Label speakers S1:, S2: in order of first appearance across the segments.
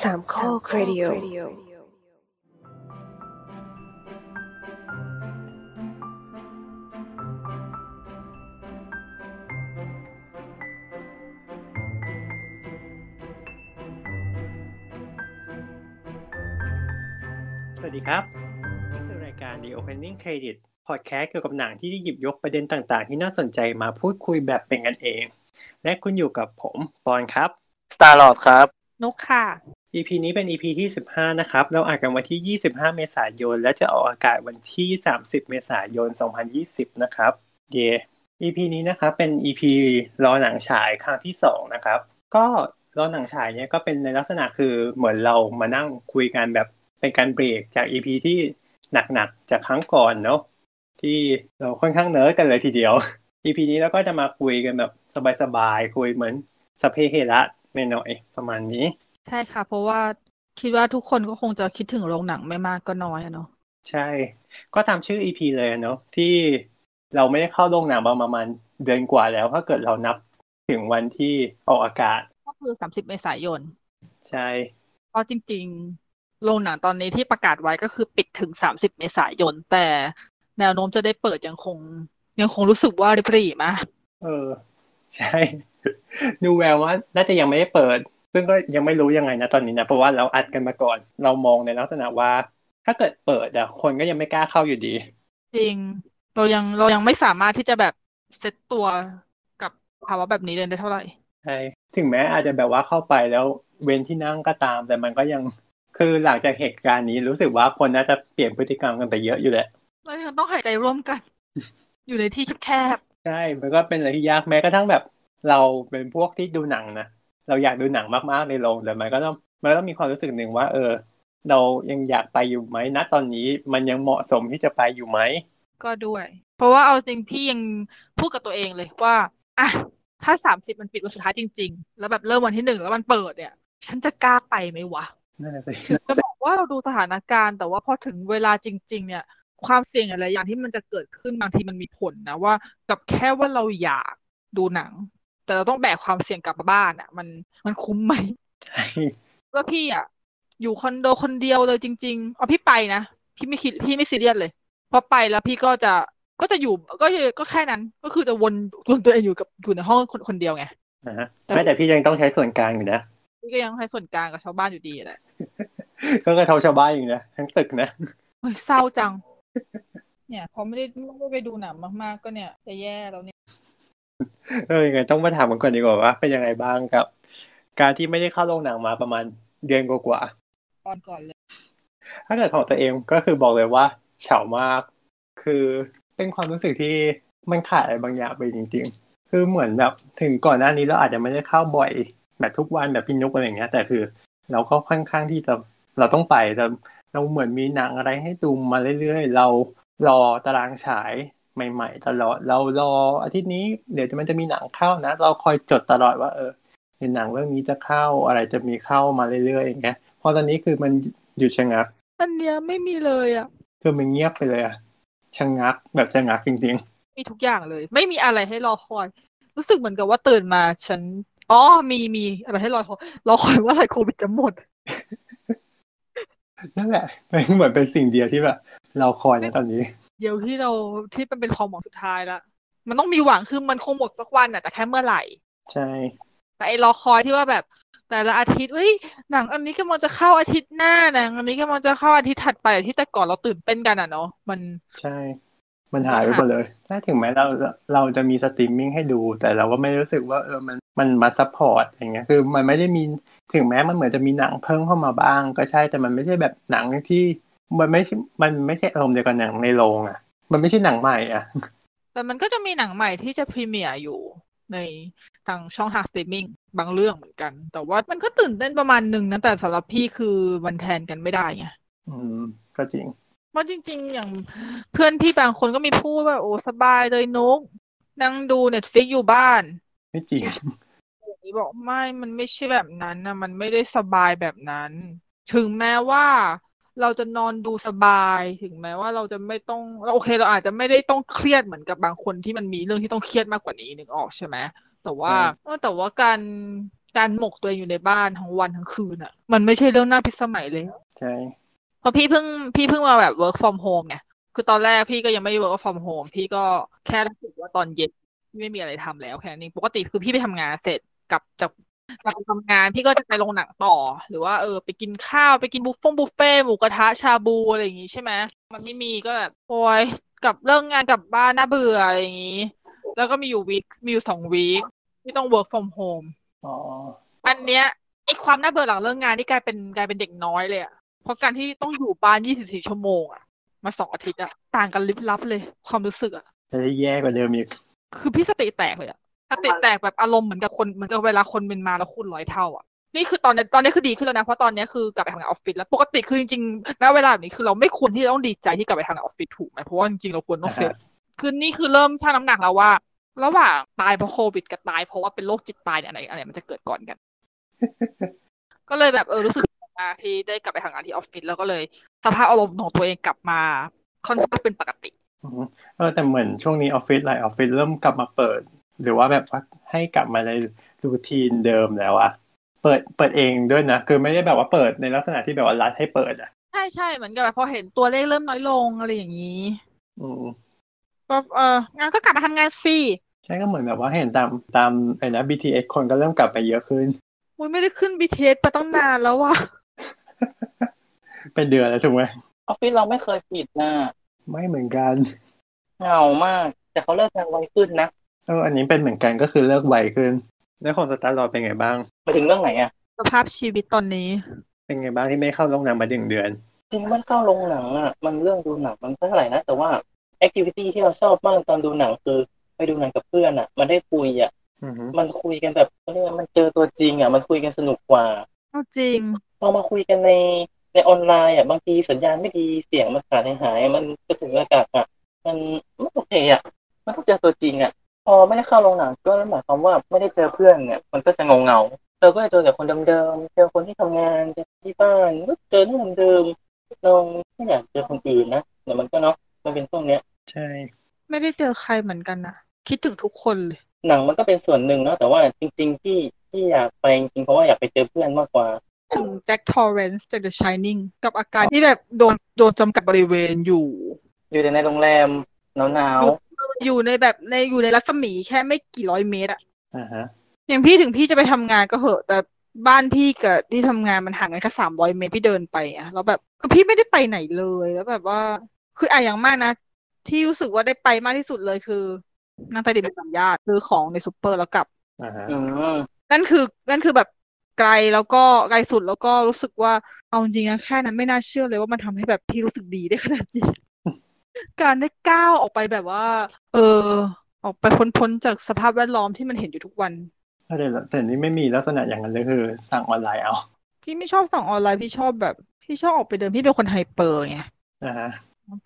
S1: สามข้อครดิโอ
S2: สวัสดีครับ นี่คือรายการ The Opening Credit Podcast เกี่ยวกับหนังที่ได้หยิบยกประเด็นต่างๆ ที่น่าสนใจมาพูดคุยแบบเป็นกันเอง และคุณอยู่กับผมปอนครับ
S3: สตาร์ลอดครับ
S4: นุกค่ะ
S2: EP นี้เป็น EP ที่ 15 นะครับ เราอัดกันวันที่ 25 เมษายน และจะออกอากาศวันที่ 30 เมษายน 2020 นะครับ เย่ EP นี้นะครับเป็น EP รอหนังฉายครั้งที่ 2 นะครับ ก็รอหนังฉายเนี่ยก็เป็นในลักษณะคือเหมือนเรามานั่งคุยกันแบบเป็นการเบรกจาก EP ที่หนักๆ จากครั้งก่อนเนาะที่เราค่อนข้างเนิร์ดกันเลยทีเดียว EP นี้เราก็จะมาคุยกันแบบสบายๆคุยเหมือนสพเพเฮระหน่อยๆประมาณนี้
S4: ใช่ค่ะ เพราะว่าคิดว่าทุกคนก็คงจะคิดถึงโรงหนังไม่มากก็น้อยอะเนาะ
S2: ใช่ ก็ตามชื่อ EP เลยอะเนาะที่เราไม่ได้เข้าโรงหนังมาประมาณเดือนกว่าแล้ว ถ้าเกิดเรานับถึงวันที่ออกอากาศ
S4: ก็คือ 30 เมษายน
S2: ใช่
S4: เพราะจริงๆ โรงหนังตอนนี้ที่ประกาศไว้ก็คือปิดถึง 30 เมษายน แต่แนวโน้มจะได้เปิดยังคง ยังคงรู้สึกว่าริบหรี่มาก
S2: เออ ใช่ ดูแววว่าน่าจะยังไม่ได้เปิด ซึ่งก็ยังไม่รู้ยังไงนะตอนนี้นะเพราะว่าเราอัดกันมาก่อน เรามองในลักษณะว่า ถ้าเกิดเปิดอะคนก็ยังไม่กล้าเข้าอยู่ดี
S4: จริง เรายังเรายังไม่สามารถที่จะแบบเซตตัวกับภาวะแบบนี้เลยได้เท่าไหร่
S2: ใช่ถึงแม้อาจจะแบบว่าเข้าไปแล้วเว้นที่นั่งก็ตาม แต่มันก็ยังคือหลังจากเหตุการณ์นี้รู้สึกว่าคนน่าจะเปลี่ยนพฤติกรรมกันไปเยอะอยู่แหละ
S4: เรายังต้องหายใจร่วม กัน อยู่ในที่แคบ
S2: ใช่ มันก็เป็นอะไรที่ยากแม้กระทั่งแบบ เราเป็นพวกที่ดูหนังนะ เราอยากดูหนังมากๆในโรงแต่มันก็ต้องมันก็ต้องมีความรู้สึกหนึ่งว่า เออ เรายังอยากไปอยู่ไหมณตอนนี้มันยังเหมาะสมที่จะไปอยู่ไหม
S4: ๆก็ด้วย เพราะว่าเอาจริงพี่ยังพูดกับตัวเองเลยว่าอ่ะถ้าสามสิบมันปิดวันสุดท้ายจริง ๆ แล้วแบบเริ่มวันที่หนึ่งแล้วมันเปิดเนี่ย ฉันจะกล้าไปไหมวะ
S2: นั่นแหละสิ
S4: จะบอกว่าเราดูสถานการณ์ แต่ว่าพอถึงเวลาจริง ๆ เนี่ย ความเสี่ยงอะไรอย่างที่มันจะเกิดขึ้นบางทีมันมีผลนะว่า กับแค่ว่าเราอยากดูหนัง แต่เราต้องแบกความเสี่ยงกลับมาบ้านอ่ะ มันมันคุ้มไหม ว่าพี่อ่ะอยู่คอนโดคนเดียวเลยจริงๆเอาพี่ไปนะพี่ไม่คิดพี่ไม่ซีเรียสเลยพอไปแล้วพี่ก็จะก็จะอยู่ก็จะก็แค่นั้น ก็คือจะวนวนตัวเองอยู่กับอยู่ในห้องคนคนเดียวไง
S2: นะฮะแม้แต่พี่ยังต้องใช้ส่วนกลางอยู่นะ
S4: พี่ก็ยังให้ส่วนกลางกับชาวบ้านอยู่ดีแหละ
S2: ก็กระทบชาวบ้านอยู่นะ ทั้งตึกนะ
S4: เฮ้ยเศร้าจัง เนี่ยพอไม่ได้ไม่ได้ไปดูหนังมาก ๆ ก็เนี่ยจะแย่แล้วเนี่ย
S2: เออยังไงต้องมาถามกันก่อนดีกว่าว่าเป็นยังไงบ้างกับ การที่ไม่ได้เข้าโรงหนังมาประมาณเดือนกว่าๆ
S4: ตอนก่อนเลย
S2: ถ้าเกิดของตัวเองก็คือบอกเลยว่าเฉามาก คือเป็นความรู้สึกที่มันขาดอะไรบางอย่างไปจริงๆ คือเหมือนแบบถึงก่อนหน้านี้เราอาจจะไม่ได้เข้าบ่อยแบบทุกวันแบบพี่นุกอะไรอย่างเงี้ย แต่คือ เราก็ค่อนข้างที่จะเราต้องไปแต่เราเหมือนมีหนังอะไรให้ดูมาเรื่อยๆ เรารอตารางฉายใหม่ๆ ตลอด เรารออาทิตย์นี้เดี๋ยวมันจะมีหนังเข้านะ เราคอยจดตลอดว่าเออ ในหนังเรื่องนี้จะเข้าอะไรจะมีเข้ามาเรื่อยๆอย่างเงี้ยเพอตอนนี้คือมันหยุดชะงัก
S4: อันเนี้ยไม่มีเลยอ่ะ
S2: คือมันเงียบไปเลยอะชะงักแบบชะงักจริง
S4: มีทุกอย่างเลย ไม่มีอะไรให้รอคอย รู้สึกเหมือนกับว่าตื่นมา ฉันอ๋อมีมีอะไรให้รอคอยรอคอยว่าอะไรโควิดจะหมด
S2: ๆ นั่นแหละมันเหมือนเป็นสิ่งเดียวที่แบบเราคอยในะตอนนี้
S4: เดี๋ยวที่เราที่มันเป็นความหวังสุดท้ายละมันต้องมีหวังคือมันคงหมดสักวันน่ะแต่แค่เมื่อไหร่
S2: ใช่
S4: แต่ไอ้รอคอยที่ว่าแบบ แต่ละอาทิตย์เอ้ยหนังอันนี้กำลังจะเข้าอาทิตย์หน้าหนังอันนี้กำลังจะเข้าอาทิตย์ถัดไปที่แต่ก่อนเราตื่นเต้นกันอ่ะเนาะมัน
S2: ใช่ มันหายไปหมดเลย ถ้าถึงแม้เราเราจะมีสตรีมมิ่งให้ดู แต่เราก็ไม่รู้สึกว่าเออมันมันมาซัพพอร์ตอย่างเงี้ย คือมันไม่ได้มีถึงแม้มันเหมือนจะมีหนังเพิ่มเข้ามาบ้าง ก็ใช่แต่มันไม่ใช่แบบหนังที่มันไม่ใช่มันไม่ใช่อารมณ์เดียวกับหนังในโรงอะมันไม่ใช่หนังใหม่อะ
S4: แต่มันก็จะมีหนังใหม่ที่จะพรีเมียร์อยู่ในทางช่องทางสตรีมมิ่งบางเรื่องเหมือนกัน แต่ว่ามันก็ตื่นเต้นประมาณหนึ่งนะ แต่สำหรับพี่คือมันแทนกันไม่ได้ไง
S2: อืม ก็จริง
S4: เพราะจริง ๆ อย่างเพื่อนพี่บางคนก็มีพูดว่าโอ้สบายเลยนุกนั่งดูเน็ตฟิกอยู่บ้าน
S2: ไม่จริง
S4: นี่บอกไม่มันไม่ใช่แบบนั้นนะมันไม่ได้สบายแบบนั้น ถึงแม้ว่าเราจะนอนดูสบาย ถึงแม้ว่าเราจะไม่ต้องเราโอเค เราอาจจะไม่ได้ต้องเครียดเหมือนกับบางคนที่มันมีเรื่องที่ต้องเครียดมากกว่านี้นึกออกใช่ไหม แต่ว่า
S2: ใช่
S4: เออแต่ว่าการ การหมกตัวเองอยู่ในบ้านทั้งวันทั้งคืนอะ่ะ มันไม่ใช่เรื่องน่าพิสมัยเลย
S2: ใช่
S4: เพราะพี่เพิ่งพี่เพิ่งมาแบบ work from home ไงคือตอนแรกพี่ก็ยังไม่ work from home พี่ก็แค่รู้สึกว่าตอนเย็นไม่มีอะไรทำแล้วแค่นั้นเองปกติคือพี่ไปทำงานเสร็จกลับจากกลับไปทำงาน พี่ก็จะไปโรงหนังต่อ หรือว่าเออไปกินข้าวไปกินบุฟเฟ่ต์บุฟเฟ่ต์หมูกระทะชาบูอะไรอย่างงี้ใช่ไหมมันไม่มีก็แบบโอยกลับเลิกงานกลับบ้านน่าเบื่ออะไรอย่างงี้ แล้วก็มีอยู่วีคมีอยู่สองวีคที่ต้อง work from home
S2: อ๋อ
S4: อันเนี้ยไอความน่าเบื่อหลังเลิกงานนี่กลายเป็นกลายเป็นเด็กน้อยเลยอะเพราะการที่ต้องอยู่บ้าน 24 ชั่วโมงอะมาสองอาทิตย์อะต่างกันลิบลับเลย ความรู้สึกอะ
S2: จะได้แย่กว่าเดิมอีก
S4: คือพี่สติแตกเลยอะสติแตกแบบอารมณ์เหมือนกับคนเหมือนกับเวลาคนเป็นมาแล้วคูณร้อยเท่าอะนี่คือตอนนี้ตอนนี้คือดีขึ้นแล้วนะเพราะตอนนี้คือกลับไปทำงานออฟฟิศแล้วปกติคือจริงๆณเวลาแบบนี้คือเราไม่ควรที่จะต้องดีใจที่กลับไปทำงานออฟฟิศถูกไหมเพราะว่าจริงๆเราควรต้องเซฟ คือนี่คือเริ่มชั่งน้ำหนักแล้วว่า ระหว่างตายเพราะโควิดกับตายเพราะว่าเป็นโรคจิตตายเนี่ยอะไรอะไรมันจะเกิดก่อนกัน ก็เลยแบบเออรู้สึกมากที่ได้กลับไปทำงานที่ออฟฟิศแล้วก็เลยสภาพอารมณ์ของตัวเองกลับมาค่อนข้างเป็นปกติ
S2: อืมเออแต่เหมือนช่วงนี้ออฟฟิศหลายออฟฟิศเริ่มกลับมาเปิด หรือว่าแบบว่าให้กลับมาในรูทีนเดิมแล้วอะเปิดเปิดเองด้วยนะคือไม่ได้แบบว่าเปิดในลักษณะที่แบบว่ารัดให้เปิดอะ
S4: ใช่ใช่เหมือนกับแบบพอเห็นตัวเลขเริ่มน้อยลงอะไรอย่างนี้
S2: อืม
S4: ก็เอองั้นก็กลับมาทำงานสิ
S2: ใช่ก็เหมือนแบบว่าเห็นตามตามไอ้นะ BTS คนก็เริ่มกลับไปเยอะขึ้น
S4: มุยไม่ได้ขึ้น BTS ไปตั้งนานแล้วว่ะ
S2: เป็นเดือนแล้วถูกไหม
S1: ออฟฟิศเราไม่เคยปิดนะ
S2: ไม่เหมือนกัน
S1: เหงามาก แต่เขาเลิกงานไวขึ้นนะ
S2: เอออันนี้เป็นเหมือนกันก็คือเลิกไวขึ้น แล้วของสตาร์ลอดเป็นไงบ้าง
S1: ไปถึงเรื่องไหนอะ
S4: สภาพชีวิตตอนนี้
S2: เป็นไงบ้างที่ไม่เข้าโรงหนังมาถึงเดือน
S1: จริงมันเข้าโรงหนังอะมันเรื่องดูหนังมันก็เท่าไหร่นะ แต่ว่าแอคทิวิตี้ที่เราชอบมากตอนดูหนังคือไปดูหนังกับเพื่อนอะมันได้คุยอะ
S2: อือฮึ
S1: มันคุยกันแบบเขาเรียกว่ามันเจอตัวจริงอะมันคุยกันสนุกกว่า
S4: เอาจริง
S1: เรามาคุยกันในในออนไลน์อ่ะบางทีสัญญาณไม่ดีเสียงมันขาดหายๆมันกระถึงกระกักอ่ะมันไม่โอเคอ่ะมันต้องเจอตัวจริงอ่ะพอไม่ได้เข้าโรงหนังก็นั่นหมายความว่าไม่ได้เจอเพื่อนเนี่ยมันก็จะเงาเงาๆเราก็จะเจอแต่คนเดิมๆเจอคนที่ทำงานเจอที่บ้านก็เจอเรื่องเดิมๆเราไม่อยากเจอคนอื่นนะเดี๋ยวมันก็เนาะมันเป็นช่วงเนี้ย
S2: ใช่
S4: ไม่ได้เจอใครเหมือนกันนะคิดถึงทุกคนเลย
S1: หนังมันก็เป็นส่วนหนึ่งเนาะแต่ว่าจริง ๆ ที่ที่อยากไปจริงๆเพราะว่าอยากไปเจอเพื่อนมากกว่า
S4: ถึงแจ็คทอเรนซ์จาก The Shining กับอาการที่แบบโดนโดนจำกัดบริเวณอยู่
S1: อยู่แต่ในโรงแรมหนาว
S4: อยู่ในแบบในอยู่ในรัศมีแค่ไม่กี่ร้อยเมตรอะ
S2: อ่าฮะ
S4: อย่างพี่ถึงพี่จะไปทำงานก็เหอะ แต่บ้านพี่กับที่ทำงานมันห่างกันแค่สามร้อยเมตรพี่เดินไปอะแล้วแบบคือพี่ไม่ได้ไปไหนเลยแล้วแบบว่า คืออะอย่างมากนะ ที่รู้สึกว่าได้ไปมากที่สุดเลยคือนั่งไปดิบสามญาติซื้อของในซูเปอร์แล้วกลับ
S2: อ่าฮะ
S1: ๆอืม
S4: นั่นคือนั่นคือแบบไกลแล้วก็ไกลสุดแล้วก็รู้สึกว่าเอาจริงนะแค่นั้นไม่น่าเชื่อเลยว่ามันทำให้แบบพี่รู้สึกดีได้ขนาดนี้ การได้ก้าวออกไปแบบว่า เออ ออกไปพ้นพ้นจากสภาพแวดล้อมที่มันเห็นอยู่ทุกวัน
S2: แต่เดี๋ยวแต่นี่ไม่มีลักษณะอย่างนั้นเลยคือ สั่งออนไลน์เอา
S4: พี่ไม่ชอบสั่งออนไลน์พี่ชอบแบบ พี่ชอบออกไปเดินพี่เป็นคนไฮเปอร์ไง
S2: อ่าฮะ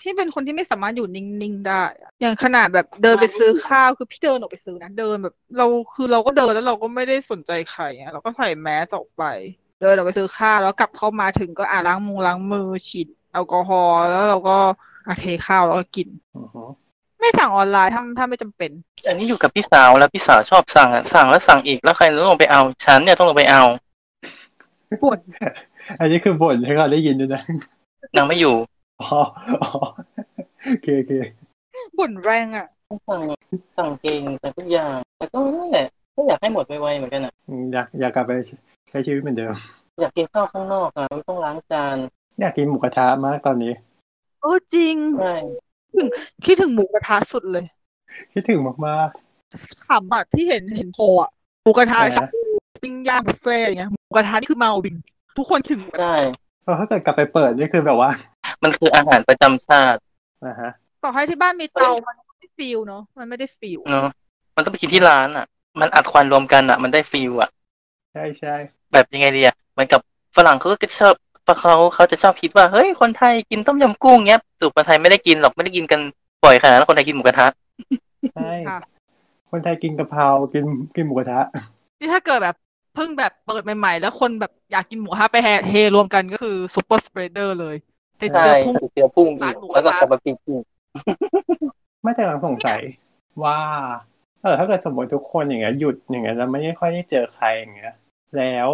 S4: พี่เป็นคนที่ไม่สามารถอยู่นิ่งๆได้อะอย่างขนาดแบบเดินไปซื้อข้าวคือพี่เดินออกไปซื้อนะเดินแบบ เราคือเราก็เดินแล้วเราก็ไม่ได้สนใจใครอะเราก็ใส่แมสออกไป เดินออกไปซื้อข้าวแล้วกลับเข้ามาถึงก็อ่ะล้างมือล้างมือฉีดแอลกอฮอล์แล้วเราก็อ่ะเทข้าวแล้วก็กิน
S2: อือฮึ
S4: ไม่สั่งออนไลน์ถ้าถ้าไม่จำเป็น
S1: อันนี้อยู่กับพี่สาวแล้วพี่สาวชอบสั่งอะสั่งแล้วสั่งอีกแล้วใครต้องลงไปเอาฉันเนี่ยต้องลงไปเอา
S4: ปวด
S2: อันนี้คือบ่นให้เขาได้ยินด้วยนะ
S1: นางไม่อยู่
S2: อ๋ออ๋อโอเคโอเค
S4: บ่นแรงอ่ะ
S1: ต้องสั่งสั่งเก่งแต่ทุกอย่างแต่ก็นั่นแหละก็อยากให้หมดไวๆเหมือนกันอ่ะ
S2: อืมอยากอยากกลับไปใช้ชีวิตเหมือนเดิม
S1: อยากกินข้าวข้างนอกอ่ะมันต้องล้างจาน
S2: อยากกินหมูกระทะมากตอนนี้
S4: โอ้จริง
S1: ใช่
S4: คิดถึงหมูกระทะสุดเลย
S2: คิดถึงมาก
S4: ขำอ่ะที่เห็นเห็นโพลอ่ะหมูกระ
S2: ๆ
S4: ทะ
S2: นะ
S4: ชอบปิ้งย่างบุฟเฟ่ต์อย่างเงี้ยหมูกระทะนี่คือเมาบิน ทุกคนถึงแบบ
S1: ใช่
S2: เพราะถ้าเกิดกลับไปเปิดนี่คือแบบว่า
S1: มันคืออาหารประจำชาติ
S2: อ่าฮะ
S4: ต่อให้ที่บ้านมีเตา มันไม่ได้ฟิลเนาะ มันไม่ได้ฟิล
S1: เนาะมันต้องไปกินที่ร้านอ่ะ มันอัดควันรวมกันอ่ะ มันได้ฟิลอ่ะ
S2: ใช่ใช่
S1: แบบยังไงดีอ่ะเหมือนกับฝรั่งเขาก็ชอบเขาเขาจะชอบคิดว่าเฮ้ยคนไทยกินต้มยำกุ้งเนี้ยสูตรคนไทยไม่ได้กินหรอกไม่ได้กินกันบ่อยขนาดนั้นคนไทยกินหมูกระทะ
S2: ใช่
S4: ค่ะ
S2: คนไทยกินกะเพรากินกินหมูกระทะ
S4: นี่ถ้าเกิดแบบเพิ่งแบบเปิดใหม่ๆ แล้วคนแบบอยากกินหมูกระทะไปแห่เฮรวมกันก็คือซูเปอร์สเปรดเดอร์เลยไปเจ
S1: ใช่
S4: อพุ่ง
S1: เสือพุ่งอีก
S4: ร้านหมูก
S1: แล้
S4: ระ
S1: ว
S4: ทะ
S1: ก็กลับมาปิดอีก
S2: ไม่แต่กำลังสงสัยว่า เออถ้าเกิดสมมติทุกคนอย่างเงี้ยหยุดอย่างเงี้ยแล้วไม่ได้ค่อยได้เจอใครอย่างเงี้ย แล้ว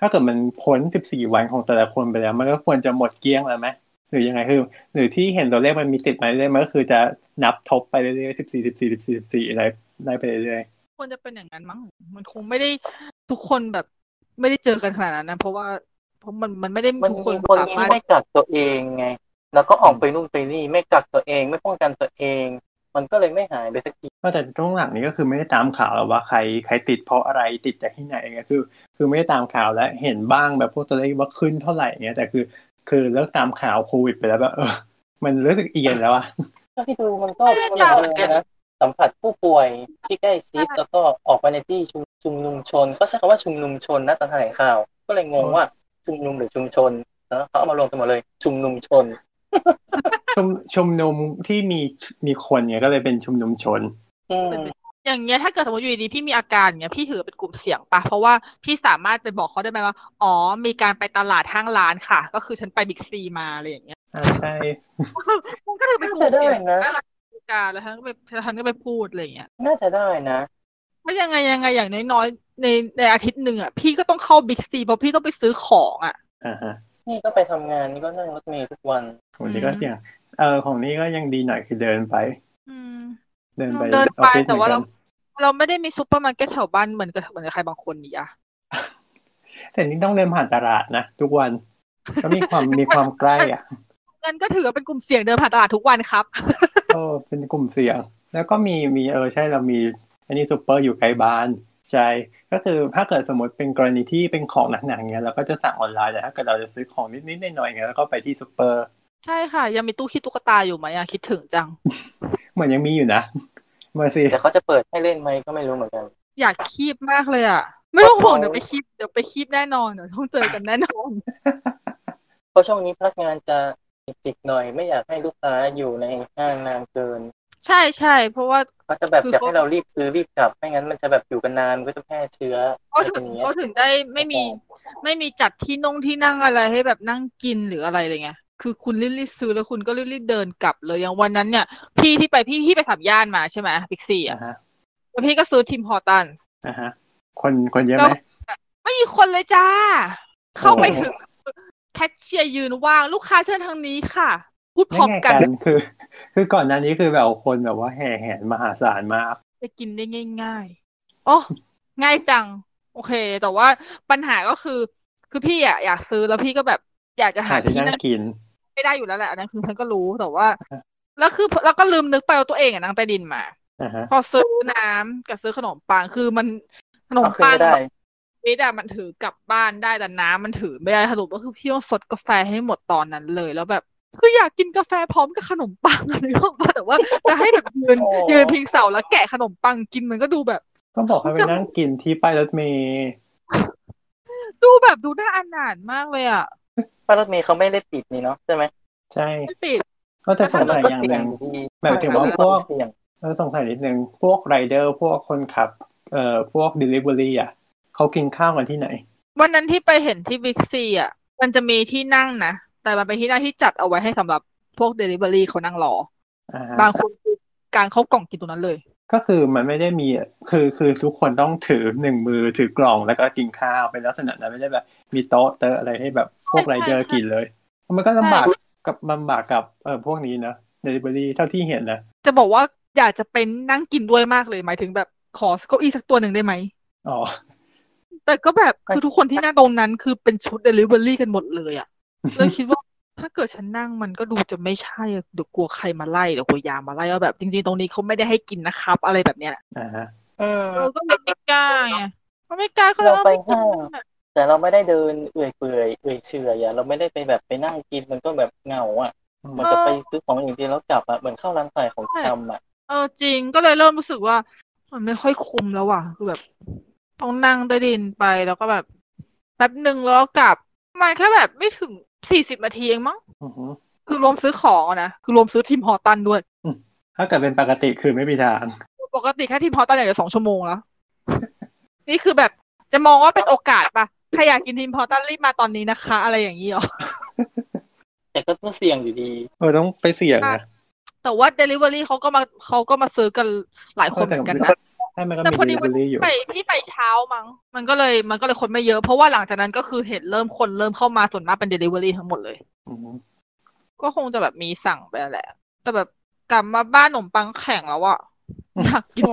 S2: ถ้าเกิดมันพ้นสิบสี่วันของแต่ละคนไปแล้ว มันก็ควรจะหมดเกลี้ยงแล้วไหมหรือยังไงคือ หรือที่เห็นตัวเลขมันมีติดมาเรื่อยๆมันก็คือจะนับทบไปเรื่อยๆสิบสี่สิบสี่สิบสี่สิบสี่อะไรไล่ไปเรื่อย
S4: ควรจะเป็นอย่างนั้นมั้งมันคงไม่ได้ทุกคนแบบไม่ได้เจอกันขนาดนั้นนะเพราะว่าเพราะมันมันไม่ได้
S1: มัน
S4: ทุกค
S1: มี
S4: น
S1: คน
S4: สา
S1: ที่
S4: มารถ
S1: ไม่กักตัวเองไง แล้วก็ออกไปนู่นไปนี่ไม่กักตัวเองไม่ป้องกันตัวเอง มันก็เลยไม่หายไปสักที
S2: ๆก็แต่ช่วงหลังนี้ก็คือไม่ได้ตามข่าวแล้วว่าใครใครติดเพราะอะไรติดจากที่ไหนอย่างเงี้ยคือ คือไม่ได้ตามข่าวแล้วเห็นบ้างแบบพวกตัวเลขว่าขึ้นเท่าไหร่อย่างเงี้ยแต่คือ คือเลิกตามข่าวโควิดไปแล้วแบบเออมันรู้สึกเอียนแล้วอะ
S1: เท่าที่ดูมันก็อย่างเดิมนะสัมผัสผู้ป่วยที่ใกล้ชิดแล้วก็ออกไปในที่ชุมชุมนุมชนเขาใช้คำว่าชุมนุมชนนะตอนแถลงข่าว ก็เลยงงว่าชุมนุมหรือชุมชนนะเขาเอามารวมกันหมดเลย ชุมนุมชน
S2: ชุมชุมนุมที่มีมีคนเนี่ยก็เลยเป็นชุมนุมชน
S1: อืม
S4: อย่างเงี้ยถ้าเกิดสมมติอยู่ดีๆพี่มีอาการอย่างเงี้ยพี่ถือเป็นกลุ่มเสี่ยงปะเพราะว่าพี่สามารถไปบอกเขาได้ไหมว่าอ๋อมีการไปตลาดห้างร้านค่ะ ก็คือฉันไปบิ๊กซีมาอะไรอย่างเงี้ย
S2: อ่าใช่
S4: มันก็ถือเป็นก
S1: น่า
S4: ลุ่
S1: จะ
S4: ม
S1: ได้
S4: เสี่ยง
S1: นะ
S4: น่ารักการแล้วฉันก็ไปฉันก็ไปพูดอะไรอย่างเงี้ย
S1: น่าจะได้นะ
S4: ไม่ยังไงยังไงอย่างน้อยๆในในอาทิตย์หนึ่งอ่ะพี่ก็ต้องเข้าบิ๊กซีเพราะพี่ต้องไปซื้อของอ่ะ
S2: อ่าฮะ
S1: นี่ก็ไปทำงานนี่ก็นั่งรถเมล์ทุกวัน
S2: ของนี้ก็
S4: อืม
S2: เสี่ยงเออของนี้ก็ยังดีหน่อยคือเดินไป
S4: อืม
S2: เดินไป
S4: เดินไป
S2: ออฟฟิศ
S4: แต่ว่า
S2: หมื
S4: เรา
S2: อนกัน
S4: เราไม่ได้มีซูเปอร์มาร์เก็ตแถวบ้านเหมือนกับเหมือนกับใครบางคนนี่อะ
S2: แต่นี่ต้องเดินผ่านตลาดนะทุกวัน ก็มีความ มีความใกล้อ่ะ
S4: งั้นก็ถือว่าเป็นกลุ่มเสี่ยงเดินผ่านตลาดทุกวันครับ
S2: โอ้เป็นกลุ่มเสี่ยง แล้วก็มีมีเออใช่เรามีอันนี้ซูเปอร์อยู่ใกล้บ้านใช่ก็คือถ้าเกิดสมมติเป็นกรณีที่เป็นของหนักๆเงี้ยเราก็จะสั่งออนไลน์แต่ถ้าเกิดเราจะซื้อของนิดๆหน่อยๆเงี้ยแล้วก็ไปที่ซูเปอร์
S4: ใช่ค่ะ ยังมีตู้คิดตุ๊กตาอยู่ไหมอะคิดถึงจัง
S2: เหมือนยังมีอยู่นะ มาสิ
S1: แต่เขาจะเปิดให้เล่นไหมก็ไม่รู้เหมือนกัน
S4: อยากคีบมากเลยอะไม่ต้องห่วงเดี๋ยวไปคีบเดี๋ยวไปคีบแน่นอนเดี๋ยวต้องเจอกันแน่นอน
S1: เพราะช่วงนี้พนักงานจะจิกๆหน่อยไม่อยากให้ลูกค้าอยู่ในห้างนานเกิน
S4: ใช่ใช่เพราะว่า
S1: เขาจะแบบ
S4: คือ
S1: อยาก
S4: เขา
S1: ให้เรารีบซื้อรีบกลับไม่งั้นมันจะแบบอยู่กันนานมันก็จะแพร่เชื้อ
S4: เขา
S1: อะไร
S4: ถึง
S1: อย่างเงี้ย
S4: เขาถึงได้ไม่มีไม่มีจัดที่นงที่นั่งอะไรให้แบบนั่งกินหรืออะไรเลยไงคือคุณรีบๆซื้อแล้วคุณก็รีบๆเดินกลับเลยอย่างวันนั้นเนี่ย พี่ที่ไปพี่พี่ไปสามย่านมาใช่ไหมบิ๊กซี
S2: อ่า
S4: อ่ะ
S2: ฮะ
S4: แล้วพี่ก็ซื้อทิมฮอร์ตัน
S2: อ่าฮะ คนคนเยอะไหม
S4: แล้ว ไม่มีคนเลยจ้า เข้าไป
S2: โอ้
S4: ถึงแคชเชียร์ยืนว่างลูกค้าเชิญทางนี้ค่ะ พูดพร้อม
S2: ไง
S4: กัน
S2: คือ คือก่อนหน้านี้คือแบบคนแบบว่าแห่แหนมหาศาลมาก
S4: จะกินได้ง่ายๆอ๋อง่ายจัง โอเค แต่ว่าปัญหาก็คือ คือพี่อ่ะอยากซื้อแล้วพี่ก็แบบอยากจะหา
S2: หาที่
S4: ที่
S2: นั่ง
S4: นั่ง
S2: กิน
S4: ไม่ได้อยู่แล้วแหละอันนั้นคือฉันก็รู้แต่ว่าแล้วคือแล้วก็ลืมนึกไปว่าตัวเองอะนั่งใต้ดินมา
S2: อ่าฮะ
S4: พอซื้อน้ำกับซื้อขนมปังคือมันขนม
S1: เอาขึ้น
S4: ปัง
S1: ไม่ได้
S4: นิดอะมันถือกลับบ้านได้แต่น้ำมันถือไม่ได้สรุปก็คือพี่ต้องสดกาแฟให้หมดตอนนั้นเลยแล้วแบบคืออยากกินกาแฟพร้อมกับขนมปัง อะไรก็ว่าแต่ว่าจะให้แบบยืนยืนพิงเสาแล้วแกะขนมปังกินมันก็ดูแบบ
S2: ก็บอกให้ไปนั่งกินที่ป้ายรถเมย์
S4: ดูแบบดูน่าอนาถมากเลยอะ
S1: ป้ายรถเมล์เขาไม่ได้ปิดนี่เนาะใช่ไหม
S2: ใช่
S4: ไม่ปิด
S2: ก็จะสง
S1: แต่มัน
S2: สัย
S1: ก็
S2: อย่าง
S1: เสี่
S2: ห
S1: ยง
S2: นึ่ง
S1: อยู่ดี
S2: หมายถึงว่าพวก
S1: เสี่ยง
S2: เออสงสัยนิดนึง พวกไรเดอร์พวกคนขับ เอ่อพวก delivery อ่ะเขากินข้าวกันที่ไหน
S4: วันนั้นที่ไปเห็นที่บิ๊กซีอ่ะ มันจะมีที่นั่งนะ แต่มันเป็นที่นั่งที่จัดเอาไว้ให้สำหรับพวกเดลิเวอรี่เขานั่งรอ
S2: อ่าฮะ
S4: บางคนคือการเขากล่องกินตรงนั้นเลย
S2: ก็คือมันไม่ได้มีคือคือทุกคนต้องถือหนึ่งมือถือกล่องแล้วก็กินข้าวเป็นลักษณะนั้นไม่ได้แบบ มีโต๊ะเตอะอะไรให้แบบพวก
S4: ใช่
S2: ไรเดอร์
S4: ใช่
S2: กินเลย มันก็ลำบากกับลำบากกับเอ่อพวกนี้นะเดลิเวอรี่เท่าที่เห็นนะ
S4: จะบอกว่าอยากจะเป็นนั่งกินด้วยมากเลย หมายถึงแบบขอเก้าอี้สักตัวหนึ่งได้ไหม
S2: อ๋อ
S4: แต่ก็แบบคือทุกคนที่นั่งตรงนั้นคือเป็นชุดเดลิเวอรี่กันหมดเลยอ่ะ เลยคิดว่าถ้าเกิดฉันนั่งมันก็ดูจะไม่ใช่อะเดี๋ยวกลัวใครมาไล่เดี๋ยวกลัวยามมาไล่ว่าแบบจริงๆตรงนี้เขาไม่ได้ให้กินนะครับ อะไรแบบเนี้ย
S2: อ่าฮะ
S1: อืม
S4: เราก็เลยไม่กล้าไงเพราะไม่กล้าก็เลย
S1: เราไป
S4: ม่กิน
S1: ห้าง
S4: อะ
S1: แต่เราไม่ได้เดินเอื่อยเปื่อยเอื่อยเฉื่อยอะเราไม่ได้ไปแบบไปนั่งกินมันก็แบบเหงาอ่ะเหมือนกับไปซื้อของอย่างเดียวแล้วกลับอะเหมือนเข้าร้านขายของชำอะ
S4: เออจริงก็เลยเริ่มรู้สึกว่า มันไม่ค่อยคุ้มแล้วว่ะคือแบบต้องนั่งใต้ดินไปแล้วก็แบบแป๊บหนึ่งแล้วก็กลับมันแค่แบบไม่ถึงสี่สิบนาทีเองมั้ง
S2: อือฮึ
S4: คือรวมซื้อของอะนะคือรวมซื้อทีมฮอตันด้วย
S2: ถ้าเกิดเป็นปกติคือไม่มีทาง
S4: ปกติแค่ทีมฮอตันอย่างเดียวสองชั่วโมงแล้ว นี่คือแบบจะมองว่าเป็นโอกาสปะใครอยากกินทีมฮอตันรีบมาตอนนี้นะคะ อะไรอย่างนี้เหรอ
S1: แต่ก็ต้องเสี่ยงอยู่ดี
S2: เออต้องไปเสี่ยงนะ
S4: แต่ว่า Delivery เขาก็มาเขาก็มาซื้อกันหลายคนเหมือนกันนะ
S2: ใช่มันก็
S4: แต่
S2: มี
S4: พอดี
S2: ดิ
S4: วัน
S2: ลิ
S4: ที่
S2: อยู่
S4: ไปพี่ไปเช้ามั้งมันก็เลยมันก็เลยคนไม่เยอะ เพราะว่าหลังจากนั้นก็คือเห็นเริ่มคนเริ่มเข้ามาส่วนมากเป็น Delivery ทั้งหมดเลย
S2: อืม
S4: ก็คงจะแบบมีสั่งไปแหละ แต่แบบกลับมาบ้านขนมปังแข็งแล้วอะอยากกิน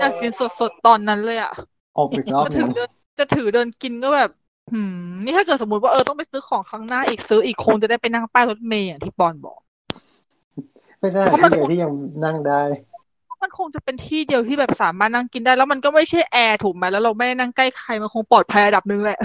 S4: อยากกินสดๆตอนนั้นเลยอะ
S2: ออกอีกรอบหนึ
S4: จะถื
S2: ง
S4: อเดินจะถือเดินกินก็แบบหืมนี่ถ้าเกิดสมมติว่าเออต้องไปซื้อของครั้งหน้าอีกซื้ออีกคงจะได้ไปนั่งป้ายรถเมล์อย่างที่ปอนบอก
S2: เป็นสถานที่เดียวที่ยังนั่งได้
S4: มันคงจะเป็นที่เดียวที่แบบสามารถนั่งกินได้ แล้วมันก็ไม่ใช่แอร์ถูกไหมแล้วเราไม่ได้นั่งใกล้ใครมันคงปลอดภัยระดับหนึ่งแหละ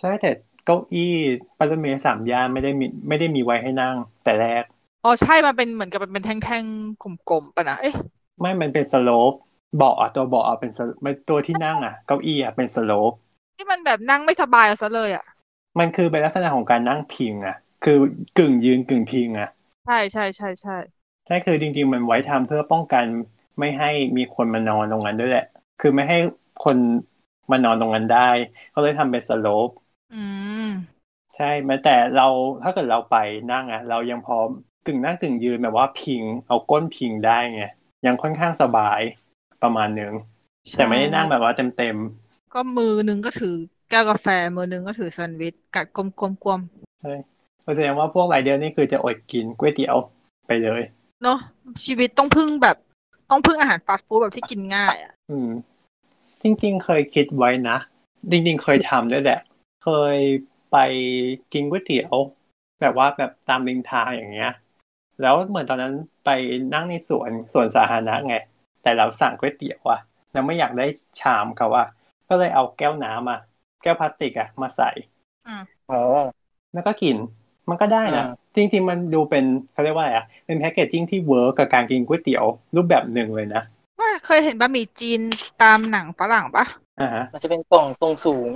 S2: ใช่แต่เก้าอี้ปาร์ตเมสามย่านไม่ได้มีไม่ได้มีไว้ให้นั่ง แต่แรก
S4: อ๋อใช่ มันเป็นเหมือนกับมันเป็นแท่งๆกลมๆปะนะ เอ๊ะ
S2: ไม่มันเป็นสโลปเบาะอะตัวเบาะอะเป็น slope ไม่ตัวที่นั่งอ่ะ เก้าอี้อ่ะเป็นสโลป
S4: ที่มันแบบนั่งไม่สบายเอาซะเลยอ่ะ
S2: มันคือเป็นลักษณะของการนั่งพิงอ่ะ คือกึ่งยืนกึ่งพิงอ่ะ
S4: ใช่ใช่ใช่ใช่
S2: ใช่คือจริง ๆ มันไว้ทำเพื่อป้องกันไม่ให้มีคนมานอนตรงนั้นด้วยแหละ คือไม่ให้คนมานอนตรงนั้นได้เขาเลยทำเป็นสโลป
S4: อืม
S2: ใช่แม้แต่เราถ้าเกิดเราไปนั่งอะเรายังพร้อมกึ่งนั่งกึ่งยืนแบบว่าพิง เอาก้นพิงได้ไงยังค่อนข้างสบายประมาณหนึ่งแต่ไม่ได้นั่งแบบว่าเต็มเต็ม
S4: ก็มือหนึงก็ถือแก้วกาแฟ มือหนึงก็ถือแซนด์วิชกัดกลมๆ
S2: ๆแสดงว่าพวกไรเดอร์นี่คือจะอดกินก๋วยเตี๋ยวไปเลย
S4: ๆเนาะชีวิตต้องพึ่งแบบต้องพึ่งอาหารฟาสต์ฟู้ดแบบที่กินง่ายอ่ะ
S2: อืมจริงๆเคยคิดไว้นะจริงๆเคยทำด้วยแหละ เคยไปกินก๋วยเตี๋ยว แบบว่าแบบตามริมทางอย่างเงี้ย แล้วเหมือนตอนนั้นไปนั่งในสวนสวนสาธารณะไง แต่เราสั่งก๋วยเตี๋ยวอะแล้วไม่อยากได้ชามเขาอะก็เลยเอาแก้วน้ำอะแก้วพลาสติกอะมาใส่
S1: อ๋อ
S2: แล้วก็กินมันก็ได้นะ
S1: อ่า
S2: จริง ๆ มันดูเป็นเขาเรียกว่าอะไรอะเป็นแพคเกจจิ้งที่เวิร์กกับการกินก๋วยเตี๋ยวรูปแบบหนึ่งเลยนะ
S4: ว่าเคยเห็นบะหมี่จีนตามหนังฝรั่งปะ
S2: อ่าฮะ
S1: มันจะเป็นกล่องทรงสูง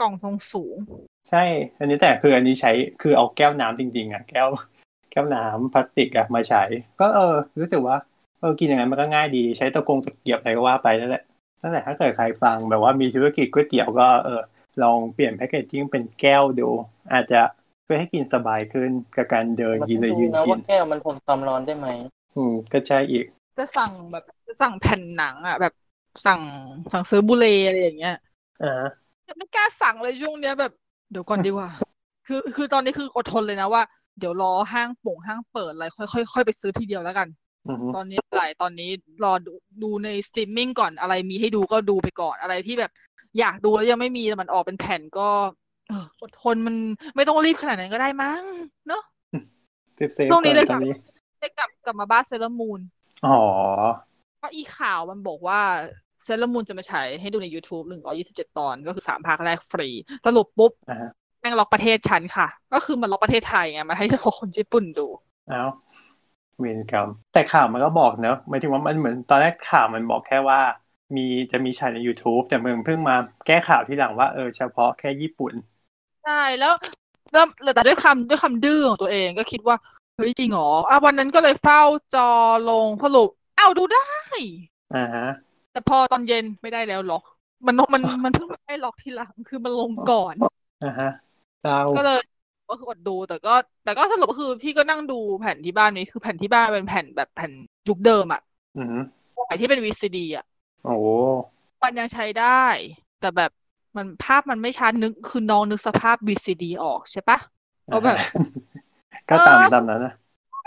S4: กล่องทรงสูง
S2: ใช่ อันนี้แต่คืออันนี้ใช้คือเอาแก้วน้ำจริง ๆอ่ะแก้ว แก้วน้ำพลาสติกอ่ะมาใช้ ก็เออ รู้สึกว่าเออกินอย่างนั้นมันก็ง่ายดีใช้ตะกรงตะเกียบอะไรก็ว่าไปนั่นแหละนั่นแหละถ้าเกิดใครฟังแบบว่ามีธุรกิจก๋วยเตี๋ยวก็เออลองเปลี่ยนแพคเกจจิ้งเป็นแก้วดู อาจจะช่วยให้กินสบายขึ้นกับการเดิน
S1: มัน
S2: กินหรือ
S1: ดู
S2: ยืน
S1: นะ
S2: กิ
S1: ว่าน แก้วมันทนความร้อนได้ไหม
S2: อืมก็ใช่อีก
S4: จะสั่งแบบจะสั่งแผ่นหนังอ่ะแบบสั่งสั่งซื้อบุเรอะไรอย่างเงี้ย
S2: อ่า
S4: ยังไม่กล้าสั่งเลยช่วงเนี้ยแบบเดี๋ยวก่อนดีกว่า คือคือตอนนี้คืออดทนเลยนะว่าเดี๋ยวรอห้างป่งห้างเปิดอะไรค่อยค่อยค่อยไปซื้อทีเดียวแล้วกัน
S2: อืม
S4: ตอนนี้หลายตอนนี้รอดูดูในสตรีมมิ่งก่อนอะไรมีให้ดูก็ดูไปก่อนอะไรที่แบบ อยากดูแล้วยังไม่มีแต่มันออกเป็นแผ่นก็เอออดทนมันไม่ต้องรีบขนาดนั้นก็ได้มั้งเนาะ
S2: เซฟเซฟ
S4: ช่วงนี้เลย
S2: ตอ
S4: ค่ะ
S2: นนี้
S4: ได้กลับกลับมาบ้านเซเลมูน
S2: อ๋อ
S4: เพราะอีข่าวมันบอกว่าเซเลมูนจะมาฉายให้ดูใน YouTube หนึ่งร้อยยี่สิบเจ็ดตอนก็คือสามภาคแรกฟรีสรุปปุ๊บ
S2: อ่าฮะ
S4: แม่งล็อกประเทศฉันค่ะ ก็คือมันล็อกประเทศไทยไง มันให้เฉ พาะคนญี่ปุ่นดู
S2: เอาเวรกรรมแต่ข่าวมันก็บอกเนอะหมายถึงว่ามันเหมือนตอนแรกข่าวมันบอกแค่ว่า มีจะมีฉายใน YouTube แต่มึงเพิ่งมาแก้ข่าวที่หลังว่าเออเฉพาะแค่ญี่ปุ่น
S4: ใช่แล้วแล้วแต่ด้วยคำด้วยคำดื้อของตัวเองก็คิดว่า เฮ้ยจริงเหรออ่ะวันนั้นก็เลยเฝ้าจอลงสรุปอ้าวดูได้
S2: อ่าฮะ
S4: แต่พอตอนเย็นไม่ได้แล้วล็อก มันมันมันเพิ่งมาได้ล็อกทีหลังคือมันลงก่อน
S2: อ่าฮะเรา
S4: ก็เลยก็คืออดดูแต่ก็ แต่ก็สรุปก็คือพี่ก็นั่งดูแผ่นที่บ้านนี้คือแผ่นที่บ้านเป็นแผ่นแบบแผ่นยุคเดิมอะ
S2: อืม
S4: แผ่นที่เป็น VCD อะ
S2: โอ้โห
S4: มันยังใช้ได้ แต่แบบมันภาพมันไม่ชัดนึกคือน้องนึกสภาพ VCD ออกใช่ปะ ก็แบบ
S2: อ่าฮะ ก็ตามตามนั้นนะ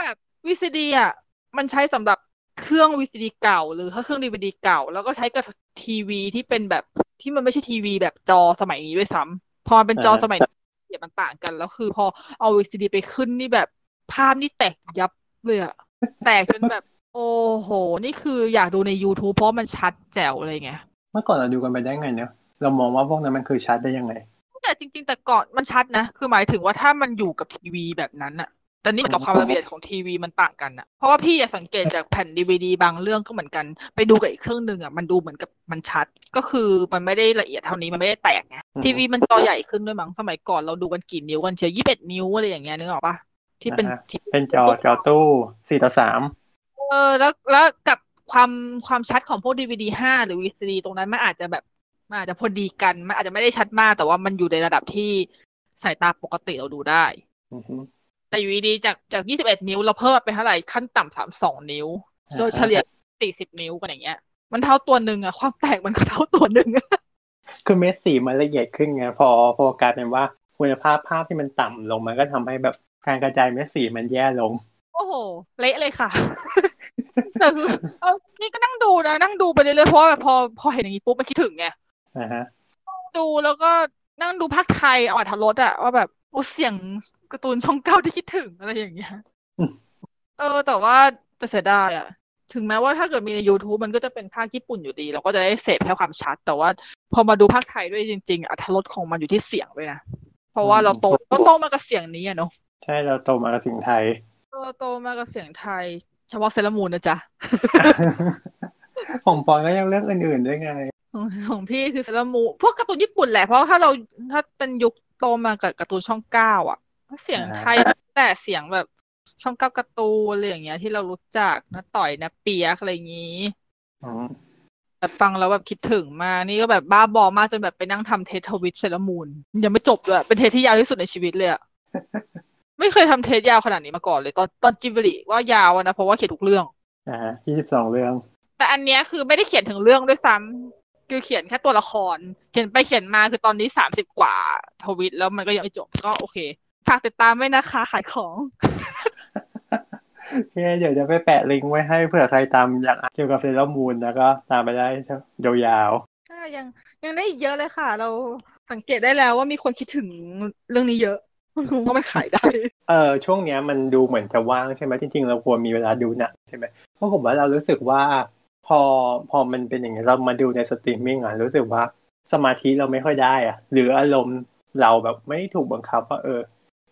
S4: แบบ VCD อ่ะมันใช้สำหรับเครื่อง VCD เก่า หรือถ้าเครื่อง DVD เก่า แล้วก็ใช้กับทีวีที่เป็นแบบที่มันไม่ใช่ทีวีแบบจอสมัยนี้ด้วยซ้ำพอมันเป็นจอสมัยนี้เสียงมันต่างกันแล้วคือพอเอา VCD ไปขึ้นนี่แบบภาพนี่แตกยับเลยอะแตกจนแบบ โอ้โห นี่คืออยากดูใน YouTube เพราะมันชัดแจ๋วเลยไง
S2: เมื่อก่อนเราดูกันไปได้ไงเนอะเรามองว่าพวกนั้นมันคือชัดได้ยังไง
S4: แต่จริง ๆ แต่ก่อนมันชัดนะ คือหมายถึงว่าถ้ามันอยู่กับทีวีแบบนั้นอะแต่นี่กับความละเอียดของทีวีมันต่างกันอะเพราะว่าพี่อะสังเกตจากแผ่นดีวดีบางเรื่องก็เหมือนกัน ไปดูกับอีกเครื่องหนึ่งอะมันดูเหมือนกับมันชัด ก็คือมันไม่ได้ละเอียดเท่านี้มันไม่ได้แตกไง
S2: อืม
S4: ทีวีมันจอใหญ่ขึ้นด้วยมั้งสมัยก่อนเราดูกันกี่นิ้วกันเชียวยี่สิบเอ็ดนิ้วอะไรอย่างเงี้ยนึกออกปะที่เป็น
S2: อ่าฮะเป็นจอจอตู้สี่ต่อสาม
S4: เออแล้วแล้วกับความความชัดของพวก DVD ห้าหรือ VCD ตรงนั้นมันอาจจะแบบมันอาจจะพอดีกัน มันอาจจะไม่ได้ชัดมาก แต่ว่ามันอยู่ในระดับที่สายตาปกติเราดูได้
S2: อือฮึ
S4: แต่อยู่ดีๆจากจาก 21 นิ้วเราเพิ่มไปเท่าไหร่ขั้นต่ำ32 นิ้ว
S2: อ่า
S4: โดยเฉลี่ย40 นิ้วกันอย่างเงี้ย มันเท่าตัวหนึ่งอะความแตกมันก็เท่าตัวหนึ่งอะ
S2: คือเม็ดสีมันละเอียดขึ้นไงพอพอกลายเป็นว่าคุณภาพภาพที่มันต่ำลงมันก็ทำให้แบบการกระจายเม็ดสีมันแย่ลง
S4: โอ้โหเละเลยค่ะ แต่คือเอานี่ก็นั่งดูนะนั่งดูไปเรื่อยๆเพราะว่าแบบพอพอเห็นอย่างนี้ปุ๊บมันคิดถึงไง
S2: นะฮะ
S4: ดูแล้วก็นั่งดูภาคไทยอรรถรสอะว่าแบบโอ้เสียงการ์ตูนช่องเก้าที่คิดถึงอะไรอย่างเงี้ย
S2: อืม
S4: เออ แต่ว่าแต่เสียดายอะถึงแม้ว่าถ้าเกิดมีใน YouTube มันก็จะเป็นภาคญี่ปุ่นอยู่ดี เราก็จะได้เสพแค่ความชัด แต่ว่าพอมาดูภาคไทยด้วยจริงๆอรรถรสของมันอยู่ที่เสียงด้วยนะ เพราะว่าเราโตเราโตมากับเสียงนี้อะเนาะ
S2: ใช่เราโตมากับสิ่งไทย
S4: เออโตมากับเสียงไทย เฉพาะเซเลอรามูนนะจ๊ะ
S2: ของปอนก็ยังเรื่องอื่นๆด้วยไง
S4: ของ ของพี่คือเซรามูพวกการ์ตูนญี่ปุ่นแหละ เพราะถ้าเราถ้าเป็นยุคโตมากับการ์ตูนช่องเก้าอ่ะเสียงไทยแต่เสียงแบบช่องเก้าการ์ตูนอะไรอย่างเงี้ยที่เรารู้จักนะต่อยนะเปียกอะไรอย่างงี้
S2: อืม
S4: แต่ฟังแล้วแบบคิดถึงมากนี่ก็แบบบ้าบอมากจนแบบไปนั่งทำเทสทวิตเซรามูนยังไม่จบเลยอะเป็นเทสที่ยาวที่สุดในชีวิตเลยอะ ไม่เคยทำเทสยาวขนาดนี้มาก่อนเลยตอนตอนจิบลิว่ายาวอะนะเพราะว่าเขียนทุกเรื่อง
S2: นะฮะยี่สิบสองเรื่อง
S4: แต่อันเนี้ยคือไม่ได้เขียนถึงเรื่องด้วยซ้ำคือเขียนแค่ตัวละคร เขียนไปเขียนมาคือตอนนี้สามสิบกว่าทวิตแล้วมันก็ยังไม่จบก็โอเคฝากติดตามไว้นะคะขายของ
S2: โอเคเดี๋ยวจะไปแปะลิงก์ไว้ให้เผื่อใครตามอยากอ่านเกี่ยวกับเซรามูนแล้วก็ตามไปได้ยาว
S4: ก็ยังยังได้อีกเยอะเลยค่ะ เราสังเกตได้แล้วว่ามีคนคิดถึงเรื่องนี้เยอะ รู้ว่ามันขายได้
S2: ๆเออช่วงเนี้ยมันดูเหมือนจะว่างใช่ไหมจริงๆเราควรมีเวลาดูหนังใช่ไหมเพราะผมว่าเรารู้สึกว่าพอพอมันเป็นอย่างนี้ยเรามาดูในสตรีมมิ่งอ่ะรู้สึกว่าสมาธิเราไม่ค่อยได้อ่ะ หรืออารมณ์เราแบบไม่ถูกบังคับว่าเออ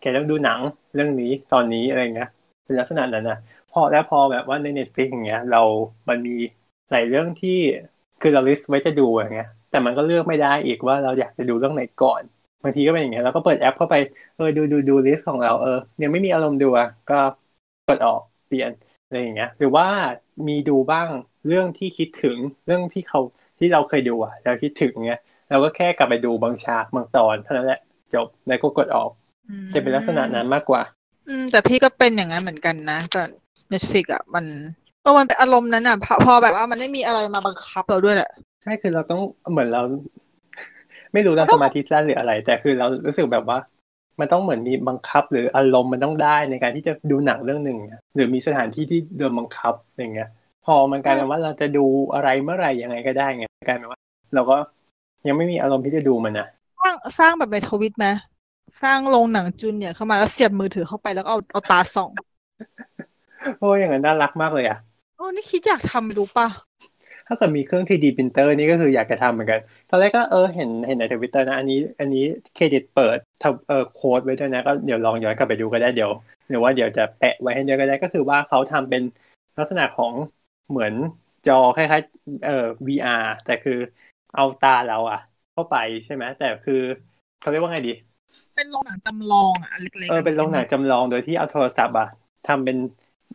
S2: แกต้องดูหนังเรื่องนี้ตอนนี้อะไรเงี้ยเป็นลักษณะนั้นอ่ะ พอแล้วพอแบบว่าในเน็ตฟลิกอย่างเงี้ย เรา มันมีหลายเรื่องที่ คือเราลิสต์ไว้จะดูอย่างเงี้ย แต่มันก็เลือกไม่ได้อีกว่าเราอยากจะดูเรื่องไหนก่อน บางทีก็เป็นอย่างเงี้ยเราก็เปิดแอปเข้าไป เออดูดูดูลิสต์ของเรา เออ ยังไม่มีอารมณ์ดูอ่ะ ก็กดออกเปลี่ยนอะไรอย่างเงี้ย หรือว่ามีดูบ้างเรื่องที่คิดถึงเรื่องที่เขาที่เราเคยดูอ่ะเราคิดถึงเงี้ย เราก็แค่กลับไปดูบางฉากบางตอนเท่านั้นแหละจบ แล้วก็กดออก จะเป็นลักษณะนั้นมากกว่า
S4: อืมแต่พี่ก็เป็นอย่างนั้นเหมือนกันนะแต่ Netflix อ่ะมันเออมันเป็นอารมณ์นั้นอ่ะพอพอแบบว่ามันไม่มีอะไรมาบังคับเราด้วยแหละ
S2: ใช่ คือเราต้องเหมือนเรา ไม่รู้เราสมาธิสั้นหรืออะไร แต่คือเรารู้สึกแบบว่า มันต้องเหมือนมีบังคับหรืออารมณ์มันต้องได้ในการที่จะดูหนังเรื่องหนึ่งอะหรือมีสถานที่ที่โดนบังคับอย่างเงี้ย พอมันกลายเป็นว่าเราจะดูอะไรเมื่อไหร่ยังไงก็ได้ไงกลายเป็นว่า เราก็ยังไม่มีอารมณ์ที่จะดูมันนะ
S4: สร้างสร้างแบบในทวิตไหมสร้างโรงหนังจุนเนี่ยเข้ามาแล้วเสียบมือถือเข้าไปแล้วก็เอาเอาตาส่อง
S2: โอ้ยอย่างนั้นน่ารักมากเลยอะ
S4: โอ้นี่คิดอยากทำไม่รู้ป่ะ
S2: ถ้าเกิดมีเครื่อง 3D printer นี่ก็คืออยากจะทำเหมือนกันตอนแรกก็เออเห็นเห็นในทวิตเตอร์นะอันนี้ อันนี้เครดิตเปิดทำเออโค้ดไว้ด้วยนะก็เดี๋ยวลองย้อนกลับไปดูก็ได้เดี๋ยว หรือว่าเดี๋ยวจะแปะไว้ให้เยอะก็ได้ก็คือว่าเขาทำเป็นลักษณะของเหมือนจอคล้ายๆเอ่อ VR แต่คือเอาตาเราอะเข้าไปใช่ไหมแต่คือเขาเรียกว่าไงดี
S4: เป็นโรงหนังจำลองอ่ะอันเล็กๆ
S2: เออเป็นโรงหนังจำลองโดยที่เอาโทรศัพท์อะทำเป็น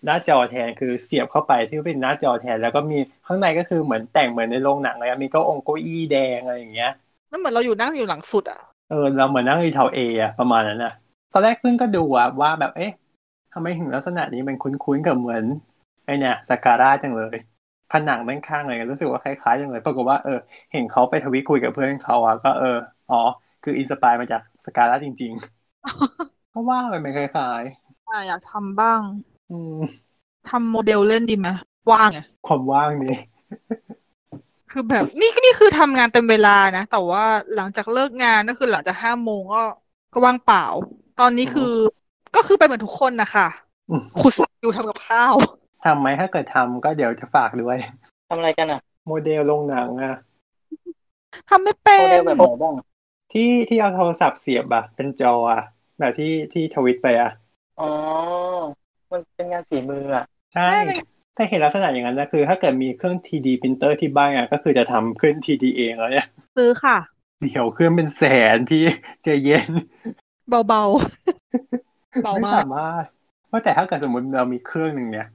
S2: หน้าจอแทนคือเสียบเข้าไปที่เป็นหน้าจอแทน แล้วก็มีข้างในก็คือเหมือนแต่งเหมือนในโรงหนังเลยอะมีเก้าองเก้าอี้แดงอะไรอย่างเงี้ย
S4: นั่นเหมือนเราอยู่นั่งอยู่หลังสุดอ่ะ
S2: เออเราเหมือนนั่งรีเทลเออะประมาณนั้นนะตอนแรกเพิ่งก็ดูอะว่าแบบเอ๊ะทำไมถึงลักษณะนี้มันคุ้นๆกับเหมือนไอเนี่ยสกาล่าจังเลย ผนังด้านข้างอะไรกันรู้สึกว่าคล้ายๆจังเลยปรากฏว่าเออเห็นเขาไปทวิตคุยกับเพื่อนเขาอะก็เอออ๋อ คืออินสปายมาจากสกาล่าจริงๆเพราะว่ามันเป็นคล้าย
S4: อ่ะอยากทำบ้าง
S2: ๆ อืม
S4: ทำโมเดลเล่นดีไหมว่างอ่ะ
S2: ความว่างนี่
S4: คือแบบนี่นี่คือทำงานเต็มเวลานะ แต่ว่าหลังจากเลิกงานก็คือหลังจากห้าโมงก็ก็ว่างเปล่า ตอนนี้คือก็คือไปนเหมือนทุกคนนะคะขุดสระอยู่ทำกับข้าว
S2: ทำไหมถ้าเกิดทำก็เดี๋ยวจะฝากด้วย
S1: ทำอะไรกันอ่ะ
S2: โมเดลโรงหนังอะ
S4: ทำไม่เป็
S1: โมเด
S4: น
S1: ลแบบไหนบ้าง
S2: ที่ที่เอาโทรศัพท์เสียบอะเป็นจออะแบบที่ที่ทวิตไปอะ
S1: อ๋อมันเป็นงานฝีมืออ่ะ
S2: ใช่ ถ้าเห็นลักษณะอย่างนั้นนะคือ ถ้าเกิดมีเครื่อง 3D printer ที่บ้านอ่ะก็คือจะทำเครื่อง 3D เองแล้วเนี่ย
S4: ซื้อค่ะ
S2: เดี๋ยวเครื่องเป็นแสนพี่ใจะเย็น
S4: เบาๆ เบา
S2: ไม่
S4: มาก
S2: สามารถว่าแต่ถ้าเกิดสมมติเรามีเครื่องหนึ่งเนี่ย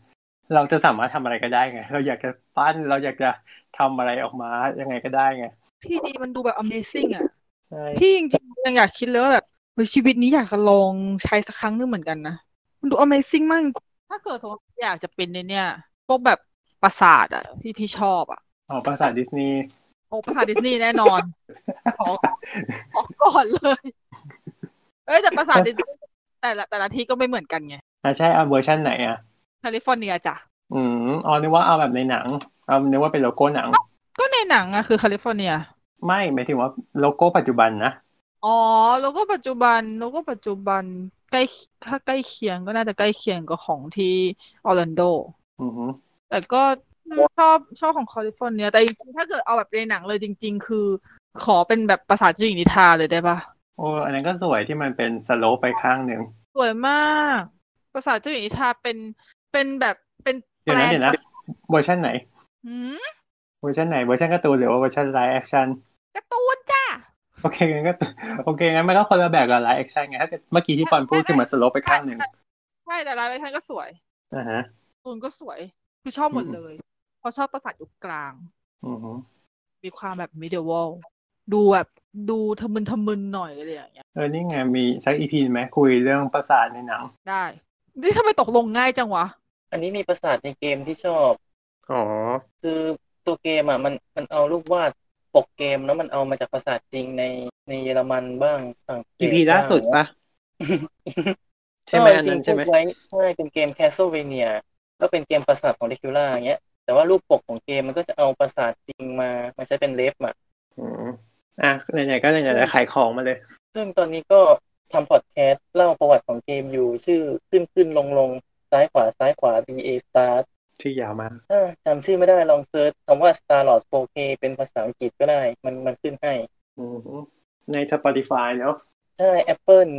S2: เราจะสามารถทำอะไรก็ได้ไง เราอยากจะปั้นเราอยากจะทำอะไรออกมายังไงก็ได้ไง
S4: ที่ดีมันดูแบบ amazing อ่ะ
S2: ใช่
S4: พี่จริงๆยังอยากคิดเลยว่าแบบเฮ้ยชีวิตนี้อยากจะลองใช้สักครั้งหนึงเหมือนกันนะ มันดู amazing มาก ถ้าเกิดสมมติอยากจะเป็นในเนี่ย พวกแบบปราสาทอ่ะ ที่พี่ชอบอ่ะ
S2: อ๋อภาษาดิสนีย์
S4: โอ้ภาษาดิสนีย์แน่นอน ขอขอก่อนเลย เอ้ยแต่ภาษาดิสนีย์แต่ละแต่ละที่ก็ไม่เหมือนกันไง
S2: อ่ะใช่เอาเวอร์ชันไหนอ่ะ
S4: แคลิฟอร์เนียจ้ะ
S2: อืมอ๋อนึกว่าเอาแบบในหนังเอานึกว่าเป็นโลโก้หนัง
S4: ก็ในหนังอะคือแคลิฟอร์เนีย
S2: ไม่หมายถึงว่าโลโก้ปัจจุบันนะ
S4: อ๋อ แล้วก็ปัจจุบันแล้วก็ปัจจุบันใกล้ถ้าใกล้เคียงก็น่าจะใกล้เคียงกับของที่ออร์แลนโด
S2: อือฮึ
S4: แต่ก็ชอบชอบของแคลิฟอร์เนีย แต่จริงๆถ้าเกิดเอาแบบในหนังเลยจริง ๆ คือ ขอเป็นแบบภาษาจีนนิทราเลยได้ปะ
S2: โอ้อันนั้นก็สวยที่มันเป็นสโลปไปข้างหนึ่ง
S4: สวยมาก ปราสาทเจ้าหญิงนิทราเป็น เป็นแบบ เป็น
S2: เดี๋ยวนะ
S4: แปลน
S2: เดี๋ยวนะเวอร์ชันไหน
S4: หืม
S2: เวอร์ชันไหนเวอร์ชันการ์ตูนหรือว่าเวอร์ชันไลฟ์แอคชั่น
S4: การ์ตูนจ้า
S2: โอเคงั้นก็โอเคงั้นมันก็คนละแบบกับไลฟ์แอคชั่นไงถ้าเกิดเมื่อกี้ที่ปอนพูดคือมันสโลปไปข้างหนึ่ง
S4: ใช่แต่ลายไว้ท่านก็สวย
S2: อ่าฮะ
S4: การ์ตูนก็สวย คือชอบหมด
S2: อืม
S4: เลย เพราะชอบปราสาทยุคกลาง
S2: อือฮึ
S4: มีความแบบ medieval ดูแบบดูทะมึนทะมึนหน่อยอะไรอย่างเงี้ย
S2: เออนี่ไงมีสักอีพีไหมคุยเรื่องปราสาทในหนัง
S4: ได้ นี่ทำไมตกลงง่ายจังวะ
S1: อันนี้มีประสาทในเกมที่ชอบ
S2: อ๋อ
S1: คือตัวเกมอ่ะมันมันเอารูปวาดปกเกมแล้วมันเอามาจากปราสาทจริงในในเยอรมันบ้างต่างประเทศ
S3: อีพีล่าสุดป ะใช่ไหมอันนั้นใช่ไหม
S1: จริงๆพูดว้ใช่เป็นเกม Castlevania ก็เป็นเกมปราสาทของ d ดคิล่าอย่างเงี้ย แต่ว่ารูปปกของเกมมันก็จะเอาปราสาทจริงมามาใช้เป็นเลฟอ่ะ
S2: อืมอ่ะไหนๆก็ไหนๆแล้วขายของมาเลย
S1: ซึ่งตอนนี้ก็ทำพอดแคสต์เล่าประวัติของเกมอยู่ ชื่อขึ้นขึ้นลงลงซ้ายขวาซ้ายขวา B A Star
S2: ชื่อยาวมาก
S1: ถ้าจำชื่อไม่ได้ลองเซิร์ชคำว่า Starlord 4K เป็นภาษาอังกฤษก็ได้ มันมันขึ้นให้
S2: อือฮึใน Spotify เนาะ
S1: ใช่ Apple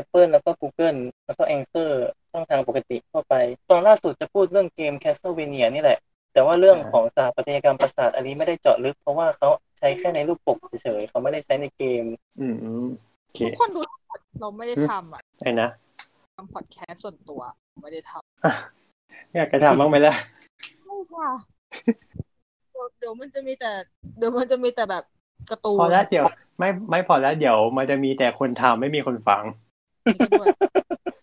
S1: Apple แล้วก็ Google แล้วก็ Anchor ช่องทางปกติทั่วไป ตอนล่าสุดจะพูดเรื่องเกม Castlevania นี่แหละ แต่ว่าเรื่อง
S2: อ่า
S1: ของสถาปัตยกรรมปราสาทอันนี้ไม่ได้เจาะลึก เพราะว่าเขาใช้แค่ในรูปปกเฉยๆเขาไม่ได้ใช้ในเกม
S2: อืมโอเค
S4: ทุกคนดู เราไม่ได้ทำอ่ะ
S2: ไอ้นะ
S4: ทำพอดแคสต์ส่วนตัวไม่ได้ทำ
S2: อยากจะถามบ้างไหมล่ะ
S4: ไม่ค่ะ เดี๋ยวเดี๋ยวมันจะมีแต่ เดี๋ยวมันจะมีแต่แบบการ์ตูน
S2: พอแล้วเดี๋ยว ไม่ไม่พอแล้วเดี๋ยวมันจะมีแต่คนทำไม่มีคนฟัง
S4: มีกันด้วย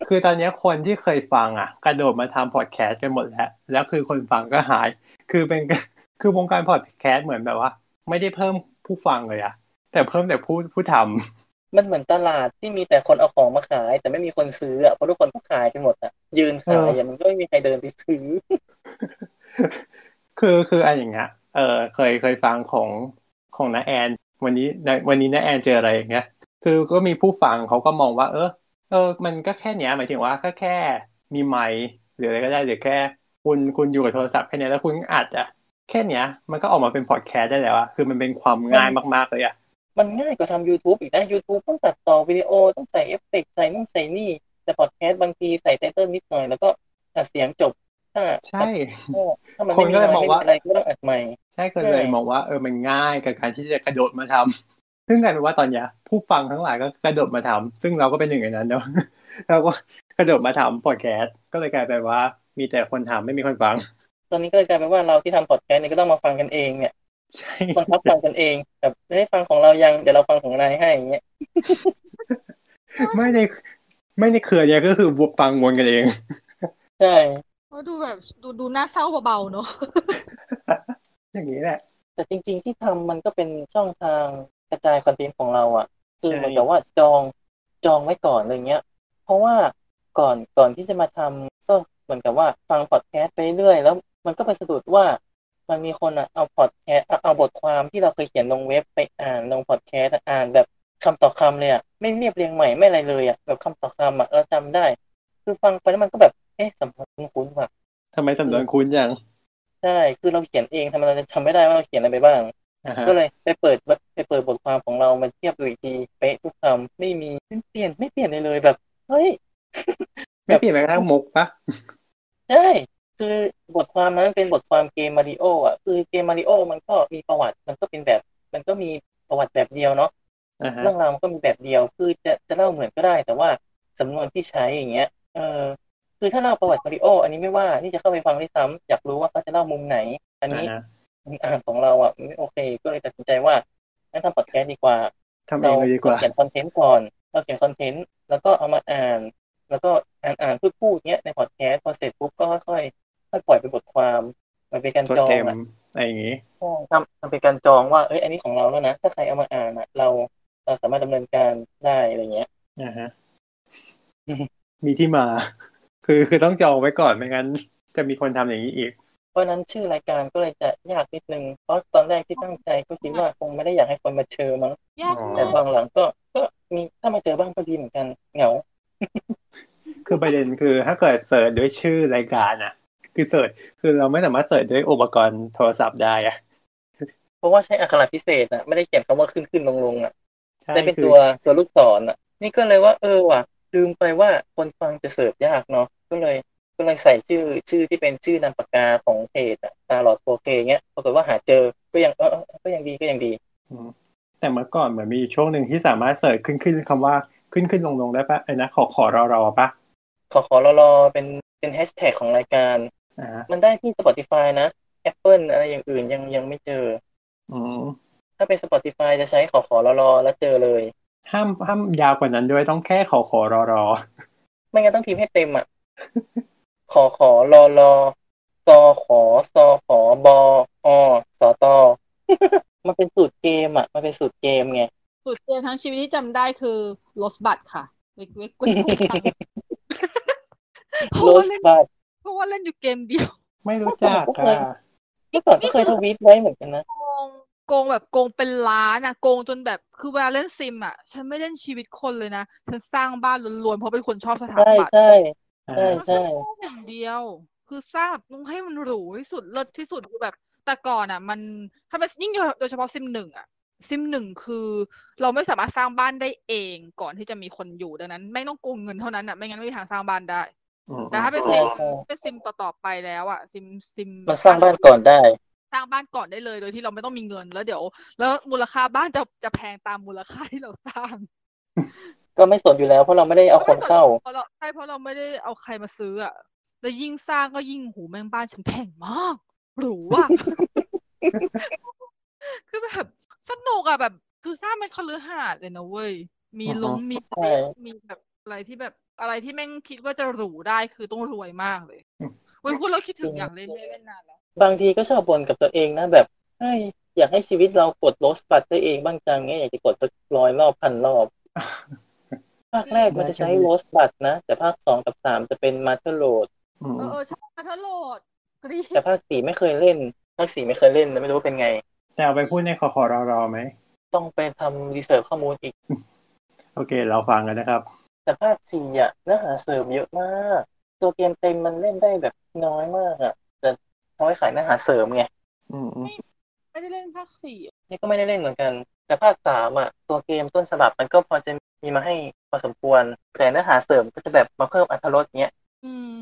S2: คือตอนเนี้ยคนที่เคยฟังอ่ะ กระโดดมาทำพอดแคสต์กันหมดแล้ว แล้วคือคนฟังก็หาย คือเป็น คือวงการพอดแคสต์เหมือนแบบว่า ไม่ได้เพิ่มผู้ฟังเลยอะแต่เพิ่มแต่ผู้ผู้ท
S1: มันเหมือนตลาดที่มีแต่คนเอาของมาขาย แต่ไม่มีคนซื้ออ่ะเพราะทุกคนก็ขายกันหมดอ่ะยืนขายอ่ะมันก็ไม่มีใครเดินไปซื้อ
S2: ำคือคืออะไรอย่างเงี้ยเออเคยเคยฟังของของน้าแอน วันนี้ในวันนี้น้าแอนเจออะไรอย่างเงี้ย คือก็มีผู้ฟังเขาก็มองว่า เออ เออ มันก็แค่เนี้ยหมายถึงว่าก็แค่มีไมค์หรืออะไรก็ได้หรือแค่ คุณคุณอยู่กับโทรศัพท์แค่เนี้ยแล้วคุณอัดอะแค่เนี้ย มันก็ออกมาเป็นพอดแคสต์ได้แล้วอะคือมันเป็นความง่ายมากๆเลยอะ
S1: มันง่ายกว่าทำ YouTube อีกนะ YouTube ต้องตัดต่อวิดีโอต้องใส่เอฟเฟกต์ใส่นู่นใส่นี่แต่พอดแคสต์บางทีใส่ไตเติ้ลนิดหน่อย แล้วก็อัดเสียงจบ ถ้า
S2: ใช่
S1: ถ้าถ้ามัน
S2: ค
S1: ไม่
S2: น
S1: มี
S2: ก็เลยมองว่า
S1: อะไรก็ต้องอัดใหม่
S2: ใช่ก็เลยมองว่าเออมันง่ายกับการที่จะกระโดดมาทำ ซึ่งกลายเป็นว่าตอนเนี้ยผู้ฟังทั้งหลายก็กระโดดมาทำซึ่งเราก็เป็นหนึ่งในนั้นเนาะ เราก็กระโดดมาทำพอดแคสต์ก็เลยกลายเป็นว่า มีแต่คนทำไม่มีคนฟัง
S1: ตอนนี้ก็เลยกลายเป็นว่าเราที่ทำพอดแคสต์เนี่ยก็ต้องมาฟังกันเองเนี่ย
S2: ใช่
S1: บังคับฟังกันเองแบบได้ฟังของเรายังเดี๋ยวเราฟังของนายให้อย่างเงี้ย
S2: ไม่ในไม่ในเครือเนี่ยก็คือ ฟังวนกันเอง
S1: ใช่
S4: ก็ดูแบบดูดูน่าเศร้าเบาๆเนอะ
S2: อย่างนี้แหละ
S1: แต่จริง ๆ ที่ทำมันก็เป็นช่องทางกระจายคอนเทนต์ของเราอ่ะ คือ
S2: ใช่
S1: เหมือนกับว่าจองจองไว้ก่อนอะไรเงี้ย เพราะว่าก่อนก่อนที่จะมาทำก็เหมือนกับว่าฟังพอดแคสต์ไปเรื่อยแล้วมันก็ไปสะดุดว่า มันมีคนอ่ะเอาพอดแคสต์เอาเอาบทความที่เราเคยเขียนลงเว็บไปอ่านลงพอดแคสต์อ่ะอ่านแบบคำต่อคำเลยอ่ะไม่เรียบเรียงใหม่ไม่อะไรเลยอ่ะแบบคำต่อคำอ่ะเราจำได้ คือฟังไปแล้วมันก็แบบเอ๊ะสำคัญคุ้นๆว่ะ
S2: ทำไมสำนวนคุ้นจัง
S1: ใช่คือเราเขียนเองทำไมเราจะจำไม่ได้ว่าเราเขียนอะไรไปบ้าง
S2: อ่าฮะ
S1: ก็เลยไปเปิดไปเปิดบทความของเรามาเทียบดูอีกทีเป๊ะทุกคำไม่มีไม่เปลี่ยนไม่เปลี่ยนเลยเลยแบบเฮ้ย
S2: ไม่เปลี่ยนแม้กระทั่งมุกปะ
S1: ใช่คือบทความนั้นเป็นบทความเกมมาริโออ่ะคือเกมมาริโอมันก็มีประวัติมันก็เป็นแบบ มันก็มีประวัติแบบเดียวเนาะ
S2: อ่าฮะ
S1: เรื่องราวมันก็มีแบบเดียว คือจะจะเล่าเหมือนก็ได้ แต่ว่าสำนวนที่ใช้อย่างเงี้ยเออคือถ้าเล่าประวัติมาริโอ อันนี้ไม่ว่านี่จะเข้าไปฟังด้วยซ้ำอยากรู้ว่าเขาจะเล่ามุมไหน อัน
S2: อ่า
S1: นี้
S2: ฮะ
S1: อ่านของเราอ่ะไม่โอเค ก็เลยตัดสินใจว่างั้นทำพอดแคสต์ดีกว่า
S2: ทำเองเลยดีกว่า
S1: เขียนคอนเทนต์ก่อนเราเขียนคอนเทนต์แล้วก็เอามาอ่าน แล้วก็อ่านอ่านพูดพูดเนี้ยในพอดแคสต์พอเสร็จปุ๊บก็ค่อยๆค่อยปล่อยเป็นบทความ มันเป็นการ
S3: ตัว
S1: จอง
S3: เต็ม
S1: อะ
S2: อะไรอย่างนี้
S1: ใช่ทำทำเป็นการจองว่าเอ้ย อันนี้ของเราแล้วนะ ถ้าใครเอามาอ่านอะเราเราสามารถดำเนินการได้อะไรเงี้ย
S2: นะ ฮะ มีที่มา คือคือต้องจองไว้ก่อนไม่งั้น จะมีคนทำอย่างนี้อีก
S1: เพราะฉะนั้นชื่อรายการก็เลยจะยากนิดนึง เพราะตอนแรกที่ตั้งใจก็คิดว่าคงไม่ได้อยากให้คนมาเชิญมั้ง
S4: ยาก
S1: แต่
S4: มาก
S1: บางหลังก็ก็มีถ้ามาเจอบ้างก็ดีเหมือนกันเหงา
S2: คือประเด็นคือถ้าเกิดเสิร์ชด้วยชื่อรายการอ่ะ คือเสิร์ชคือเราไม่สามารถเสิร์ชด้วยอุปกรณ์โทรศัพท์ได้อ่ะ
S1: เพราะว่าใช้อักขระพิเศษอ่ะไม่ได้เขียนคำว่าขึ้นขึ้นลงลงอ่ะ
S2: ใช่
S1: ได้เป็น
S2: คือ
S1: ตัวตัวลูกศรอ่ะ นี่ก็เลยว่าเออว่ะลืมไปว่าคนฟังจะเสิร์ฟยากเนาะก็เลยก็เลยใส่ชื่อชื่อที่เป็นชื่อนามปากกาของเพจอะตาหลอดโปรเกเงี้ยปรากฏว่าหาเจอก็ยังเออเออเออก็ยังดีก็ยังดี
S2: อืมแต่เมื่อก่อนเหมือนมีอยู่ช่วงหนึ่งที่สามารถเสิร์ชขึ้นขึ้นคำว่าขึ้นขึ้นลงลงได้ปะไอ้นะขอขอรอรอปะ
S1: ขอขอรอรอเป็นเป็นแฮชแท็กของรายการ
S2: อ่าฮะ
S1: มันได้ที่ Spotify นะ Apple อะไรอย่างอื่นยังยังไม่เจอ
S2: อืม
S1: ถ้าเป็น Spotify จะใช้ขอขอรอรอแล้วเจอเลย
S2: ห้ามห้ามยาวกว่านั้นด้วยต้องแค่ขอขอรอรอ
S1: ไม่งั้นต้องพิมพ์ให้เต็มอ่ะ ขอขอรอรอซอขอซอขอบออสอต อ มันเป็นสูตรเกมอ่ะ มันเป็นสูตรเกมไง
S5: สุดเจนทั้งชีวิตที่จำได้คือลสบัตค่ะเวกเวกเวก
S4: เพ
S1: โล
S4: ราะว่า
S1: ส
S4: เล่น
S1: บัต
S4: เพราะว่าเล่นอยู่เกมเดียว
S2: ไม่รู้จักอ่ะ
S1: เมื่อก่อนก็เคยทวีตไว้เหมือนกันนะ
S4: โกงโกงแบบโกงเป็นล้านอะโกงจนแบบคือเวลาเล่นซิมอะฉันไม่เล่นชีวิตคนเลยนะฉันสร้างบ้านล้วนๆเพราะเป็นคนชอบสถา
S1: ใช่
S4: ปัตย์
S1: ใช่
S2: อ่า
S1: ใช่ใช่
S5: อย่างเดียว
S4: คือสร้างแบบต้องให้มันหรูที่สุดเลิศที่สุดคือแบบ แต่ก่อนอะมันถ้าเป็นยิ่งโดยเฉพาะซิมหนึ่งอะซิมหนึ่งคือ เราไม่สามารถสร้างบ้านได้เองก่อนที่จะมีคนอยู่ดังนั้นไม่งต้องโกงเงินเท่านั้นอะไม่งั้นไม่มีทางสร้างบ้านได้
S2: อืม
S4: แต่ถ้าเป็นซิมเป็นซิมต่อๆไปแล้วอะซิมซิม
S1: มันสร้างบ้านก่อนได้
S4: สร้างบ้านก่อนได้เลยโดยที่เราไม่ต้องมีเงินแล้วเดี๋ยว แล้วมูลค่าบ้านจะจะแพงตามมูลค่าที่เราสร้าง
S1: ก็ไม่สนอยู่แล้ว เพราะเราไม่ได้เอาคนเข้า
S4: เพราะเราใช่เพราะเราไม่ได้เอาใครมาซื้ออะแล้วยิ่งสร้างก็ยิ่งหูแม่งบ้านฉันแพงมากหรูอะ คือแบบสนุกอะแบบ คือสร้างเป็นคฤหาสน์เลยนะเว้ยมีลงมีเตียงมีแบบอะไรที่แบบอะไรที่แม่งคิดว่าจะหรูได้คือต้องรวยมากเลยเว้ยพูดแล้วคิดถึงอยากเล่นไม่เล่นนานแล้ว
S1: บางทีก็ชอบบ่นกับตัวเองนะแบบเฮ้ยอยากให้ชีวิตเรากดโลสบัตได้เองบ้างจังเนี่ยอยากจะกดสักร้อยรอบพันรอบ ภาคแรกมันจะใช้โลสบัตนะ แต่ภาคสองกับสามจะเป็นมาเธอร์โหลด
S2: อืม
S5: เออเออใช่มาทโหลดกรี๊ด
S1: แต่ภาคสี่ไม่เคยเล่น ภาคสี่ไม่เคยเล่นไม่รู้ว่าเป็นไง
S2: จะเอาไปพูดในขอขอรอรอไหม
S1: ต้องไปทำรีเสิร์ชข้อมูลอีก
S2: โอเค เราฟังกันนะครับ
S1: แต่ภาคสี่อะเนื้อหาเสริมเยอะมาก ตัวเกมเต็มมันเล่นได้แบบน้อยมากอะแต่เขาให้ขายเนื้อหาเสริมไง
S2: อืม
S5: ไม่ได้เล่นภาคสี่
S1: นี่ก็ไม่ได้เล่นเหมือนกัน แต่ภาคสามอะตัวเกมต้นฉบับมันก็พอจะมีมาให้พอสมควรแต่เนื้อหาเสริมก็จะแบบมาเพิ่มอรรถรสเงี้ย
S5: อืม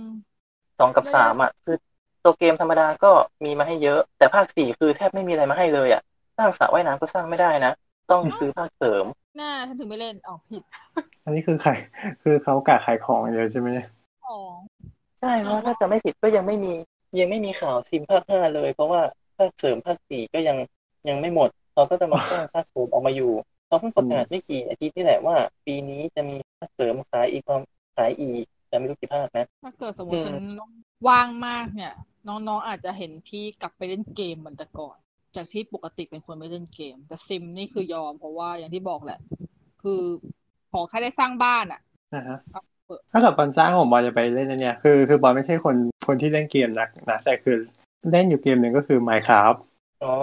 S1: สองกับสามอะคือตัวเกมธรรมดาก็มีมาให้เยอะ แต่ภาคสี่คือแทบไม่มีอะไรมาให้เลยอะสร้างสระว่ายน้ำก็สร้างไม่ได้นะต้องซื้อภาคเสริม
S5: หน้าฉันถึงไม่เล่นออกผิด
S2: อันนี้คือขาย คือเขากะขายของอย่างเดียวใช่ไหมเนี่ย
S5: ของ
S1: ใช่เพราะถ้าจะไม่ผิดก็ยังไม่มียังไม่มีข่าวซิมภาคห้าเลย เพราะว่าภาคเสริมภาคสี่ก็ยังยังไม่หมดเขาก็จะมาสร้างภาคเสริมออกมาอยู่เขาเพิ่งประกาศไม่กี่อาทิตย์นี่แหละว่า ปีนี้จะมีภาคเสริมขายอีกความขายอีกแต่ไม่รู้กี่ภาคนะ
S5: ถ้าเกิดสมมติ
S1: อื
S5: ฉัน
S1: ม
S5: ว่างมากเนี่ย น้องๆอาจจะเห็นพี่กลับไปเล่นเกมเหมือนแต่ก่อน จากที่ปกติเป็นคนไม่เล่นเกม แต่ซิมนี่คือยอมเพราะว่าอย่างที่บอกแหละ คือขอแค่ได้สร้างบ้านอ่ะ
S2: นะฮะถ้ากับบอลสร้างของบอลจะไปเล่นอันเนี่ย คือคือบอลไม่ใช่คนคนที่เล่นเกมหนักนะแต่คือเล่นอยู่เกมหนึ่งก็คือ Minecraft
S1: อ๋อ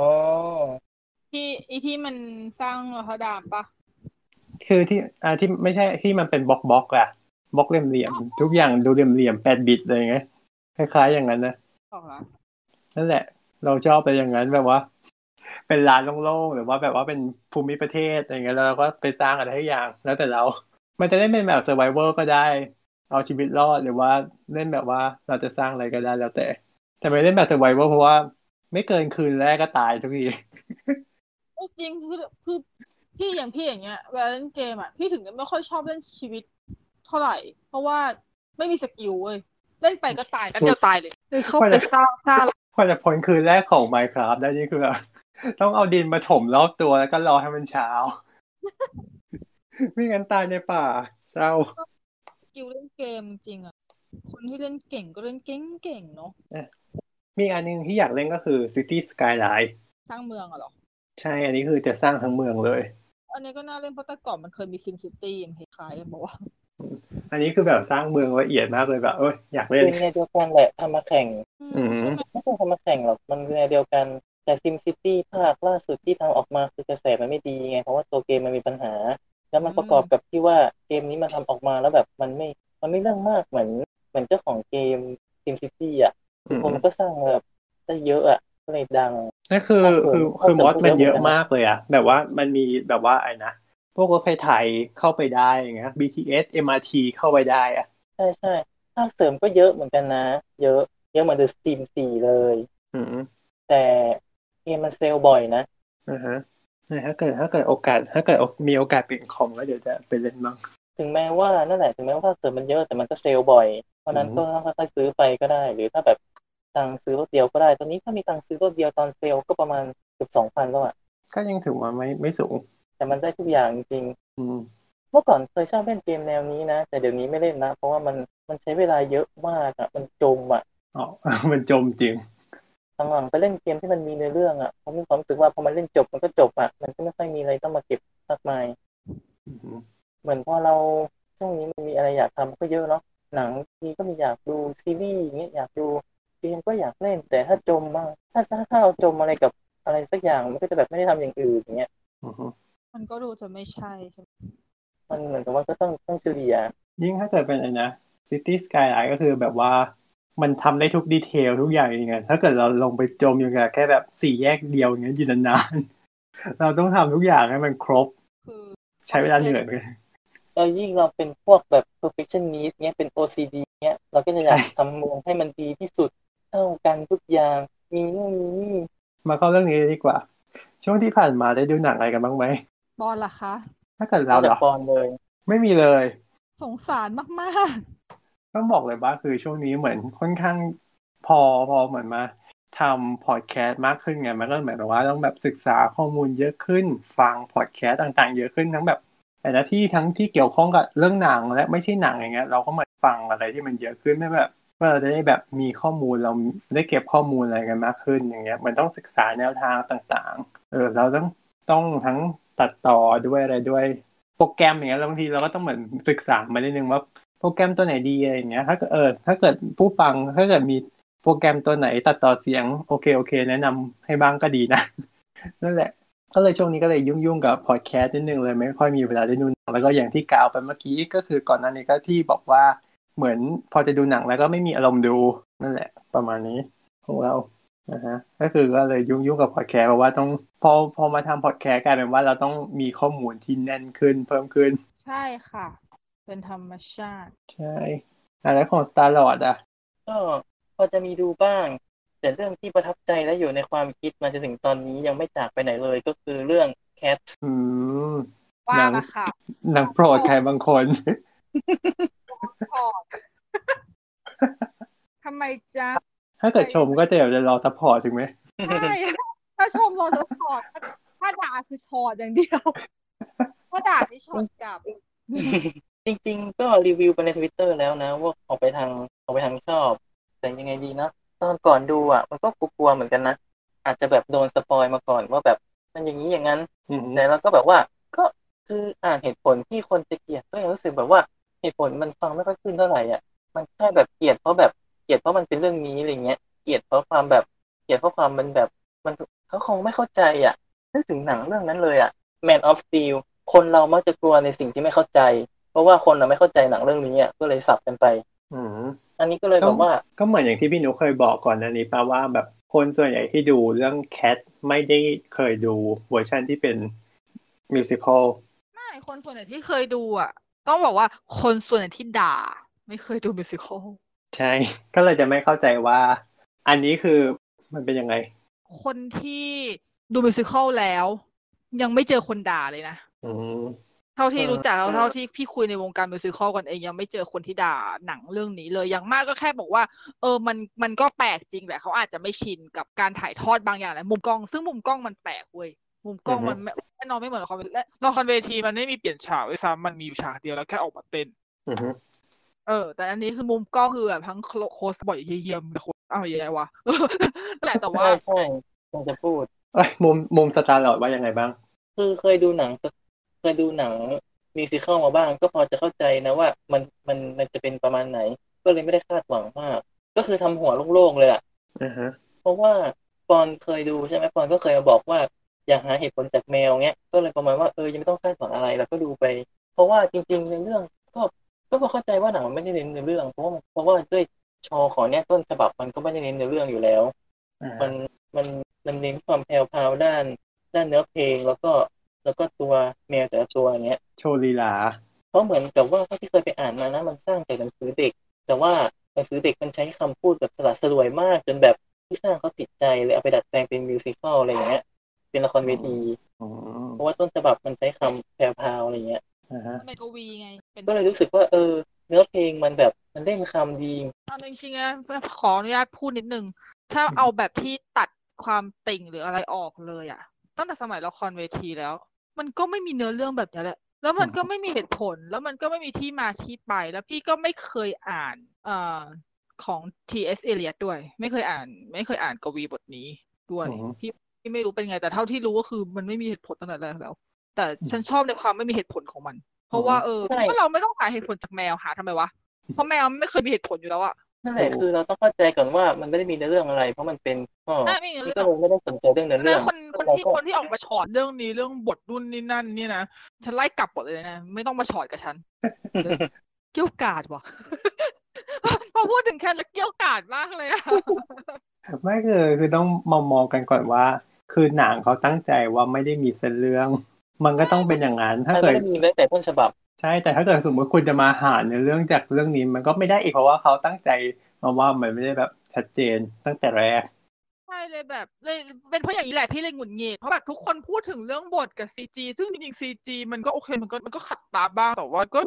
S5: ที่ไอที่มันสร้างรัฐดามปะ
S2: คือที่อ่าที่ไม่ใช่ที่มันเป็นบล็อกบล็อกอะบล็อกเหลี่ยมๆทุกอย่างดูเหลี่ยมๆแปดบิตอะไรอย่างเงี้ยคล้ายๆอย่างนั้นนะ
S5: บอกละ
S2: นั่นแหละ เราชอบไปอย่างนั้นแบบว่า เป็นร้านโล่งๆหรือว่าแบบว่าเป็นภูมิประเทศอะไรเงี้ยแล้วเราก็ไปสร้างอะไรทุกอย่าง แล้วแต่เรา มันจะได้เป็นแบบ s u r v i v o r ก็ได้ เอาชีวิตรอดหรือว่าเล่นแบบว่าเราจะสร้างอะไรก็ได้แล้วแต่ แต่ไม่เล่นแบบ s u r v i v o r เพราะว่าไม่เกินคืนแรกก็ตายทุกที
S5: โอ้จริงคือคือพี่อย่างพี่อย่างเงี้ยเวลาเล่นเกมอ่ะพี่ถึงจะไม่ค่อยชอบเล่นชีวิตเท่าไหร่ เพราะว่าไม่มีสกิลเว้ยเล่นไปก็ตายแป๊บเดียวตายเลย
S4: คือเข้าไปสร้างสร้าง
S2: กว่าจะพ้นคืนแรกของ Minecraft ได้นี่คือแบบ ต้องเอาดินมาถมรอบตัวแล้วก็รอให้มันเช้า ไม่งั้นตายในป่าเศร้า
S5: สกิลเล่นเกมจริงๆอ่ะ คนที่เล่นเก่งก็เล่นเก่งๆเนาะ
S2: มีอันนึงที่อยากเล่นก็คือ City Skyline
S5: สร้างเมืองอะเหรอ
S2: ใช่ อันนี้คือจะสร้างทั้งเมืองเลย
S5: อันนี้ก็น่าเล่นเพราะแต่ก่อนมันเคยมีซิมซิตี้มันคล้ายๆกันบอกว่า
S2: อันนี้คือแบบสร้างเมืองละเอียดมากเลยแบบเอ้ยอยากเล่น
S1: เป็นแนวเดียวกันแหละทำมาแข่ง
S2: อืม
S1: ไม่ใช่ทำมาแข่งหรอก มันคือแนวเดียวกัน แต่ซิมซิตี้ภาคล่าสุดที่ทำออกมาคือกระแสมันไม่ดีไง เพราะว่าตัวเกมมันมีปัญหา แล้วมันประกอบกับที่ว่าเกมนี้มันทำออกมาแล้วแบบมันไม่ มันไม่เรื่องมากเหมือน เหมือนเจ้าของเกมซิมซิตี้อ่ะ
S2: อืม
S1: คนก็สร้างแบบได้เยอะอ่ะก็เลยดัง
S2: นั่นคือคือ
S1: เข้าถึง
S2: คือมอส
S1: ผู้เล่น
S2: มันเยอะมากเลยอะแบบว่ามันมีแบบว่าไอ้นะพวกรถไฟไทยเข้าไปได้อย่างเงี้ย BTS MRT เข้าไปได้อะ
S1: ใช่ใช่ภาคเสริมก็เยอะเหมือนกันนะ เยอะ เยอะเหมือนเดอะสตีมสี่เลย
S2: อืม
S1: แต่เกมมันเซลล์บ่อยนะ
S2: อ่าฮะนะถ้าเกิดถ้าเกิดโอกาส ถ้าเกิดมีโอกาสเปลี่ยนคอมก็เดี๋ยวจะไปเล่นบ้าง
S1: ถึงแม้ว่านั่นแหละถึงแม้ว่าภาคเสริมมันเยอะแต่มันก็เซลล์บ่อย เพราะฉะนั้น
S2: อื
S1: ก็
S2: ม
S1: ค่อยๆซื้อไปก็ได้ หรือถ้าแบบตังค์ซื้อรถเดียวก็ได้ ตอนนี้ถ้ามีตังค์ซื้อรถเดียวตอนเซลล์ก็ประมาณเกือบสองพันแล้วอ่ะ
S2: ก็ยังถือว่าไม่ไม่สูง
S1: แต่มันได้ทุกอย่างจริง
S2: อืม
S1: ๆเมื่อก่อนเคยชอบเล่นเกมแนวนี้นะ แต่เดี๋ยวนี้ไม่เล่นนะ เพราะว่ามันมันใช้เวลาเยอะมากอ่ะมันจมอ่ะ
S2: อ๋ อ มันจมจริง
S1: หลังๆไปเล่นเกมที่มันมีเนื้อเรื่องอ่ะผมมีความรู้สึกว่าพอมันเล่นจบมันก็จบอ่ะมันก็ไม่ค่อยมีอะไรต้องมาเก็บมากมาย
S2: อืม
S1: เหมือนพอเราช่วงนี้มันมีอะไรอยากทำก็เยอะเนาะหนังทีก็มีอยากดูซีรีส์อย่างเงี้ยอยากดูเกมก็อยากเล่นแต่ถ้าจมมากถ้าถ้าถ้าเราจมอะไรกับอะไรสักอย่างมันก็จะแบบไม่ได้ทำอย่างอื่นอย่างเงี้ย
S2: อืม
S5: มันก็ดูจะไม่ใช่ใช่ไหม
S1: มันเหมือนกับว่าก็ต้องต้องเฉลี่ย
S2: ยิ่งถ้าเกิดเป็นไอ้นะ City Skyline ก็คือแบบว่ามันทำได้ทุกดีเทลทุกอย่างอย่างเงี้ยถ้าเกิดเราลงไปจมอยู่กับแค่แบบสี่แยกเดียวอย่างเงี้ยอยู่นานๆ เราต้องทำทุกอย่างให้มันครบ
S5: คือ
S2: ใช้เวลาเหนื่อยเหมือนกัน
S1: แล้วยิ่งเราเป็นพวกแบบ perfectionist เงี้ยเป็น OCD เงี้ยเราก็จะอยาก
S2: ใช่
S1: ทำเมืองให้มันดีที่สุดเท่ากันทุกอย่างมีนู่นมีนี่
S2: มาเข้าเรื่องนี้ดีกว่า ช่วงที่ผ่านมาได้ดูหนังอะไรกันบ้างไหม
S5: บอลล่ะคะ
S2: ถ้าเกิดเรา
S1: เรา
S2: เหร
S1: จะ
S2: อ
S1: ปอนเลย
S2: ไม่มีเลย
S5: สงสารมาก
S2: ต้องบอกเลยว่าคือช่วงนี้เหมือนค่อนข้างพอพอเหมือนมาทำพอดแคสต์มากขึ้นไงมันก็เหมือนแบบว่าต้องแบบศึกษาข้อมูลเยอะขึ้น ฟังพอดแคสต์ต่างๆ เยอะขึ้นทั้งแบบแต่ละที่ทั้งที่เกี่ยวข้องกับเรื่องหนังและไม่ใช่หนังอย่างเงี้ยเราก็มาฟังอะไรที่มันเยอะขึ้นไม่แบบว่าเราจะได้แบบมีข้อมูลเราได้เก็บข้อมูลอะไรกันมากขึ้นอย่างเงี้ยมันต้องศึกษาแนวทางต่างๆเออเราต้องต้องทั้งตัดต่อด้วยอะไรด้วยโปรแกรมอย่างเงี้ยแล้วบางทีเราก็ต้องเหมือนศึกษามานิดนึงว่า โปรแกรมตัวไหนดีอะไรอย่างเงี้ยถ้าเกิดเออถ้าเกิดผู้ฟังถ้าเกิดมีโปรแกรมตัวไหนตัดต่อเสียงโอเคโอเค แนะนำให้บ้างก็ดีนะ นั่นแหละ ก็เลยช่วงนี้ก็เลยยุ่งยุ่งๆกับพอดแคสต์นิดนึงเลยไม่ค่อยมีเวลาได้ดูหนังแล้วก็อย่างที่กล่าวไปเมื่อกี้ก็คือก่อนหน้านี้ก็ที่บอกว่าเหมือนพอจะดูหนังแล้วก็ไม่มีอารมณ์ดูนั่นแหละ ประมาณนี้ของเรานะฮะก็คือก็เลยยุ่งยุ่งๆกับพอดแคสต์เพราะว่าต้องพอพอมาทำพอดแคสต์กลายเป็นว่าเราต้องมีข้อมูลที่แน่นขึ้นเพิ่มขึ้น
S5: ๆ ใช่ค่ะ เป็นธรรมชาติ
S2: ใช่อ่ะแล้วของสตาร์ลอดอ่ะ
S1: ก็พอจะมีดูบ้าง แต่เรื่องที่ประทับใจและอยู่ในความคิดมาจนถึงตอนนี้ยังไม่จากไปไหนเลยก็คือเรื่อง Cat
S2: อืม
S5: ว่า
S2: หนัง
S5: ละค่ะ
S2: หนังโปรดใครบางคน
S5: พอดทำไม จ๊ะ
S2: ถ้าเกิดชมก็จะเดี๋ยวจะรอซัพพอร์ตถูกไหม
S5: ใช่ ถ้าชมเราจะชอดถ้าถ้าด่าคือชอดอย่างเดียว ถ้าด่านี่ชอดกลับ
S1: จริงๆ ก็รีวิวไปในทวิตเตอร์แล้วนะ ว่าออกไปทางออกไปทางชอบ แต่ยังไงดีนะ ตอนก่อนดูอ่ะ มันก็กลัวๆเหมือนกันนะ อาจจะแบบโดนสปอยมาก่อนว่าแบบมันอย่างนี้อย่างนั้น
S2: อืม
S1: แต่เราก็แบบว่าก็คืออ่านเหตุผลที่คนจะเกลียดก็ยังรู้สึกแบบว่าเหตุผลมันฟังไม่ค่อยขึ้นเท่าไหร่อ่ะมันแค่แบบเกลียดเพราะแบบเกลียดเพราะมันเป็นเรื่องนี้อะไรเงี้ยเกลียดเพราะความแบบเกลียดเพราะความมันแบบมันเขาคงไม่เข้าใจอ่ะนึกถึงหนังเรื่องนั้นเลยอ่ะ Man of Steel คนเรามักจะกลัวในสิ่งที่ไม่เข้าใจ เพราะว่าคนเราไม่เข้าใจหนังเรื่องนี้อ่ะก็เลยสับกันไป
S2: อืม
S1: อันนี้ก็เลยแบบว่า
S2: ก็เหมือนอย่างที่พี่นุเคยบอกก่อนหนันนี้ป่าว่าแบบคนส่วนใหญ่ที่ดูเรื่องแคทไม่ได้เคยดูเวอร์ชันที่เป็นมิวสิควล
S5: ไม่คนส่วนใหญ่ที่เคยดูอ่ะ ต้องบอกว่าคนส่วนใหญ่ที่ด่า ไม่เคยดูมิวสิควล
S2: ใช่ ก็เลยจะไม่เข้าใจว่า อันนี้คือมันเป็นยังไง
S5: คนที่ดูมิวสิควลแล้ว ยังไม่เจอคนด่าเลยนะ
S2: อืม
S5: เท่าที่
S1: เออ
S5: รู้จักแล้ว
S1: เออ
S5: เท่าที่พี่คุยในวงการมิวสิควลกันเองยังไม่เจอคนที่ด่าหนังเรื่องนี้เลยอย่างมากก็แค่บอกว่า เออมันมันก็แปลกจริงแหละเขาอาจจะไม่ชินกับการถ่ายทอดบางอย่างแหละมุมกล้อง ซึ่งมุมกล้องมันแปลกเว้ยมุมกล้อง
S2: อือฮึ
S5: มันไม่แน่นอนไม่เหมือนละครเวทีและ
S4: ละครเวทีมันไม่มีเปลี่ยนฉากด้วยซ้ำมันมีอยู่ฉากเดียวแล้วแค่ออกมาเต้น
S2: อืม
S5: เออแต่อันนี้คือมุมกล้องคือแบบทั้งโคสบอยเยี่ยมแต่คน
S4: เอาอย่างไรวะ นั่นแหละแต่ว่า
S1: ใช่ใช่ผมจะพูด
S2: เอ้ยมุมมุมสตาร์หลอดว่ายังไงบ้าง
S1: คือเคยดูหนังเคยดูหนังมิวสิคัลมาบ้าง ก็พอจะเข้าใจนะว่ามันมันมันจะเป็นประมาณไหน ก็เลยไม่ได้คาดหวังมาก ก็คือทำหัวโล่งๆเลยอะ
S2: อ่าฮะ
S1: เพราะว่าปอนเคยดูใช่ไหมปอนก็เคยมาบอกว่าอยากหาเหตุผลจากแมวเนี้ยก็เลยประมาณว่าเออยังไม่ต้องคาดหวังอะไรแล้วก็ดูไป เพราะว่าจริงๆในเรื่องก็ก็พอเข้าใจว่าหนังมันไม่ได้เน้นในเรื่องเพราะว่าเพราะว่าด้วยชอของเนี้ยต้นฉบับมันก็ไม่ได้เน้นในเรื่องอยู่แล้ว
S2: อ่า
S1: มันมันมันเน้นความแผ่วพราวด้าน ด้านเนื้อเพลงแล้วก็แล้วก็ตัวแมวแต่ละตัวเนี้ย
S2: โชว์ลีลา
S1: เพราะเหมือนกับว่าเท่าที่เคยไปอ่านมานะมันสร้างจากหนังสือเด็ก แต่ว่าหนังสือเด็กมันใช้คำพูดแบบสละสลวยมาก จนแบบผู้สร้างเขาติดใจเลยเอาไปดัดแปลงเป็นมิวสิควลอะไรอย่างเงี้ยเป็นละครเวที
S2: อ๋อ
S1: เพราะว่าต้นฉบับมันใช้คำแพรวพราวอะไรเงี้ย
S2: อ่าฮะ
S5: เมกวีไง เป็น
S1: ก็เลยรู้สึกว่าเออ เนื้อเพลงมันแบบมันเล่นคำดี
S4: เอาจริงๆนะขออนุญาตพูดนิดนึง ถ้าเอาแบบที่ตัดความติ่งหรืออะไรออกเลยอะตั้งแต่สมัยละครเวทีแล้ว มันก็ไม่มีเนื้อเรื่องแบบนี้แหละ แล้วมันก็ไม่มีเหตุผล แล้วมันก็ไม่มีที่มาที่ไป แล้วพี่ก็ไม่เคยอ่านเอ่อของ T.S. Eliot ด้วย ไม่เคยอ่าน ไม่เคยอ่านกวีบทนี้ด้วย
S2: อือฮึ
S4: พี่พี่ไม่รู้เป็นไง แต่เท่าที่รู้ก็คือมันไม่มีเหตุผลตั้งแต่แรกแล้ว แต่ฉันชอบในความไม่มีเหตุผลของมัน เพราะว่าเออ
S1: ใช่
S4: ก็เราไม่ต้องหาเหตุผลจากแมวหาทำไมวะ เพราะแมวไม่เคยมีเหตุผลอยู่แล้วอะ
S1: นั่นแหละคือเราต้องเข้าใจก่อนว่ามันไม่ได้มีเนื้อเรื่องอะไร เพราะมันเป็นข้อ
S4: อ่ะไม่มีเนื้อเรื่
S1: ก็
S4: อง
S1: เลยไม่ได้สนใจเรื่องเนื้อเรื่
S4: นะ
S1: อง
S4: คนคนที่
S1: เรา
S4: ค
S1: ก็
S4: นที่ออกมาฉอดเรื่องนี้เรื่องบทรุ่นนี่นั่นนี่นะฉันไล่กลับหมดเลยนะไม่ต้องมาฉอดกับฉัน เกี้ยวกาดว่ะ พอพูดถึงแค่แล้วเกี้ยวกาดมากเลยอะ
S2: ไม่คือคือต้องมองมองกันก่อนว่า คือหนังเขาตั้งใจว่าไม่ได้มีเส้นเรื่อง มันก็ต้องเป็นอย่างนั้น ถ้า
S1: มัน
S2: เกิ
S1: ไม่
S2: ด
S1: ได้มีแม้แต่ต้นฉบับ
S2: ใช่แต่ถ้าเกิดสมมติคุณจะมาหาในเรื่องจากเรื่องนี้มันก็ไม่ได้อีกเพราะว่าเขาตั้งใจมาว่ามันไม่ได้แบบชัดเจนตั้งแต่แรก
S4: ใช่เลยแบบเลยเป็นเพราะอย่างนี้แหละพี่เลยหงุดหงิดเพราะแบบทุกคนพูดถึงเรื่องบทกับซีจีซึ่งจริงๆซีจีมันก็โอเคมันก็มันก็ขัดตาบ้างแต่ว่าก็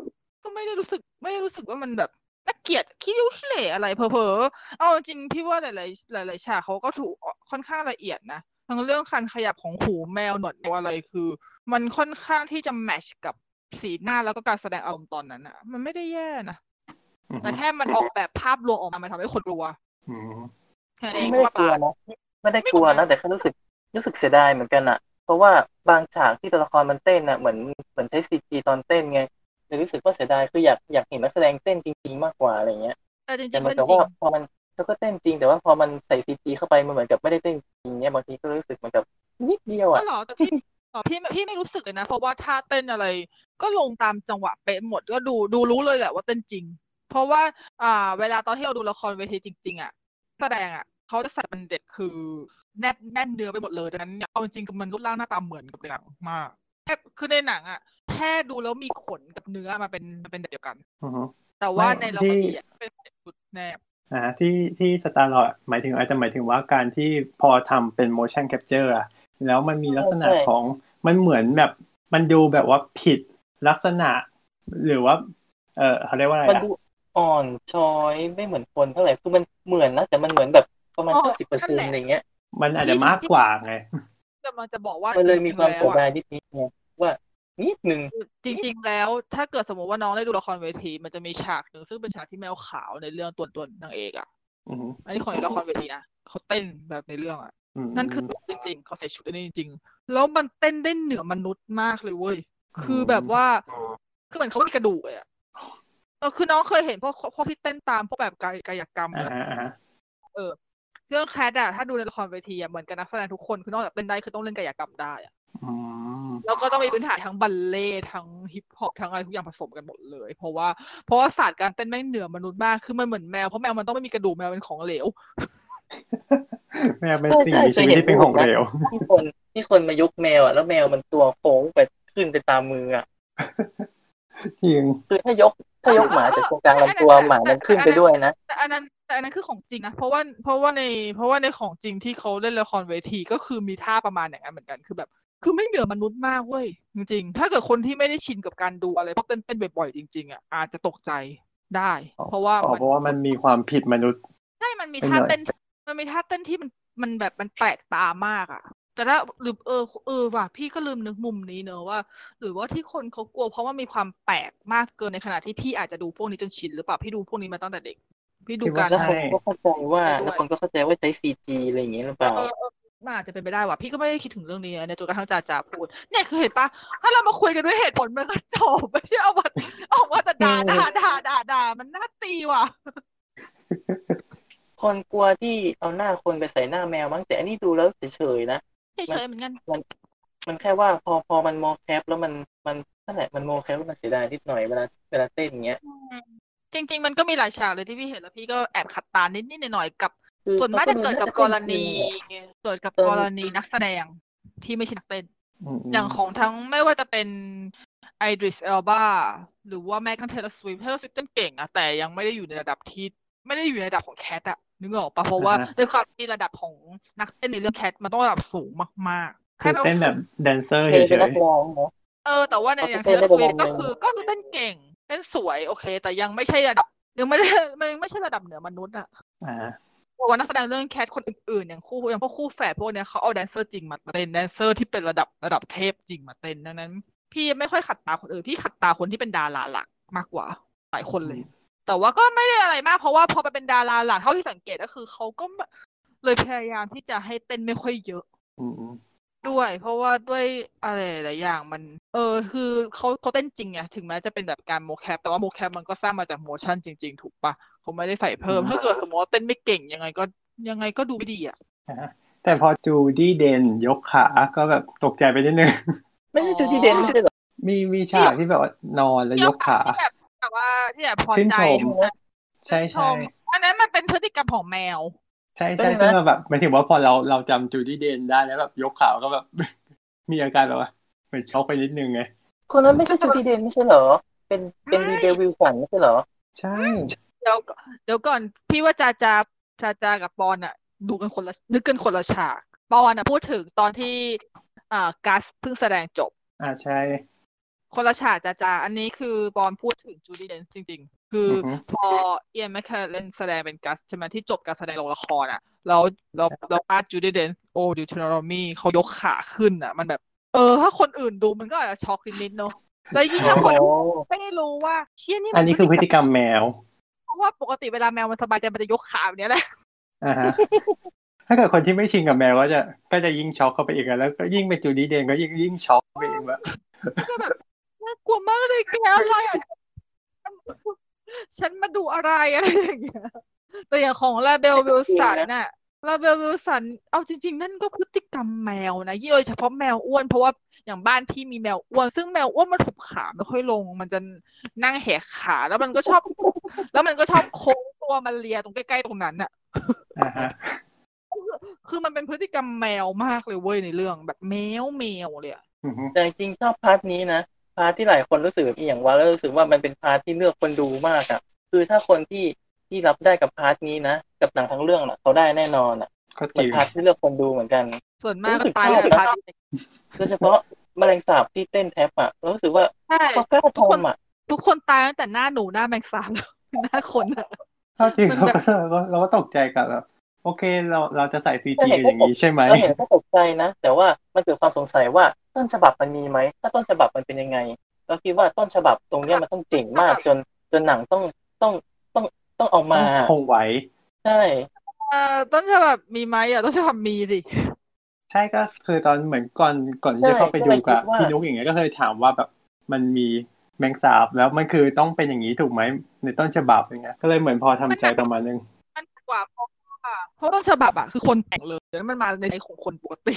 S4: ก็ไม่ได้รู้สึกไม่ได้รู้สึกว่ามันแบบน่าเกลียดคิ้วขี้เหร่อะไรเผลอๆเอาจริงๆพี่ว่าหลายๆหลาย ๆ ฉากเขาก็ถูกค่อนข้างละเอียดนะ ทั้งเรื่องการขยับของหูแมวหนวดแมวอะไรคือ มันค่อนข้างที่จะแมทชกับสีหน้าแล้วก็การแสดงอารมณ์ตอนนั้นอะมันไม่ได้แย่นะ
S2: อือ
S4: แต่
S2: ฮึ
S4: แค่มันออกแบบภาพรวมออกมามันทำให้คนกลัว
S2: อืม
S4: แค่นั้นเอง
S1: ไม่ได้
S4: ว่าก
S1: ลัว
S4: ปะ
S1: นะไม่ได้กลัวนะ แต่แค่รู้สึกรู้สึกเสียดายเหมือนกันอะเพราะว่าบางฉากที่ตัวละครมันเต้นอะเหมือนเหมือนใช้ซีจีตอนเต้นไงเลยรู้สึกว่าเสียดายคืออยากอยากเห็นนักแสดงเต้นจริง ๆ มากกว่าอะไรเงี้ย
S4: แต่จริงๆ
S1: แต่เหมือน
S4: เรื่อง
S1: กับ
S4: จริ
S1: ว่าง พอมันแล้วก็เต้นจริง แต่ว่าพอมันใส่ซีจีเข้าไปมันเหมือนกับไม่ได้เต้นจริงเนี้ยบางทีก็รู้สึกเหมือนกับนิดเดียว
S4: อ๋
S1: อะ
S4: อเหรอแต่ พี่ อ๋อพี่ไม่พี่ไม่รู้สึกเลยนะ เพราะว่าท่าเต้นอะไร ก็ลงตามจังหวะเป๊ะหมดก็ดูดูรู้เลยแหละว่าเต้นจริง เพราะว่า อ่า เวลาตอนที่เราดูละครเวทีจริง ๆ อ่ะแสดงอ่ะเขาจะใส่บันเด็ดคือแนบแน่นเนื้อไปหมดเลยดังนั้นเนี่ยเอาจริงๆมันรูปร่างหน้าตาเหมือนกับในหนังมากแค่คือในหนังอ่ะแค่ดูแล้วมีขนกับเนื้อมาเป็นมาเป็นแบบเดียวกัน
S2: อือฮึ
S4: แต่ว่า
S2: ไม่
S4: ในละ
S2: ที่
S4: ครเวทีอะเป็นจุดแนบ
S2: อ่าที่ที่สตาร์ลอดหมายถึงอาจจะหมายถึงว่าการที่พอทำเป็น motion capture อะแล้วมันมีลักษณะของมันเหมือนแบบมันดูแบบว่าผิดลักษณะ หรือว่า เออเขาเรียกว่าอะไร
S1: มัน
S2: อะ
S1: ดูอ่อนช้อยไม่เหมือนคนเท่าไหร่คือมันเหมือนนะแต่มันเหมือนแบบประมาณ
S4: อ๋อ
S1: เก้าสิบเปอร์เซ็น
S4: นั่น
S1: ต์
S4: แหละ
S1: อะไรเงี้ย
S2: มันอาจจะมากกว่าไง
S4: แต่มันจะบอกว่า
S1: มันเลยมี
S4: จริงๆ
S1: ความเสียดา
S4: แล้อะ
S1: ยนิดนิดๆไงว่านิดนึง
S4: จริงๆ แล้วถ้าเกิดสมมติว่าน้องได้ดูละครเวที มันจะมีฉากหนึ่งซึ่งเป็นฉากที่แมวขาวในเรื่องตัวตัวนางเอกอ่ะ
S2: อืม
S4: อันนี้ของในละครเวทีนะเขาเต้นแบบในเรื่องอ่ะ
S2: ม
S4: นั่นคือจริงๆเขาใส่ชุดอันนี้จริงๆแล้วมันเต้นได้เหนือมนุษย์มากเลยเว้ยคือแบบว่าคือเหมือนเขาไม่มีกระดูกเลยอ่ะเออคือน้องเคยเห็นพวกพวกที่เต้นตามพวกแบบกายกายกรรม
S2: อ่า
S4: อะไร
S2: ฮะอ่าฮะ
S4: เออเรื่องแคทอ่ะถ้าดูในละครเวทีอ่ะเหมือนกับนักแสดงทุกคนคือนอกจากเต้นได้คือต้องเล่นกายกรรมได้อะ
S2: อืม
S4: แล้วก็ต้องมีพื้นฐานทั้งบัลเล่ต์ทั้งฮิปฮอปทั้งอะไรทุกอย่างผสมกันหมดเลย เพราะว่าเพราะว่าศาสตร์การเต้นแม่งเหนือมนุษย์มากคือมันเหมือนแมวเพราะแมวมันต้องไม่มีกระดูกแมวเป็นของเหลว
S2: แม่เป็น
S1: ใช่
S2: สิ่ง
S1: ใช่
S2: มีชีวิต
S1: เคยเห็น
S2: ที่เป็นของเหลว
S1: ที่คนที่คนมายกแมวอ่ะแล้วแมวมันตัวโค้งไปขึ้นไปตามมืออ่ะ
S2: จริง
S1: คือถ้ายกถ้ายกหมาจากตรงกลางลำตัวหมามันขึ้นไปด้วยนะ
S4: แต่อันนั้นแต่อันนั้นคือของจริงนะเพราะว่าเพราะว่าในเพราะว่าในของจริงที่เขาเล่นละครเวทีก็คือมีท่าประมาณอย่างนั้นเหมือนกันคือแบบ คือไม่เหนือมนุษย์มากเว้ยจริงๆ ถ้าเกิดคนที่ไม่ได้ชินกับการดูอะไรพวกเต้นๆบ่อยๆจริงๆอ่ะอาจจะตกใจได้ เพราะว่า
S2: อ๋อ
S4: มัน
S2: เพราะว่ามันมีความผิดมนุษย์
S4: ใช่ มันมี
S2: ไปหน่
S4: ท่า
S2: อย
S4: เต้น มันมีท่าเต้นที่มัน มันแบบ มันแปลกตามากอ่ะ แต่ถ้าหรือเออ เออว่ะ พี่ก็ลืมนึกมุมนี้เนอะว่า หรือว่าที่คนเขากลัวเพราะว่ามีความแปลกมากเกินในขณะที่พี่อาจจะดูพวกนี้จนชินหรือเปล่า พี่ดูพวกนี้มาตั้งแต่เด็ก พี่ดู
S2: คิด
S4: กา
S2: ว่า
S4: ร
S2: ใช่
S1: แล้วคนก็เข้าใจว่าแล้วคนก็เข้าใจว่าใช้ซีจีอะไรอย่างเงี้ยหรือเปล่า
S4: เออเออมันอาจจะเป็นไปได้ว่ะพี่ก็ไม่ได้คิดถึงเรื่องนี้นะเนี่ยจนกระทั่งจ่าจ่าพูดเนี่ยคือเห็นปะถ้าเรามาคุยกันด้วยเหตุผลมันก็จบไม่ใช่เอามาเอามาแต่ด่าด่าด่าด่าด่ามันน่าตีว่ะ
S1: คนกลัวที่เอาหน้าคนไปใส่หน้าแมวมั้งแต่อันนี้ดูแล้วเฉยๆนะ
S4: เฉยๆเหมือนกัน
S1: มันมันแค่ว่าพอพอมันโมแคปแล้วมันมันนั่นแหละมันโมแคปแล้วมันเสียดายนิดหน่อยเวลาเวลาเต้นอย่างเงี้ย
S4: จริง ๆ มันก็มีหลายฉากเลยที่พี่เห็นแล้วพี่ก็แอบขัดตานิดๆหน่อยๆกับ
S1: คือ
S4: ส่วนมากจะเกิดกับกรณี
S1: มันดูน่าจะเป็น
S4: เกิดกับกรณีนักแสดงที่ไม่ใช่นักเต้น
S2: ม
S4: อย่างของทั้งไม่ว่าจะเป็นไอดริสเอลบาหรือว่าแม้กระทั่งเทเลสวิฟเทเลสวิฟเต้นเก่งอะแต่ยังไม่ได้อยู่ในระดับที่ไม่ได้อยู่ในระดับของแคทอะนึกออกปะเพราะว่าด้วยความที่ระดับของนักเต้นในเรื่องแคทมันต้องระดับสูงมากๆ
S2: คือ
S4: แค่
S2: เต้นแบบแดนเซอร์
S1: เพ
S2: เฉ
S1: ลงเป็นนั
S2: ย
S1: กร้องเนาะ
S4: เออแต่ว่าใน
S1: เขา
S4: อย่างเท
S1: เต้น
S4: เล
S1: ได้
S4: ส
S1: ประ
S4: วิ
S1: มาณ
S4: ฟก็
S1: หนึ่ง
S4: คือก็คือเต้นเก่งเต้นสวยโอเค แต่ยังไม่ใช่ระดับยังไม่ได้ยังไม่ใช่ระดับเหนือมนุษย์อะ
S2: ๆอ่า
S4: เพราะว่านักแสดงเรื่องแคทคนอื่นๆอย่างคู่อย่างพวกคู่แฝดพวกเนี้ยเขาเอาแดนเซอร์จริงมาเต้นแดนเซอร์ที่เป็นระดับระดับเทพจริงมาเต้นดังนั้น พี่ไม่ค่อยขัดตาคนอื่นพี่ขัดตาคนที่เป็นดาราหลักมากกว่าหลายคนเลย แต่ว่าก็ไม่ได้อะไรมากเพราะว่าพอไปเป็นดาราหลักเท่าที่สังเกตก็คือเขาก็ไม่เลยพยายามที่จะให้เต้นไม่ค่อยเยอะ
S2: อืม
S4: ด้วย เพราะว่าด้วยอะไรหลายอย่างมัน เออ คือเขาเขาเต้นจริงไงถึงแม้จะเป็นแบบการโมแคปแต่ว่าโมแคปมันก็สร้างมาจากโมชั่นจริง ๆ ถูกปะเขาไม่ได้ใส่เพิ่ม ถ้าเกิดสมมติว่าเต้นไม่เก่งยังไงก็ยังไงก็ดูไม่ดีอ่ะ
S2: แต่พอจูดี้เดนยกขาก็แบบตกใจไปนิดนึง
S1: ไม่ใช่จูจีเดนไม่ใช่เหรอ
S2: มีมีฉากที่แบบว่านอนแล้วยกขา
S4: ที่แบบแต่ว่าที่แบบพอ
S2: ชื่น
S4: ใจ
S2: ชม ใช่
S4: ชื่นช
S2: ใช่
S4: มอันนั้นมันเป็นพฤติกรรมของแมว
S2: ใช่ใช่ซึ่งเราแบบหมายถึงว่าพอเราเราจำจูดี้เดนได้แล้วแบบยกขาก็แบบ มีอาการแบบว่าเหมือนช็อกไปนิดนึงไง
S1: คนนั้นไม่ใช่จูจีเดนไม่ใช่เหรอ เป็นเป็นดีเดวิลสันไม่ใช่เหรอ
S2: ใช่
S4: เดี๋ยวก่อนเดี๋ยวก่อนพี่ว่าจาจาจาจากับปอนอะดูกันคนละนึกกันคนละฉากปอนอะพูดถึงตอนที่อ่ากัสเพิ่งแสดงจบ
S2: อ่าใช่
S4: คนละฉากจ้าจ้าอันนี้คือบอลพูดถึงจูดี้เดนซ์จริง ๆ คืออ
S2: อฮึ
S4: พอเอียนแมคเคลเลนแสดงเป็นกัสใช่ไหมที่จบการแสดงโรงละครอ่ะ แล้วเราเราพาดจูดี้เดนซ์โอดิวทนอมีเขายกขาขึ้นอ่ะ มันแบบ เออ ถ้าคนอื่นดูมันก็อาจจะช็อกนิดๆเนาะแล้วยิ่งถ้าคน
S1: โอ้
S4: ไม่ได้รู้ว่าเชี่ยนี่มั
S2: อันนี้คือพฤติกรรมแมว
S4: เพราะว่าปกติเวลาแมวมันสบายใจมันจะยกขาแบบเนี้ยแหละ
S2: อ่าฮะถ้าเกิดคนที่ไม่ชินกับแมวก็จะก็จะยิ่งช็อกเข้าไปอีกอะแล้วก็ยิ่งไปจูดี้เดนก็ยิ่งยิ่งช็อกเข้าไปอีกแบบ
S4: น่ากลัวมากเลยแกอะไรอ่ะ ฉันมาดูอะไรอะไรอย่างเงี้ย แต่อย่างของลาเบลวิลสันน่ะลาเบลวิลสัน เอาจริง ๆ นั่นก็พฤติกรรมแมวนะยิ่งโดยเฉพาะแมวอ้วนเพราะว่าอย่างบ้านพี่มีแมวอ้วน ซึ่งแมวอ้วนมันถูกขาไม่ค่อยลง มันจะนั่งแหกขาแล้วมันก็ชอบ แล้วมันก็ชอบโค้งตัวมันเลียตรงใกล้ๆตรงนั้นน่ะ
S2: อ่าฮะ
S4: คือมันเป็นพฤติกรรมแมวมากเลยเว้ยในเรื่องแบบแมวแมวเลยอะ
S2: อือฮึ
S1: แต่จริงๆชอบพาร์ทนี้นะพาร์ทที่หลายคนรู้สึกแบบอีหยังวะแล้วรู้สึกว่ามันเป็นพาร์ทที่เลือกคนดูมากอ่ะคือถ้าคนที่ที่รับได้กับพาร์ทนี้นะกับหนังทั้งเรื่องน่ะเขาได้แน่นอนอ่ะ
S2: ก็จ
S1: มัน
S2: ริง
S1: พาร์ทที่เลือกคนดูเหมือนกัน
S4: ส่วนมาก
S1: รู้
S4: ก็
S1: สึก
S4: ตาย
S1: ชอบ
S4: แบบ
S1: นะ
S4: พาร์ท
S1: โดยเฉพาะแมลงสาบที่เต้นแท็บอ่ะรู้สึกว่า
S4: ใช่
S1: เขากล้าทำอ่ะ
S4: ทุกคนตายตั้งแต่หน้าหนูหน้าแมงสาบ แล้ว หน้าคนอะ
S2: เท่าที่
S4: มัน
S2: เรา
S4: แบบ
S2: ก็เราก็เราก็ตกใจกับแบบโอเคเราเราจะใส่ซีจีกันอย่างนี้ใช่ไหม
S1: เราเห็นก็ตกใจนะ แต่ว่ามันเกิดความสงสัยว่าต้นฉบับมันมีไหมถ้าต้นฉบับมันเป็นยังไง เราคิดว่าต้นฉบับตรงเนี้ยมันต้องเจ๋งมากจนจนหนังต้องต้องต้องต้องเอามา
S2: คงไว้
S1: ใช่
S4: เอ่อต้นฉบับมีไหมอ่ะต้นฉบับมีสิ
S2: ใช่ก็คือตอนเหมือนก่อนก่อนที่จะเข้าไปดูกับพี่นุ๊กอย่างเงี้ยก็เคยถามว่าแบบมันมีแมงสาบแล้วมันคือต้องเป็นอย่างนี้ถูกไหมในต้นฉบับอย่างเงี้ยก็เลยเหมือนพอทำใจประมาณนึง
S4: มันกว่าเพราะว่าเพราะต้นฉบับอ่ะคือคนแต่งเลยแล้วมันมาในใจของคนปกติ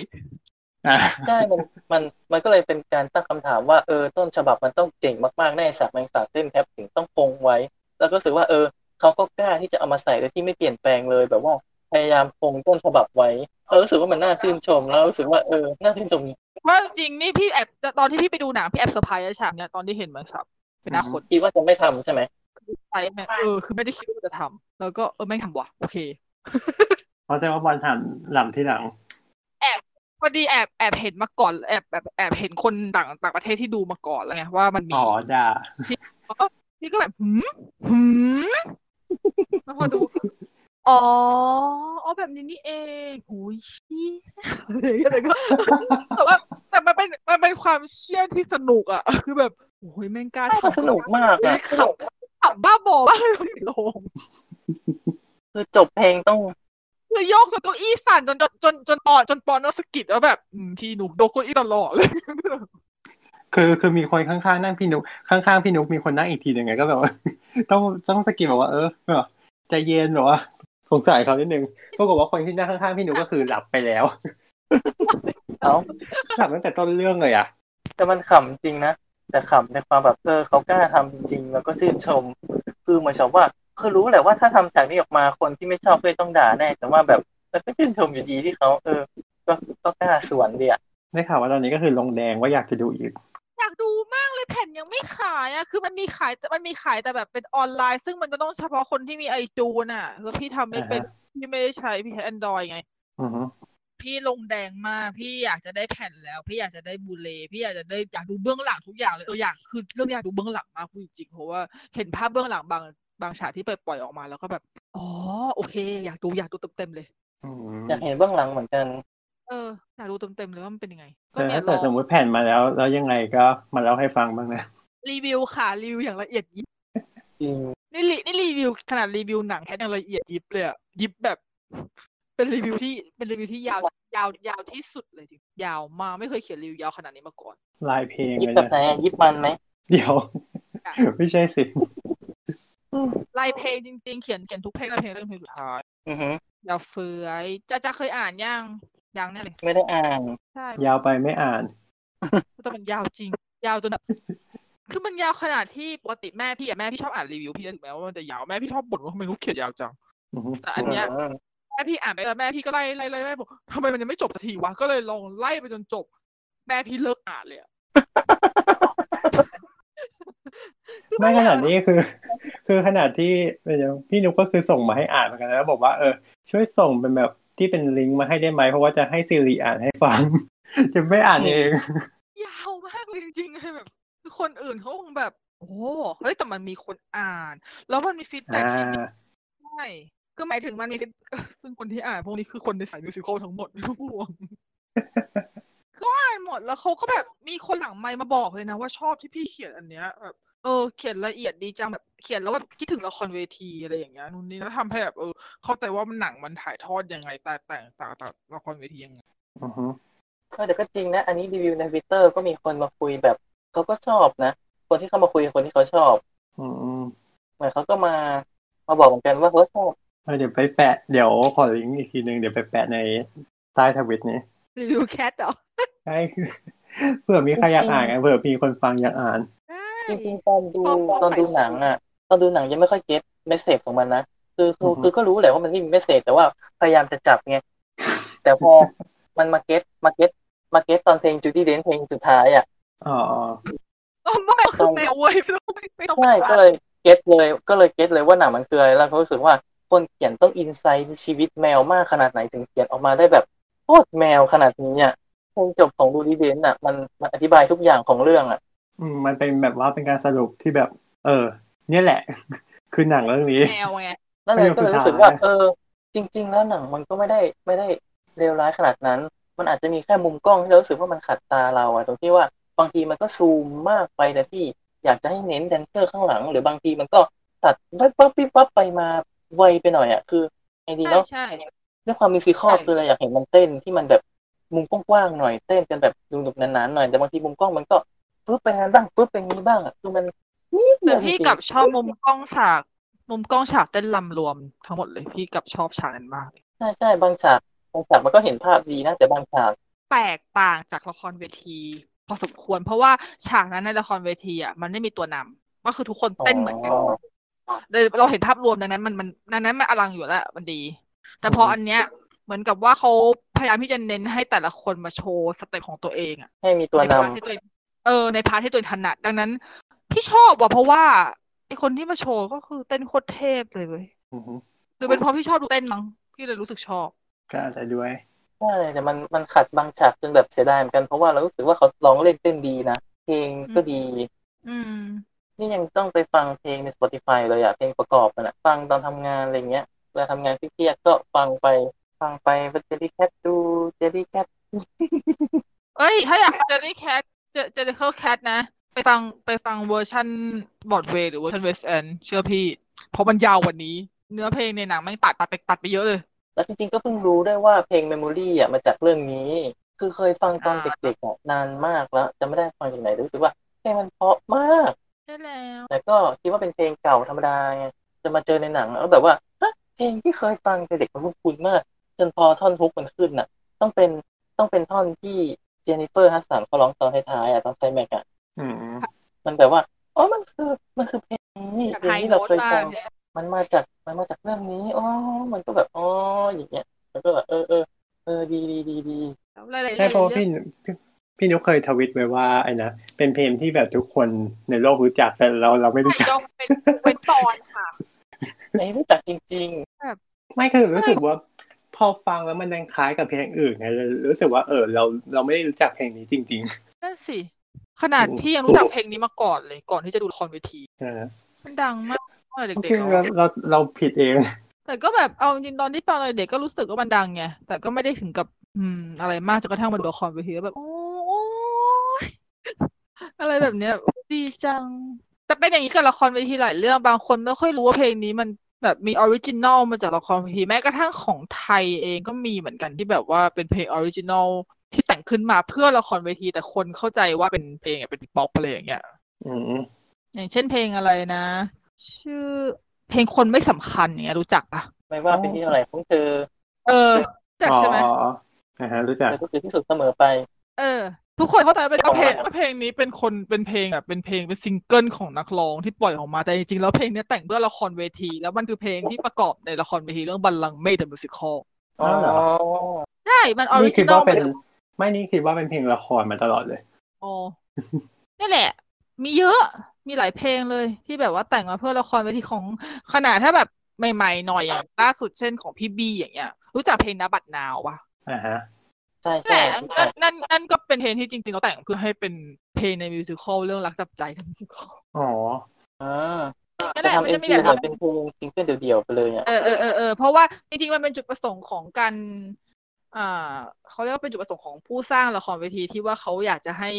S2: อ่า
S1: ใช่มันมันมันก็เลยเป็นการตั้งคำถามว่าเออต้นฉบับมันต้องเจ๋งมากๆแน่ฉากแมลงสาบเต้นแท็บถึงต้องคงไว้ แล้วก็รู้สึกว่าเออเขาก็กล้าที่จะเอามาใส่โดยที่ไม่เปลี่ยนแปลงเลยแบบว่าพยายามคงต้นฉบับไว้เออรู้สึกว่ามันน่าชื่นชมแล้วรู้สึกว่าเออน่าชื่นชม
S4: เพราะจริงๆนี่พี่แอบตอนที่พี่ไปดูหนังพี่แอบเซอร์ไพรส์ไอ้ฉากเนี้ยตอนที่เห็นแมงสาบเป็นหน้าคน
S1: คิดว่าจะไม่ทำใช่ไหม
S4: ไปแม่งเออคือไม่ได้คิดว่าจะทำแล้วก็เออไม่งทำว่ะโอเค
S2: เพราะแสดงว่าบอลหันหลังที่หลัง
S4: พอดีแอบแอบเห็นมาก่อนแอบแอบแอบเห็นคนต่างต่างประเทศที่ดูมาก่อนแล้วไงว่ามันมี
S2: อ๋อด่า
S4: พี่ก็แบบหืมหืมแล้วพอดู อ๋อ อ๋อแบบนี้นี่เองโอ้ยเชี้ยอะไรก็ แต่ว่าแต่มันเป็นมันเป็นความเชื่อที่สนุกอ่ะ คือแบบโอ้ยแม่งกล้า
S1: ใช่มัน
S4: ทำ
S1: สนุกมาก
S4: เล
S1: อะ
S4: ยขับขับบ้าบอมากเลยในโรง
S1: คือจบเพลงต้อง
S4: คือโยกจนเก้าอี้สั่นจนจนจนจนปอนจนปอนต้องสะกิดว่าแบบอืมพี่หนูโดนเก้าอี้ตลอดเลย
S2: คือคือมีคนข้างๆนั่งพี่นุกข้างๆพี่นุกมีคนนั่งอีกทีหนึ่งไงก็แบบว่า ต้องต้องสะกิดแบบว่าเออแบบใจเย็นแบบว่าสงสัยเขานิดนึงปรากฏว่าคนที่นั่งข้างๆพี่นุกก็คือหลับไปแล้ว
S1: เอา
S2: หลับตั้งแต่ต้นเรื่องเลยอ่ะ
S1: แต่มันขำจริงนะแต่ขำในความแบบเออเขากล้าทำจริงๆ แล้วก็ชื่นชม คือเหมือนกับว่าคือรู้แหละว่าถ้าทำฉากนี้ออกมาคนที่ไม่ชอบก็ต้องด่าแน่ แต่ว่าแบบแต่ก็ชื่นชมอยู่ดีที่เขาเออ ก็ต้องกล้าสวนเดีย
S2: ได้ข่าวว่าตอนนี้ก็คือลงแดงว่าอยากจะดูอีก
S4: อยากดูมากเลยแผ่นยังไม่ขายอ่ะ คือมันมีขายแต่มันมีขายแต่แบบเป็นออนไลน์ ซึ่งมันจะต้องเฉพาะคนที่มีไอจูนอ่ะแล้วพี่ทำไม่เป็น
S2: อ่าฮ
S4: พี่ไม่ได้ใช้พี่ใช้แอนดรอยไง
S2: อือฮึ
S4: พี่ลงแดงมากพี่อยากจะได้แผ่นแล้ว พี่อยากจะได้บูเลพี่อยากจะได้อยากดูเบื้องหลังทุกอย่างเลยเอออยากคือเรื่องอยากดูเบื้องหลังมากพูดจริงๆเพราะว่าเห็นภาพเบื้องหลังบางบางฉากที่เปิดปล่อยออกมาแล้วก็แบบอ๋อโอเค อยากดูอยากดูเต็มๆเลย
S2: อืม
S1: อยากเห็นเบื้องหลังเหมือนกัน
S4: เอออยากดูเต็มๆเลยว่ามันเป็นยังไง ก็
S2: แต่
S4: เนี่ย
S2: ถ้าร เกิด
S4: อ
S2: สมมติแผ่นมาแล้ว แล้วยังไงก็มาเล่าให้ฟังบ้างนะ
S4: รีวิวค่ะรีวิวอย่างละเอียดยิบ
S1: จริง
S4: นี่รีนี่รีวิวขนาดรีวิวหนังแค่ยังละเอียดยิบเลยอะยิบแบบ เป็นรีวิวที่เป็นรีวิวที่ยาวยาวยาวที่สุดเลยจริงยาวมากไม่เคยเขียนรีวิวยาวขนาดนี้มาก่อน
S2: ลายเพลง
S1: ยิบ
S2: เลย
S1: แบบ
S2: นะ
S1: ไหนอะยิบมันไหม
S2: เดี๋ยว ไม่ใช่สิ
S4: ลายเพลงจริงๆ เขียนเขียนทุกเพลงลายเพลงเรื่องเพลงสุดท้าย
S1: อือหือย
S4: าวเฟือยจะจะเคยอ่านยังยังเนี่ยเลย
S1: ไม่ได้อ่าน
S4: ใช่
S2: ยาวไปไม่อ่าน
S4: ก็ต้องเป็นยาวจริง ยาวจนแบบคือมันยาวขนาดที่ปกติแม่พี่อะแม่พี่ชอบอ่านรีวิวพี่ถึงแม้ว่ามันจะยาวแม่พี่ชอบบ่นว่าทำไมลูกเขียนยาวจัง
S2: อือฮึ
S4: แต่อันเนี้ย
S1: อืม
S4: แม่พี่อ่านไปแล้วแม่พี่ก็ไล่ไล่ไล่ไล่บอกทำไมมันยังไม่จบสักทีวะก็เลยลองไล่ไปจนจบ แม่พี่เลิกอ่านเลยอะคือ
S2: ไม่
S4: น
S2: ข
S4: ยวน
S2: นาดนี้คือ คือขนาดที่เดี๋ยวพี่นุกก็คือส่งมาให้อ่านเหมือนกันแล้วบอกว่าเออช่วยส่งเป็นแบบที่เป็นลิงก์มาให้ได้ไหมเพราะว่าจะให้ซีรีอ่านให้ฟัง จะไม่อ่านเอง
S4: ยาวมากเลยจริงๆคือแบบคือคนอื่นเขาคงแบบ โอ้เฮ้ยแต่มันมีคนอ่าน แล้วมันมีฟีดแบ็
S2: อ่า
S4: ที่ดี ใช่ก็ หมายถึงมันมี ซึ่งคนที่อ่านพวกนี้คือคนในสายมิวสิควลทั้งหมดทั้งปวงเขาอ่านหมดแล้วเขาก็แบบมีคนหลังไมค์มาบอกเลยนะ ว่าชอบที่พี่เขียนอันเนี้ยแบบเออเขียนละเอียดดีจังแบบเขียนแล้วแบบคิดถึงละครเวทีอะไรอย่างเงี้ยนู่นนี่แล้วทำให้แบบเออ เข้าใจว่ามันหนังมันถ่ายทอดยังไงแต่แต่ต่างต่างละครเวทียังไง
S2: อือฮึ
S1: เออแต่ก็จริงนะ อันนี้รีวิวในวิเตอร์ก็มีคนมาคุยแบบเขาก็ชอบนะ คนที่เข้ามาคุยกับคนที่เขาชอบ
S2: อืม
S1: เหมือนเขาก็มามาบอกเหมือนกันว่าเขาชอบ
S2: เออเดี๋ยวไปแปะเดี๋ยวขอลิงก์อีกทีหนึ่งเดี๋ยวไปแปะในใต้ทวิตนี้
S4: รีวิวแคทเหรอ
S2: ใช่คือ เผื่อมีใครอยากอ่านไงเผื่อมีคนฟังอยากอ่าน
S4: ใช่
S1: จริงๆตอนดู
S4: ความหมาย
S1: ตอนดูหนังอ่ะ ตอนดูหนังยังไม่ค่อยเก็ตเมสเซจของมันนะคือคือ
S2: อือฮึ
S1: คือก็รู้แหละว่ามันไม่มีเมสเซจแต่ว่าพยายามจะจับไงแต่ พอ มันมาเก็ตมาเก็ตมาเก็ตตอนเพลงจูดี้เดนเพลงสุดท้ายอ่ะ
S2: อ๋อ
S4: อ๋อไม่คือแมวเว้ยไม่ต้องไม่ต้อง
S1: ใช่ก็เลยเก็ตเลยก็เลยเก็ตเลยว่าหนังมันคืออะไรแล้วเขารู้สึกว่าคนเขียนต้องอินไซต์ชีวิตแมวมากขนาดไหนถึงเขียนออกมาได้แบบโคตรแมวขนาดนี้อ่ะเพลงจบของดูดีเดนอ่ะมันมันอธิบายทุกอย่างของเรื่องอ่ะ
S2: อืมมันเป็นแบบว่าเป็นการสรุปที่แบบ เออ เนี่ยแหละ คือหนังเรื่องนี้
S4: แมวไง
S1: นั่นเลย
S2: ป
S1: ก็
S2: ระโยค
S1: เลยรู้
S2: สุ
S1: สึ
S2: ด
S1: ก
S2: ท้าย
S1: ว่า เออ จริง ๆ แล้วหนังมันก็ไม่ได้ไม่ได้เลวร้ายขนาดนั้น มันอาจจะมีแค่มุมกล้องที่เรารู้สึกว่ามันขัดตาเราอะตรงที่ว่าบางทีมันก็ซูมมากไปแต่ที่อยากจะให้เน้นแดนเซอร์ข้างหลัง หรือบางทีมันก็ตัดวับวับวิบวับไปมาไวไปหน่อยอะคือไอดีเนาะ
S4: ใช่ใช่
S1: ด้วยความมีฟิคอล
S4: ใช่
S1: คือเราอยากเห็นมันเต้นที่มันแบบมุมกว้างๆหน่อยเต้นกันแบบดุกๆนานๆหน่อยแต่บางทีมุมกล้องมันก็ปึ๊บไปนั้นบ้างปึ๊บไปนี้บ้างอะคือมันนิดเดี
S4: แต่
S1: ยว
S4: พี่
S1: จริงๆ
S4: กลับชอบมุมกล้องฉาก มุมกล้องฉากเต้นลำรวมทั้งหมดเลยพี่กลับชอบฉากนั้นมากเลย
S1: ใช่ใช่บางฉากบางฉากมันก็เห็นภาพดีนะ แต่บางฉาก
S4: แตกต่างจากละครเวที พอสมควร เพราะว่าฉากนั้นในละครเวทีอ่ะมันไม่มีตัวนำก็คือทุกคนเต้นเหมือนกันเลยเราเห็นภาพรวมดังนั้นมันมันดังนั้นมันอลังอยู่แล้วมันดี แต่พออันเนี้ยเหมือนกับว่าเขาพยายามที่จะเน้นให้แต่ละคนมาโชว์สเต็ปของตัวเองอ่ะ
S1: ให้มีตัวน
S4: ในพาร์ทที่ตัวเองเออในพาร์ทที่ตัวเองถนัดดังนั้น พี่ชอบว่ะเพราะว่าไอคนที่มาโชว์ก็คือเต้นโคตรเทพเลยเว้ย
S2: อือฮึ
S4: หรือเป็นเพราะพี่ชอบดูเต้นมั้งพี่เลยรู้สึกชอบ
S2: ก็อาจจะด้วย
S1: ำใช่แต่มันมันขัดบางฉากจนแบบเสียดายเหมือนกันเพราะว่าเรารู้สึกว่าเขาร้องเล่นเต้นดีนะ เพลงก็ดี
S4: อืม
S1: นี่ยังต้องไปฟังเพลงใน Spotify เลยอะเพลงประกอบมันอะฟังตอนทำงานอะไรเงี้ยเวลาทำงานเครียดๆก็ฟังไป ฟังไปเจลลี่แคทดูเจลลี่แคท
S4: เอ้ย ถ้าอยากเจอได้แคทเจอเจอเคิลแคทนะ ไปฟังไปฟังเวอร์ชันบอดเวย์หรือเวอร์ชันเวสแอนเชื่อพี่ เพราะมันยาวกว่านี้ เนื้อเพลงในหนังไม่งตัดตัดไปตัดไปเยอะเลย
S1: แล้วจริงๆก็เพิ่งรู้ได้ว่าเพลง Memory อ่ะมาจากเรื่องนี้ คือเคยฟังตอน
S4: อ่า
S1: เด็กๆอ่ะนานมากแล้วจะไม่ได้ฟังจากไหนรู้สึกว่าเพลงมันเพราะมาก
S4: ใช่แล้ว
S1: แต่ก็คิดว่าเป็นเพลงเก่าธรรมดาไงจะมาเจอในหนังแล้วแบบว่าฮะเพลงที่เคยฟังแต่เด็กมันคุ้นมาก จนพอท่อนฮุกมันขึ้นน่ะ ต้องเป็นต้องเป็นท่อนที่เจนนิเฟอร์ฮัดสันเขาร้องตอนท้ายๆอ่ะตอนไซแม็กอ่ะ
S2: อืม
S1: มันแบบว่าอ๋อมันคือมันคือเพลงนี้
S4: จาก
S1: เพลง
S4: ไฮ
S1: ที่
S4: โน้
S1: เรา
S4: ต
S1: เคย
S4: มา
S1: ฟั
S4: ก
S1: ง
S4: เนี่ย
S1: มันมาจากมันมาจากเรื่องนี้อ๋อมันก็แบบอ๋ออย่างเงี้ยแล้วก็แบบเออเออเออดีดีดีดี
S4: แล้วหลายๆ
S2: ใช่เพราะว่า
S4: เรื่
S2: พี่
S4: อง
S2: พี่พี่นุ๊กเคยทวิตไว้ว่าไอ้นะเป็นเพลงที่แบบทุกคนในโลกรู้จักแต่เราเราไม่รู้จัก
S4: ย กเป็นเป็นตอนค่ะ
S1: ไอ้รู้จักจริง
S2: ไม่คือรู้สึกว่าพอฟังแล้วมันยังคล้ายกับเพลงอื่นไงเลยรู้สึกว่าเออเราเราไม่ได้รู้จักเพลงนี้จริง
S4: นั่นสิ ขนาด
S2: อืม
S4: พี่ยังรู้จักเพลงนี้มาก่อนเลย ก่อนที่จะดูละครเวที
S2: ๆนะ
S4: มันดังมากตอน
S2: โอ
S4: เด็
S2: เค
S4: กๆ
S2: เรา
S4: แล้วอะ
S2: เราเราผิดเอง
S4: แต่ก็แบบเอาจริงๆตอนที่ฟังตอนเด็กก็รู้สึกว่ามันดังไง แต่ก็ไม่ได้ถึงกับ อืม อะไรมากจนกระทั่งมาดูละครเวทีแล้วแบบ โอ้ยอะไรแบบเนี้ยดีจัง แต่เป็นอย่างนี้กับละครเวทีหลายเรื่องบางคนไม่ค่อยรู้ว่าเพลงนี้มันแบบมีออริจินอลมาจากละครเวทีแม้กระทั่งของไทยเองก็มีเหมือนกันที่แบบว่าเป็นเพลงออริจินอลที่แต่งขึ้นมาเพื่อละครเวที แต่คนเข้าใจว่าเป็นเพลงอะเป็นป๊อปอะไรอย่างเงี้ย
S2: อืม
S4: อย่างเช่นเพลงอะไรนะ ชื่อเพลงคนไม่สำคัญอย่างเงี้ยรู้จักปะ
S1: ๆ ไม่ว่าเป็นที่เท่าไหร่ของเธอ
S4: เออรู้จัก
S2: อ๋อ
S4: ใช่ไหม
S2: อ๋ออ๋ออ่าฮะรู้จัก
S1: เธอก็คือที่สุดเสมอไป
S4: เออ ทุกคนเข้าใจว่าเป็น
S1: ของ
S4: เพลง
S1: อะไรนะ
S4: ว่าเพลงนี้เป็นคนเป็นเพลงอ่ะเป็นเพลงเป็นซิงเกิลของนักร้องที่ปล่อยออกมาแต่จริงๆแล้วเพลงเนี้ยแต่งเพื่อละครเวที แล้วมันคือเพลงที่ประกอบในละครเวทีเรื่องบัลลังก์เมดเดอะมิวสิคอล
S2: อ๋อเหรอ
S4: ใช่ มันออริ
S2: นี่คิ
S4: จิ
S2: ด
S4: นอล
S2: ว่า
S4: มา
S2: เป็น
S4: จาก
S2: ไม่นี่คิดว่าเป็นเพลงละครมาตลอดเลย
S4: โอนั่นแหละ มีเยอะมีหลายเพลงเลยที่แบบว่าแต่งมาเพื่อละครเวทีของขนาดถ้าแบบใหม่ๆหน่อยอย่างล่าสุดเช่นของพี่บีอย่างเงี้ย รู้จักเพลงนะบัดนาวปะ
S2: อ่าฮะ
S1: ใช่
S4: แห
S1: ใช่
S4: ละ
S1: ใช่
S4: นั่นนั่นนั่นก็เป็นเพลงที่จริงๆเราแต่งเพื่อให้เป็นเพลงในมิวสิคอลเรื่องรักจับใจทั้งมิวสิคอล
S2: อ๋อ
S1: อ่า
S4: นั่นแห
S1: จะ
S4: ละมั
S1: ทำ
S4: น
S1: เอ็
S4: จะ
S1: ม
S4: มี
S1: พี
S4: แบบ
S1: เหมือนเป็นเพลงซิงเกิลเดี่ยวๆไปเลยอ่ะ
S4: เออเออเออเออเพราะว่าจริงๆมันเป็นจุดประสงค์ของการอ่าเขาเรียกว่าเป็นจุดประสงค์ของผู้สร้างละครเวทีที่ว่าเขาอยากจะให้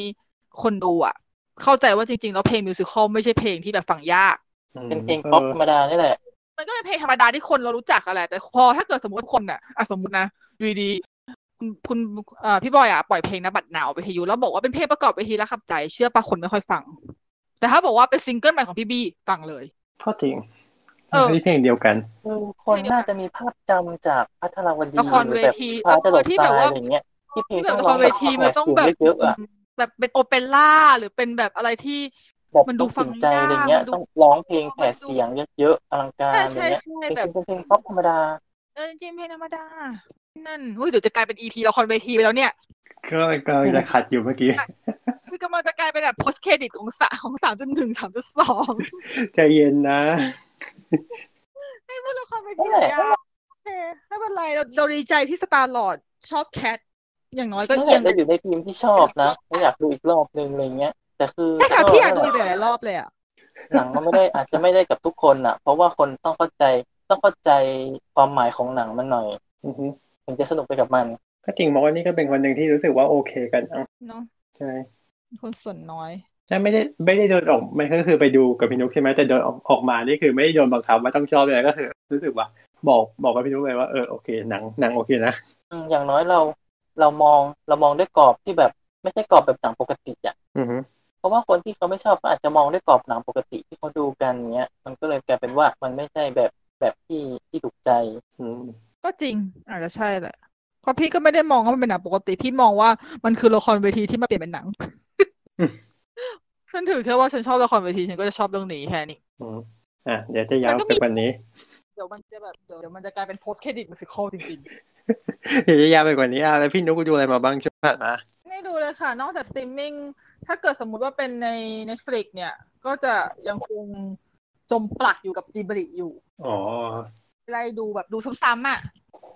S4: คนดูอ่ะ เข้าใจว่าจริงๆแล้วเพลงมิวสิคอลไม่ใช่เพลงที่แบบฟังยาก
S1: เป็นเพลงป๊อปธรรมดานี่แหละ
S4: มันก็เป็นเพลงธรรมดาที่คนเรารู้จักกันแหละแต่พอถ้าเกิดสมมติคนน่ะอ่ะสมมตินะอยู่ดีๆคุณคุณเอ่อพี่บอยอ่ะปล่อยเพลงนะบัดหนาวไปทียูแล้วบอกว่าเป็นเพลงประกอบไปทีละขับใจ เชื่อปะคนไม่ค่อยฟัง แต่ถ้าบอกว่าเป็นซิงเกิลใหม่ของพี่บี้ฟังเลย
S2: ก็จริง
S4: เออ
S2: นี่เพลงเดียวกัน
S1: คือคนน่าจะมีภาพจำจากพัทรวดี
S4: ละคร
S1: ห
S4: เว
S1: รือแบบ
S4: ที
S1: พา
S4: เอ
S1: จะหล
S4: อบ ที่
S1: ตา
S4: แบบ
S1: ย
S4: ว่า
S1: อะไรอย่างเงี้ยที่เพลง
S4: ที่แบบ
S1: ต้องร้อ
S4: ละครง เวทีมันต้องแบบ
S1: เยอะๆอ่ะ
S4: แบบเป็นโอเปร่าหรือเป็นแบบอะไรที่
S1: แบบ
S4: มันดู
S1: ต้อง
S4: ฟั
S1: ส
S4: ง
S1: นใจอะไรเงี้ย
S4: ยากมันดู
S1: ต้องร้องเพลงแผ่
S4: มันดู
S1: เสียงเยอะๆอลังการ
S4: ใช่
S1: อะไร
S4: ใช่
S1: เงี้ยเป็น
S4: ใช่แบบ
S1: เพลงเป็นเพลงป๊อปธรรมดา
S4: เออจริงๆเพลงธรรมดา นั่นอุ้ยเดี๋ยวจะกลายเป็นอีพีละครเวทีไปแล้วเนี่ย
S2: ก็ก็จะขัดอยู่เมื่อกี้
S4: คือกำลังจะกลายเป็นแบบ post credit ของสาของสามจนถึงสามจนสอง
S2: ใจเย็นนะ
S4: ให้พูดละครไป
S1: นั่
S4: ที
S1: นแหละ
S4: ยาวโอเคไม่เป็นไรเราเราดีใจที่สตาร์ลอดชอบแคท อย่างน้อยก็
S1: นั่นแห
S4: เอีย
S1: ละ
S4: ง
S1: จะอยู่ในทีมที่ชอบนะไม่อยากดูอีกรอบนึงอะไรเงี้ย แต่คือ
S4: ใช่ค่ะ
S1: ก็
S4: พี่อยากดู
S1: นั่นแหละ
S4: อีกหลายๆรอบเลยอ่ะ
S1: หนังมันไม่ได้อาจจะไม่ได้กับทุกคนอ่ะ เพราะว่าคนต้องเข้าใจต้องเข้าใจความหมายของหนังมันหน่อย
S2: อือฮึ
S1: ถึงจะสนุกไปกับมัน
S2: ก็จริงมองว่านี่ก็เป็นวันหนึ่งที่รู้สึกว่าโอเคกันเอา
S4: เนาะ
S2: ใช่
S4: คนส่วนน้อย
S2: ใช่ไม่ได้ไม่ได้โดนออกไม่ก็คือไปดูกับพี่นุ๊กใช่ไหมแต่โดนออกออกมานี่คือไม่ได้โดนบังคับว่าต้องชอบเลยก็คือ รู้สึกว่า บอกบอกกับพี่นุ๊กเลยว่าเออโอเคหนังหนังโอเคนะ
S1: อืมอย่างน้อยเราเรามองเรามองด้วยกรอบที่แบบไม่ใช่กรอบแบบหนังปกติอ่ะ
S2: อือฮึ
S1: เพราะว่าคนที่เขาไม่ชอบก็อาจจะมองด้วยกรอบหนังปกติที่เขาดูกันเนี้ย มันก็เลยกลายเป็นว่ามันไม่ใช่แบบแบบที่ที่ถูกใจ
S2: อืม
S4: ก็จริง อาจจะใช่แหละเพราะพี่ก็ไม่ได้มองว่ามันเป็นหนังปกติ พี่มองว่ามันคือละครเวทีที่มาเปลี่ยนเป็นหนังฉันถือแค่ว่าฉันชอบละครเวทีฉันก็จะชอบเรื่องนี้แค่นี้
S2: อืมอ่ะเดี๋ยวจะยาวไปกว่านี้
S4: เดี๋ยวมันจะแบบเดี๋ยวเดี๋ยวมันจะกลายเป็น post credit musical จริงๆ
S2: เดี๋ยวจะยาวไปกว่านี้อ่ะแล้วพี่นุ๊กดูอะไรมาบ้างช่วงผ่านมา
S4: ไม่ดูเลยค่ะ นอกจากสตรีมมิ่ง ถ้าเกิดสมมุติว่าเป็นใน Netflix เนี่ย ก็จะยังคงจมปลักอยู่กับจีบริอยู่
S2: อ๋อ
S4: ไล่ดูแบบดูซ้ำๆอ่ะ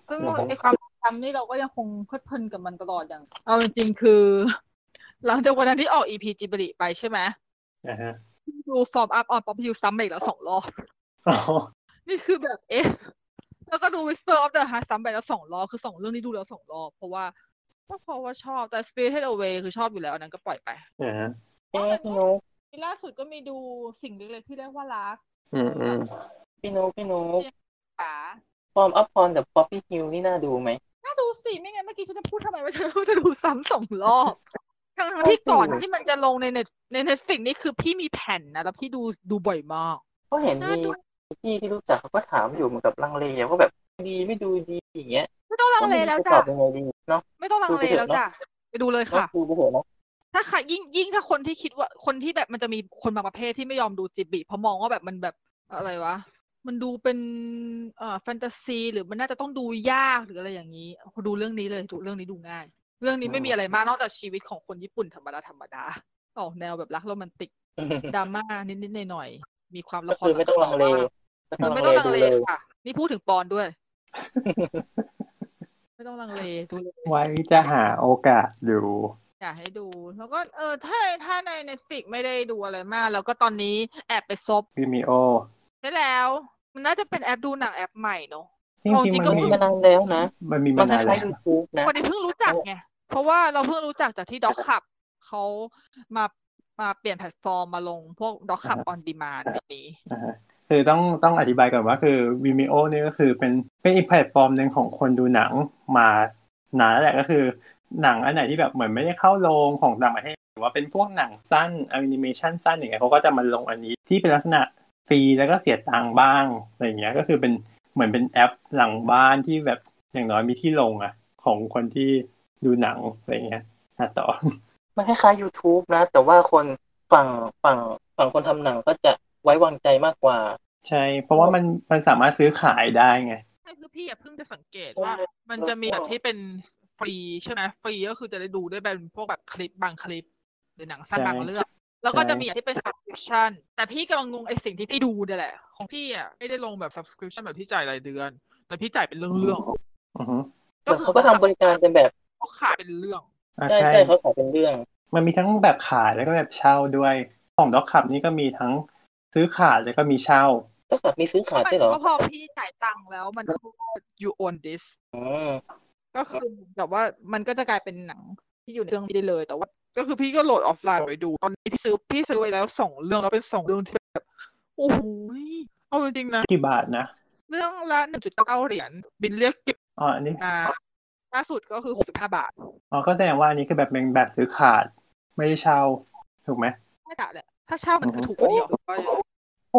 S4: ซึ่ง
S2: อือฮึ
S4: ไอความซ้ำนี่เราก็ยังคงเพลิดเพลินกับมันตลอดอย่าง เอาจริงๆคือ หลังจากวันนั้นที่ออก EP จีบริไปใช่ไหม
S2: อ่าฮะ
S4: ดูฟอร์มอัพออนป๊อปยูซ้ำมาอีกแล้วสองรอบ
S2: อ๋อ
S4: นี่คือแบบเอ๊ะ แล้วก็ดู Whisper of the Heart ซ้ำไปแล้วสองรอบ คือสองเรื่องนี้ดูแล้วสองรอบ เพราะว่าก็เพราะว่าชอบแต่ Spirited Away คือชอบอยู่แล้วอันนั้นก็ปล่อยไป
S2: อ่าฮะ
S1: เอ๊ะพี่นุ๊ก
S4: ล่าสุดก็มีดูสิ่งเล็กๆที่เรียกว่ารัก
S2: อืมอืม
S1: พี่นุ๊กพี่นุ๊ก
S4: จ๋า
S1: ฟอร์มอัพพอนกับป๊อปปี้ฮิลนี่น่าดูไหม
S4: น่าดูสิไม่งั้นเมื่อกี้ฉันจะพูดทำไมว่าฉันจะดู ซ้ำสองรอบทั้งๆที่ก่อนที่มันจะลงในเน็ตในเน็ตฟิกนี่คือพี่มีแผ่นนะแล้วพี่ดูดูบ่อยมาก
S1: เพราะเห็น
S4: น่า
S1: มี
S4: ดู
S1: พี่ที่รู้จักเขาก็ถามอยู่เหมือนกับลังเลว่าแบบดีไม่ดูดีอย่างเงี้ย
S4: ไม่ต้องลังเลแล้วจ้ะ
S1: ตอบยังไงดีเนาะ
S4: ไม่ต้องลังเลแล้วจ้ะไปดูเลย
S1: ก็
S4: ค่ะ
S1: ดูไปเถอะเนาะ
S4: ถ้าใครยิ่งยิ่งถ้าคนที่คิดว่าคนที่แบบมันจะมีคนบางประเภทที่ไม่ยอมดูจิบิเพราะมองว่าแบบมันแบบอะไรวะ มันดูเป็นเอ่อแฟนตาซี หรือมันน่าจะต้องดูยากหรืออะไรอย่างนี้ดูเรื่องนี้เลยดูเรื่องนี้ดูง่าย เรื่องนี้ไม่มีอะไรมากนอกจากชีวิตของคนญี่ปุ่นธรรมดาธรรมดาออกแนวแบบรักโรแมน ติกดราม่านิดๆหน่อยๆมีความละ
S1: ก็
S4: คร
S1: คือไม่ต้องลังเล
S4: เออไม่ต้องลังเล
S1: ดูย
S4: ค่ะ นี่พูดถึงปอน ด้วย ไม่ต้องลังเลดูเลย
S2: ไว้จะหาโอกาสดู
S4: อยากให้ดู แล้วก็เออถ้าถ้าใน Netflix ไม่ได้ดูอะไรมาก แล้วก็ตอนนี้แอบไปซบ
S2: Vimeo
S4: ได้แล้ว มันน่าจะเป็นแอปดูหนังแอปใหม่เนอะ
S2: จริงๆ
S4: เอา
S2: มัน
S4: จริง
S1: ก็
S2: มี
S1: มีมานานแล้วนะ
S2: มันมี
S1: มั
S2: มา
S1: คน
S2: นานแล้
S1: ล้ายว ๆยูทูบนะ
S4: คนที่เพิ่งรู้จักไง เพราะว่าเราเพิ่งรู้จักจากที่ด็อกขับเขามามาเปลี่ยนแพลตฟอร์มมาลงพวกด็อกขับออนดีมานนี้
S2: อ่าฮะคือต้องต้องอธิบายก่อนว่าคือ Vimeo เนี่ยก็คือเป็นเป็นอีกแพลตฟอร์มหนึ่งของคนดูหนังมานานแล้วแหละก็คือ หนังอันไหนที่แบบเหมือนไม่ได้เข้าโรงของต่างประเทศหรือว่าเป็นพวกหนังสั้นแอนิเมชันสั้นอย่างเงี้ยเขาก็จะมาลงอันนี้ที่เป็นลักษณะฟรีแล้วก็เสียตังค์บ้างอะไรอย่างเงี้ยก็คือเป็นเหมือนเป็นแอปหลังบ้านที่แบบอย่างน้อยมีที่ลงอะของคนที่ดูหนังอะไรอย่างเงี้ยอ่ะต่อ
S1: มันคล้ายๆ YouTube นะ แต่ว่าคนฝั่งฝั่งฝั่งคนทำหนังก็จะไว้วางใจมากกว่า
S2: ใช่เพราะว่ามันมันสามารถซื้อขายได้ไง
S4: ใช่คือพี่อย่าเพิ่งจะสังเกต
S1: โอ้
S4: ว่า มันจะมี
S1: แล้
S4: แบ
S1: วก็
S4: บที่เป็นฟรีใช่ไหมฟรีก็คือจะได้ดูได้เป็นพวกแบบคลิปบางคลิป หรือหนังสั้น
S2: ใช่
S4: บางเรื่องแล้วก็
S2: ใช่
S4: จะมีอย่างที่เป็น subscription แต่พี่กำลังงงไอ้สิ่งที่พี่ดูเนี่ยแหละ ของพี่อ่ะไม่ได้ลงแบบ subscription แบบที่จ่ายรายเดือน แต่พี่จ่ายเป็นเรื่อง
S2: อือฮึ
S4: ๆ
S1: เหมือนเขาก็ทำบริการเป็นแบบ
S4: เขาขายเป็นเรื่อง
S2: อ่ะ
S1: ใช่ใช่เขาขายเป็นเรื่อง
S2: มันมีทั้งแบบขายแล้วก็แบบเช่าด้วย ของด็อกขับนี่ก็มีทั้งซื้อขายแล้วก็มีเช่า
S1: ก็แบบมีซื้อขาย
S4: มั
S1: ด้วยเหรอ
S4: ก็พอพี่จ่ายตังค์แล้วมันก็ you own this
S1: อืม
S4: ก็คือแบบว่ามันก็จะกลายเป็นหนังที่อยู่ในเครื่องนี้ได้เลย แต่ว่า ก็คือพี่ก็โหลดออฟไลน์ไว้ดู ตอนนี้พี่ซื้อพี่ซื้อไว้แล้วสองเรื่องแล้วเป็นสองเรื่องที่แบบโอ้โหเอาจริงๆนะ
S2: กี่บาทนะ
S4: เรื่องละหนึ่งจุดเก้าเก้าเหรียญบินเรียกเก็บ
S2: อ๋ออันนี้
S4: มาล่าสุดก็คือหกสิบห้าบาท
S2: อ๋อก็แสดงว่าอันนี้คือแบบเป็นแบบซื้อขาด ไม่ได้เช่า ถูกไหม
S4: น่าจะแหละถ้าเช่ามันก็ถูกกว่านี้ออกไป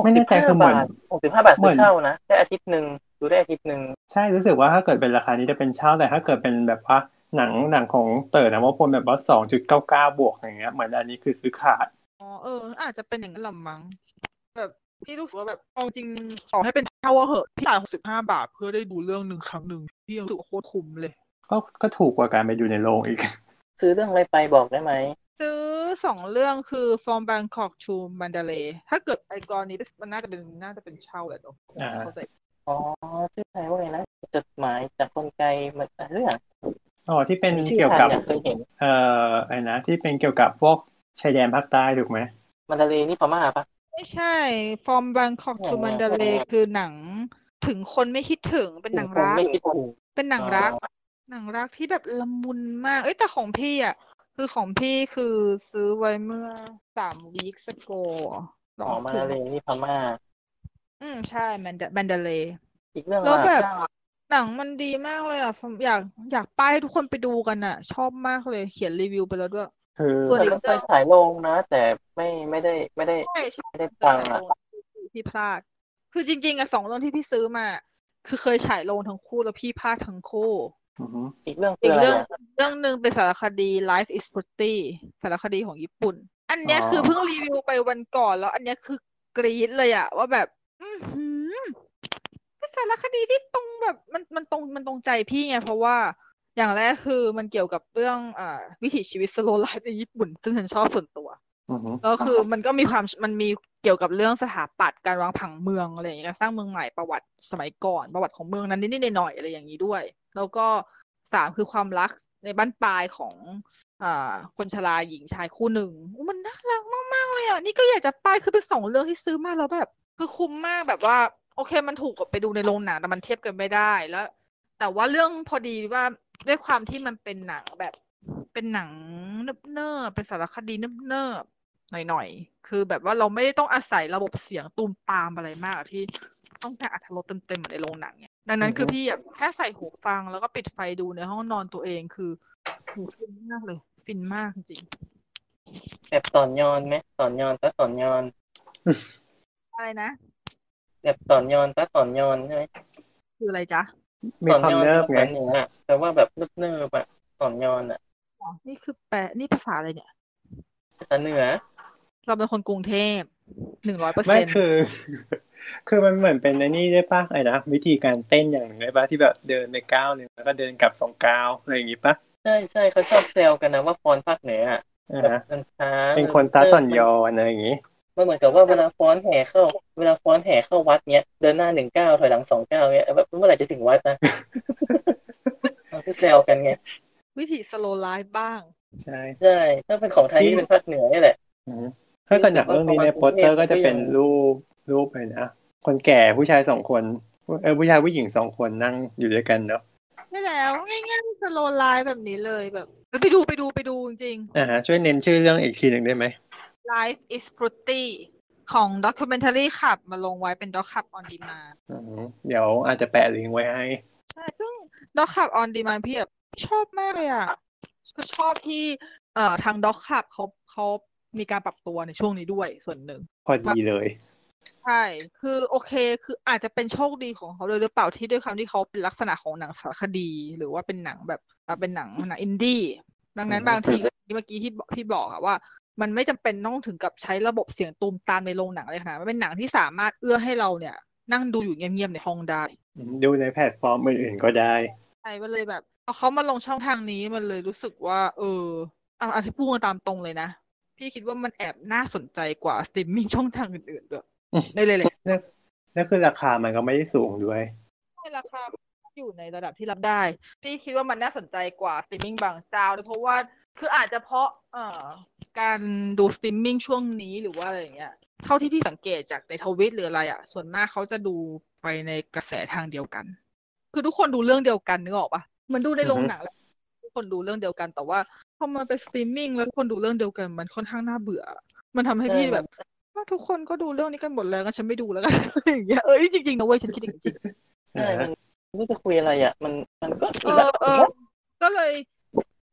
S2: ไม่แน่ใจคือเหมือน
S1: หกสิบห้าบาท
S2: เหมื
S1: คือ
S2: อน
S1: เช่านะ ได้อาทิตย์หนึ่งดูได้อาทิตย์หนึ่ง
S2: ใช่รู้สึกว่าถ้าเกิดเป็นราคานี้จะเป็นเช่าแต่ถ้าเกิดเป็นแบบว่าหนังหนังของเต๋อนะว่าพลแบบว่าสองจุดเก้าเก้าบวกอย่างเงี้ยเหมือนอันนี้คือซื้อขาด
S4: อ๋อเออ อาจจะเป็นอย่างนั้นละมั้งแบบพี่รู้สึกว่าแบบเอาจริงต่อให้เป็นเช่าว่าเหอะพี่จ่ายหกสิบห้าบาทเพื่อได้ดูเรื่องหนึ่งครั้งหนึ่งพี่ยังรู้สึกว่าโคตรคุ้มเลย
S2: ก็ก็ถูกกว่าการไปดูในโรงอีก
S1: ซื้อเรื่องอะไรไปบอกได้ไหม
S4: ซื้อสองเรื่องคือ From Bangkok to Mandalay ถ้าเกิดไอกรณีมันน่าจะเป็นน่าจะเป็นเช่าแหละเนอะ
S2: อ่า
S4: เข้าใจ
S1: อ๋อชื่อไทยว่าไงนะจดหมายจากคนไกลมันอะไรสักอย่าง
S2: อ๋อที่เป็น
S1: มีชื่อ
S2: เกี่ยว
S1: ไทย
S2: กับ
S1: อยากเคยเห็น
S2: เอ่อไอ้นะที่เป็นเกี่ยวกับพวกชายแดนภาคใต้ถูกไหม
S1: มันดาเลนี่พม่าปะ
S4: ไม่ใช่ From Bangkok to
S1: อ๋อ
S4: Mandalay คือหนังถึงคนไม่คิดถึงเป็นหนัง
S1: ผม
S4: รัก
S1: ไม่คิดถูก
S4: เป็นหนังรัก
S1: อ๋อ
S4: หนังรักที่แบบละมุนมาก เอ้ยแต่ของพี่อ่ะ คือของพี่คือซื้อไว้เมื่อสามวีคสโกล
S1: อ๋อมาเลนี่พม่า
S4: อืมใช่แมนแมนเดเล
S1: อีกเรื่อง
S4: แล้ว
S1: ว่า
S4: แบบหนังมันดีมากเลยอ่ะผมอยากอยากป้ายให้ทุกคนไปดูกันอ่ะ ชอบมากเลยเขียนรีวิวไปแล้วด้วย
S2: คือ
S4: ส่วนอีก
S1: มันเคยฉายลงนะ แต่ไม่ไม่ได้ไม่ได้
S4: ใช่ใช่
S1: ไม่ได้
S4: เจ
S1: ฟั
S4: อง แต่
S1: อะ
S4: โรงที่พลาด คือจริงๆอะสองเรื่องที่พี่ซื้อมา คือเคยฉายลงทั้งคู่แล้วพี่พลาดทั้งคู่
S2: อือฮึ
S1: อีกเรื่องคือ
S4: อี
S1: ก อะไร
S4: เรื่อง
S1: อะ
S4: เรื่องหนึ่งเป็นสารคดี Life is Pretty สารคดีของญี่ปุ่น อันเนี้ย
S2: อ๋อ
S4: คือเพิ่งรีวิวไปวันก่อนแล้ว อันเนี้ยคือกรี๊ดเลยอะว่าแบบอือหือเป็นสารคดีที่ตรงแบบมันมันตรงมันตรงใจพี่ไงเพราะว่าอย่างแรกคือมันเกี่ยวกับเรื่องอ่าวิถีชีวิตสโลไลฟ์ในญี่ปุ่น ซึ่งฉันชอบส่วนตัว
S2: อือฮึ
S4: ก็คือมันก็มีความมันมีเกี่ยวกับเรื่องสถาปัตย์การวางผังเมืองอะไรอย่างเงี้ยการสร้างเมืองใหม่ประวัติสมัยก่อน ประวัติของเมืองนั้นนิดๆหน่อยๆอะไรอย่างนี้ด้วย แล้วก็สามคือความรักในบ้านปลายของอ่าคนชราหญิงชายคู่หนึ่งอู้มันน่ารักมากๆเลยอ่ะนี่ก็อยากจะป้ายคือเป็นสองเรื่องที่ซื้อมาแล้วแบบ คือคุ้มมากแบบว่า โอเคมันถูกกว่าไปดูในโรงหนังแต่มันเทียบกันไม่ได้แล้ว แต่ว่าเรื่องพอดีว่าด้วยความที่มันเป็นหนังแบบ เป็นหนังเนิบเนิบๆเป็นสารคดีเนิบเนิบๆหน่อยๆ คือแบบว่าเราไม่ได้ต้องอาศัยระบบเสียงตูมตามอะไรมากอะพี่ ต้องการอัธรสเต็มๆเหมือนในโรงหนังเนี่ยดังนั้นคือพี่อะแค่ใส่หูฟังแล้วก็ปิดไฟดูในห้องนอนตัวเองคือหูฟินมากเลย ฟินมากจริง
S1: แบบสอนยอนไหมสอนยอนซะสอนยอน
S4: ๆอะไรนะ
S1: แบบสอนยอนซะสอนยอนใช่ไหม
S4: คืออะไรจ๊ะ
S2: มี
S1: สอน
S2: ความ
S1: ยอน
S2: เนิบไง
S1: สอนเหนืออะแต่ว่าแบบเนิบๆอ่ะสอนยอนอ่ะ
S4: อ๋อนี่คือแปลนี่ภาษาอะไรเนี่ย
S1: ภาษาเหนือ
S4: เราเป็นคนกรุงเทพหนึ่งร้อยเปอร์
S2: ไม่
S4: เซ็นต์
S2: คือ คือมันเหมือนเป็นในนี่ได้ปะไอ้นะวิธีการเต้นอย่างหนึ่งได้ปะที่แบบเดินไปก้าวหนึ่งแล้วก็เดินกลับสองก้าวอะไรอย่างงี้ปะ
S1: ใช่ใช่เขาชอบแซวกันนะว่าฟอนต์ภาคเหนืออะ
S2: อ่า
S1: แบบ
S2: ฮะ
S1: มันช้า
S2: เป็นคนตาส่อนยอนอะไรอย่างงี้
S1: มันเหมือนกับว่าเวลาฟ้อนแห่เข้า เวลาฟ้อนแห่เข้าวัดเนี้ยเดินหน้าหนึ่งเก้าวถอยหลังสองเก้าวเนี้ยแบบเมื่อไหร่จะถึงวัด นะ มันก็แซวกันไง
S4: วิธีสโลไลฟ์บ้าง
S2: ใช่
S1: ใช่ถ้าเป็นของไทย
S2: ที่
S1: นี่เป็นภาคเหนือนี่แหละ
S2: อืมถ้าเกิดหนังเรื่องนี้ในโปสเตอร์ก็จะเป็นรูปรูปเลยนะคนแก่ผู้ชายสองคนเออผู้ชายผู้หญิงสองคนนั่งอยู่ด้วยกันเนาะ
S4: ไม่แล้วง่ายๆสโลไลฟ์แบบนี้เลยแบบไปดูไปดูไปดูจริง
S2: อ่าฮะช่วยเน้นชื่อเรื่องอีกทีหนึ่งได้ไหม
S4: Life is Fruity ของ Documentary ขับมาลงไว้เป็น Doc ขับ on demand
S2: อืมเดี๋ยวอาจจะแปะลิงก์ไว้ให้
S4: ใช่ซึ่ง Doc ขับ on demand พี่แบบชอบมากเลยอ่ะคือชอบที่เอ่อทาง Doc ขับเขาเขามีการปรับตัวในช่วงนี้ด้วยส่วนหนึ่ง
S2: พอดีเลย
S4: ใช่ คือโอเค คืออาจจะเป็นโชคดีของเขาเลยหรือเปล่าที่ด้วยความที่เขาเป็นลักษณะของหนังสารคดี หรือว่าเป็นหนังแบบอ่ะเป็นหนังหนังอินดี้ ดังนั้นบางทีก็อย่างที่เมื่อกี้ที่บอกพี่บอกอะว่า มันไม่จำเป็นต้องถึงกับใช้ระบบเสียงตูมตามในโรงหนังเลยค่ะ มันเป็นหนังที่สามารถเอื้อให้เราเนี่ย นั่งดูอยู่เงียบๆในห้องได้
S2: อืมดูในแพลตฟอร์มอื่นๆก็ได้
S4: ใช่มันเลยแบบพอเขามาลงช่องทางนี้มันเลยรู้สึกว่า เออเอาเอาที่พูดกันตามตรงเลยนะ พี่คิดว่ามันแอบน่าสนใจกว่าสตรีมมิ่งช่องทางอื่นๆด้วย
S2: อืม
S4: ในหลายๆ
S2: นั่นคือราคามันก็ไม่ได้สูงด้วย
S4: ใช่ราคาอยู่ในระดับที่รับได้ พี่คิดว่ามันน่าสนใจกว่าสตรีมมิ่งบางเจ้าด้วยเพราะว่าคืออาจจะเพราะเอ่อการดูสตรีมมิ่งช่วงนี้หรือว่าอะไรอย่างเงี้ยเท่าที่พี่สังเกตจากในทวิตหรืออะไรอ่ะ ส่วนมากเขาจะดูไปในกระแสทางเดียวกัน คือทุกคนดูเรื่องเดียวกันนึกออกปะเหมันดูในโรงหนังแหละทุกคนดูเรื่องเดียวกัน แต่ว่าพอมันเป็นสตรีมมิ่งแล้วทุกคนดูเรื่องเดียวกันมันค่อนข้างน่าเบื่อ มันทำให้พี่
S1: ใช่
S4: แบบว่าทุกคนก็ดูเรื่องนี้กันหมดแล้วก็ฉันไม่ดูแล้วกัน อย่างเงี้ยเอ้ยจริงๆนะเว้ยฉันคิดอย่างนี้จริง
S1: ใช่มันไม่รู้จะคุยอะไรอ่ะ มันมันก็
S4: เออเออก็เลย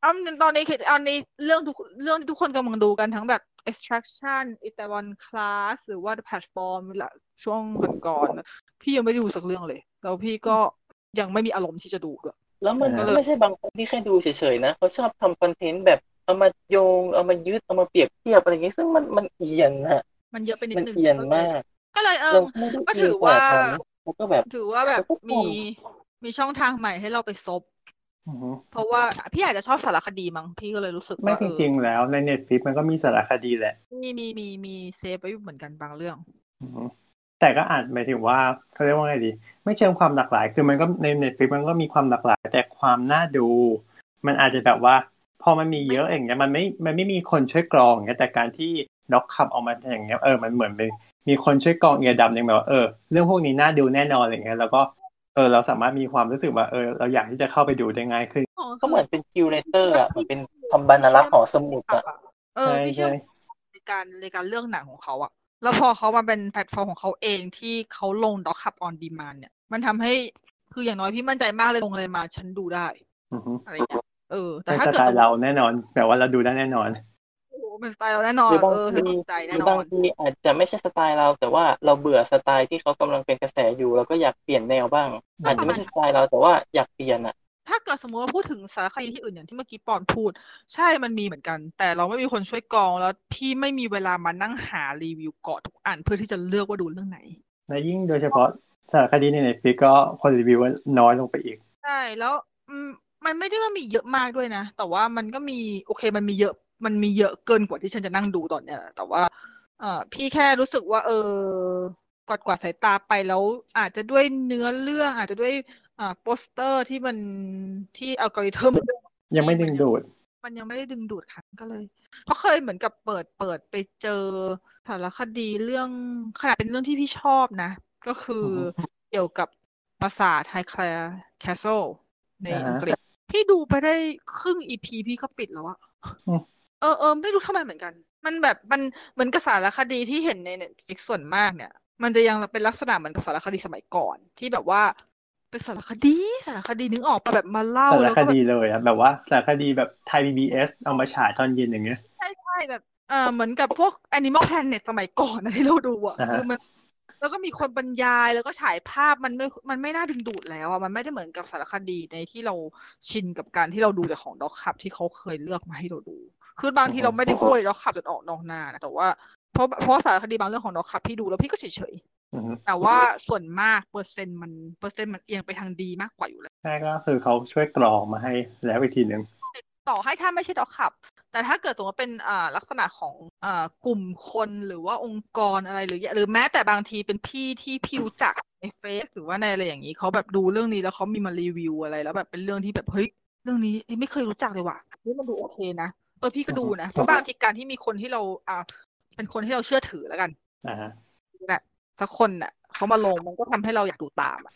S4: เอาตอนนี้คือเอาในเรื่องทุกเรื่องที่ทุกคนกำลังดูกันทั้งแบบ extraction i t a w a n class หรือว่า the platform ละช่วงก่อนๆพี่ยังไม่ได้ดูสักเรื่องเลย แล้วพี่ก็ยังไม่มีอารมณ์ที่จะดูด้วย
S1: แล้วมัน
S2: เออ
S1: ก็ไม่ใช่บางคนที่แค่ดูเฉยๆนะเขาชอบทำคอนเทนต์แบบเอามาโยงเอามายึดเอามาเปรียบเทียบอะไรอย่างงี้ซึ่งมันมันเอียนอะ
S4: มันเยอะไปนิด
S1: มัน
S4: นึง
S1: เอียนมาก
S4: ก็เลยเอ
S1: เรา
S4: อ
S1: ไม่ได้
S4: ก็ถือว่า
S1: เยนกเขาแล้วก็แบบ
S4: ถือว่าแบบ
S1: ทุกคน
S4: มีมีช่องทางใหม่ให้เราไปซบ
S2: อือฮึ
S4: เพราะว่าพี่อาจจะชอบสารคดีมั้งพี่ก็เลยรู้สึก
S2: ไม่จ
S4: ว่าเออ
S2: ริงๆแล้วใน Netflix มันก็มีสารคดีแหละ
S4: มีมีมีมีเซฟไว้อยู่เหมือนกันบางเรื่อง
S2: อืมแต่ก็อาจหมายถึงว่าเขาเรียกว่าไงดี ไม่เชิงความหลากหลาย คือมันก็ในเน็ตฟลิมันก็มีความหลากหลาย แต่ความน่าดู มันอาจจะแบบว่า พอมันมีเยอะอย่างเงี้ยมันไม่มันไม่มีคนช่วยกรองอย่างเงี้ยแต่การที่ด็อกขับออกมาอย่างเงี้ยเออมันเหมือนเป็นมีคนช่วยกรองเอียดำอย่างแบบว่าเออเรื่องพวกนี้น่าดูแน่นอนอะไรเงี้ยแล้วก็เออเราสามารถมีความรู้สึกว่าเออเราอยากที่จะเข้าไปดูได้ง่ายขึ้น
S1: ก็เหมือนเป็นคิวเรเตอร์อ่ะมันเป็นคำบรรลักษ์หอสมุด
S4: ขับ
S1: อ่ะ
S4: อะเออ
S2: ใช่
S4: พี่เชื่อ
S2: ใช่
S4: ในการในการเลือกหนังของเขาอะแล้วพอเขามาเป็นแพลตฟอร์มของเขาเองที่เขาลงด็อกขับออนดีมานเนี่ย มันทำให้คืออย่างน้อยพี่มั่นใจมากเลยลงอะไรมาฉันดูได้
S2: อือฮึ
S4: อะไรเงี้ยเออ แต่
S2: เป็น
S4: ถ้า
S2: ส
S4: เกิ
S2: ไต
S4: ด
S2: ล์เราแน่นอนแบบว่าเราดูได้แน่นอน
S4: โอ้โหเป็นสไตล์เราแน่นอน
S1: หรือบาง
S4: เออ
S1: ที
S4: สนอกใจ
S1: ห
S4: แน่
S1: รือ
S4: อบ
S1: นาง
S4: น
S1: ทีอาจจะไม่ใช่สไตล์เรา แต่ว่าเราเบื่อสไตล์ที่เขากำลังเป็นกระแสอยู่เราก็อยากเปลี่ยนแนวบ้าง อาจจะไม่ใช่สไตล์เราแต่ว่าอยากเปลี่ยนอ่ะ
S4: ถ้าเกิดสมมติว่าพูดถึงสารคดีที่อื่นอย่างที่เมื่อกี้ปอนพูด ใช่มันมีเหมือนกัน แต่เราไม่มีคนช่วยกรองแล้วพี่ไม่มีเวลามานั่งหารีวิวเกาะทุกอันเพื่อที่จะเลือกว่าดูเรื่องไหน
S2: และยิ่งโดยเฉพาะสารคดีในเน็ตฟลิก็คนรีวิวน้อยลงไปอีก
S4: ใช่แล้วอืมมันไม่ได้ว่ามีเยอะมากด้วยนะ แต่ว่ามันก็มีโอเคมันมีเยอะมันมีเยอะเกินกว่าที่ฉันจะนั่งดูตอนเนี้ยแหละแต่ว่า เออพี่แค่รู้สึกว่า เออกวาดกวาดสายตาไปแล้ว อาจจะด้วยเนื้อเรื่อง อาจจะด้วยอ่าโปสเตอร์ที่มันที่อัลกอริทึม
S2: ยังไม่ดึงดูด
S4: มันยังไม่ได้ดึงดูดค่ะก็เลยเพราะเคยเหมือนกับเปิดเปิดไปเจอสารคดีเรื่องขนาดเป็นเรื่องที่พี่ชอบนะ ก็คืออเกี่ยวกับปราสาทไฮแคลร์แคสเซิลใน
S2: อ่าฮะ
S4: อังกฤษ พี่ดูไปได้ครึ่งอีพีพี่ก็ปิดแล้วอะ
S2: อืม
S4: เออเออไม่รู้ทำไมเหมือนกัน มันแบบมันเหมือนกับสารคดีที่เห็นในเน็ตฟลิกส่วนมากเนี่ย มันจะยังเป็นลักษณะเหมือนกับสารคดีสมัยก่อน ที่แบบว่าเป็นสารคดีสารคดีนึกออกปะแบบมาเล่า
S2: สาร
S4: แล้ว
S2: ค
S4: ก็แบบ
S2: ดีเลยอะแบบว่าสารคดีแบบไทย PBS เอามาฉายตอนเย็นอย่างเงี้ย
S4: ใช่ใช่แบบเออเหมือนกับพวก Animal Planet สมัยก่อนนะที่เราดูอ่ะ
S2: อ่าฮะ
S4: คือมัน แล้วก็มีคนบรรยายแล้วก็ฉายภาพมันไม่มันไม่น่าดึงดูดแล้วอ่ะมันไม่ได้เหมือนกับสารคดีในที่เราชินกับการที่เราดูแต่ของด็อกคับที่เขาเคยเลือกมาให้เราดู คือบางทีเราไม่ได้คุยด็อกคับจนออกนอกหน้านะแต่ว่าเพราะเพราะสารคดีบางเรื่องของด็อกคับพี่ดูแล้วพี่ก็เฉยๆ
S2: อือฮึ
S4: แต่ว่าส่วนมากเปอร์เซ็นต์มันเปอร์เซ็นต์มันเอียงไปทางดีมากกว่าอยู่แล้ว
S2: ใช่ก็คือเขาช่วยกรองมาให้แล้วอีกทีหนึ่ง
S4: ต่อให้ถ้าไม่ใช่ด็อกขับ แต่ถ้าเกิดสมมติว่าเป็นอ่าลักษณะของอ่ากลุ่มคนหรือว่าองค์กรอะไรหรือ หรือแม้แต่บางทีเป็นพี่ที่พี่รู้จักในเฟซหรือว่าในอะไรอย่างนี้เขาแบบดูเรื่องนี้แล้วเขามีมารีวิวอะไรแล้วแบบเป็นเรื่องที่แบบเฮ้ยเรื่องนี้เอ้ยไม่เคยรู้จักเลยว่ะเฮ้ยมันดูโอเคนะเออพี่ก็ดูนะเพราะบางทีการที่มีคนที่เราอ่าเป็นคนที่เราเชื่อถือแล้วกัน
S2: อ่าฮะ
S4: นะสักคนน่ะเขามาลงมันก็ทำให้เราอยากดูตามอะ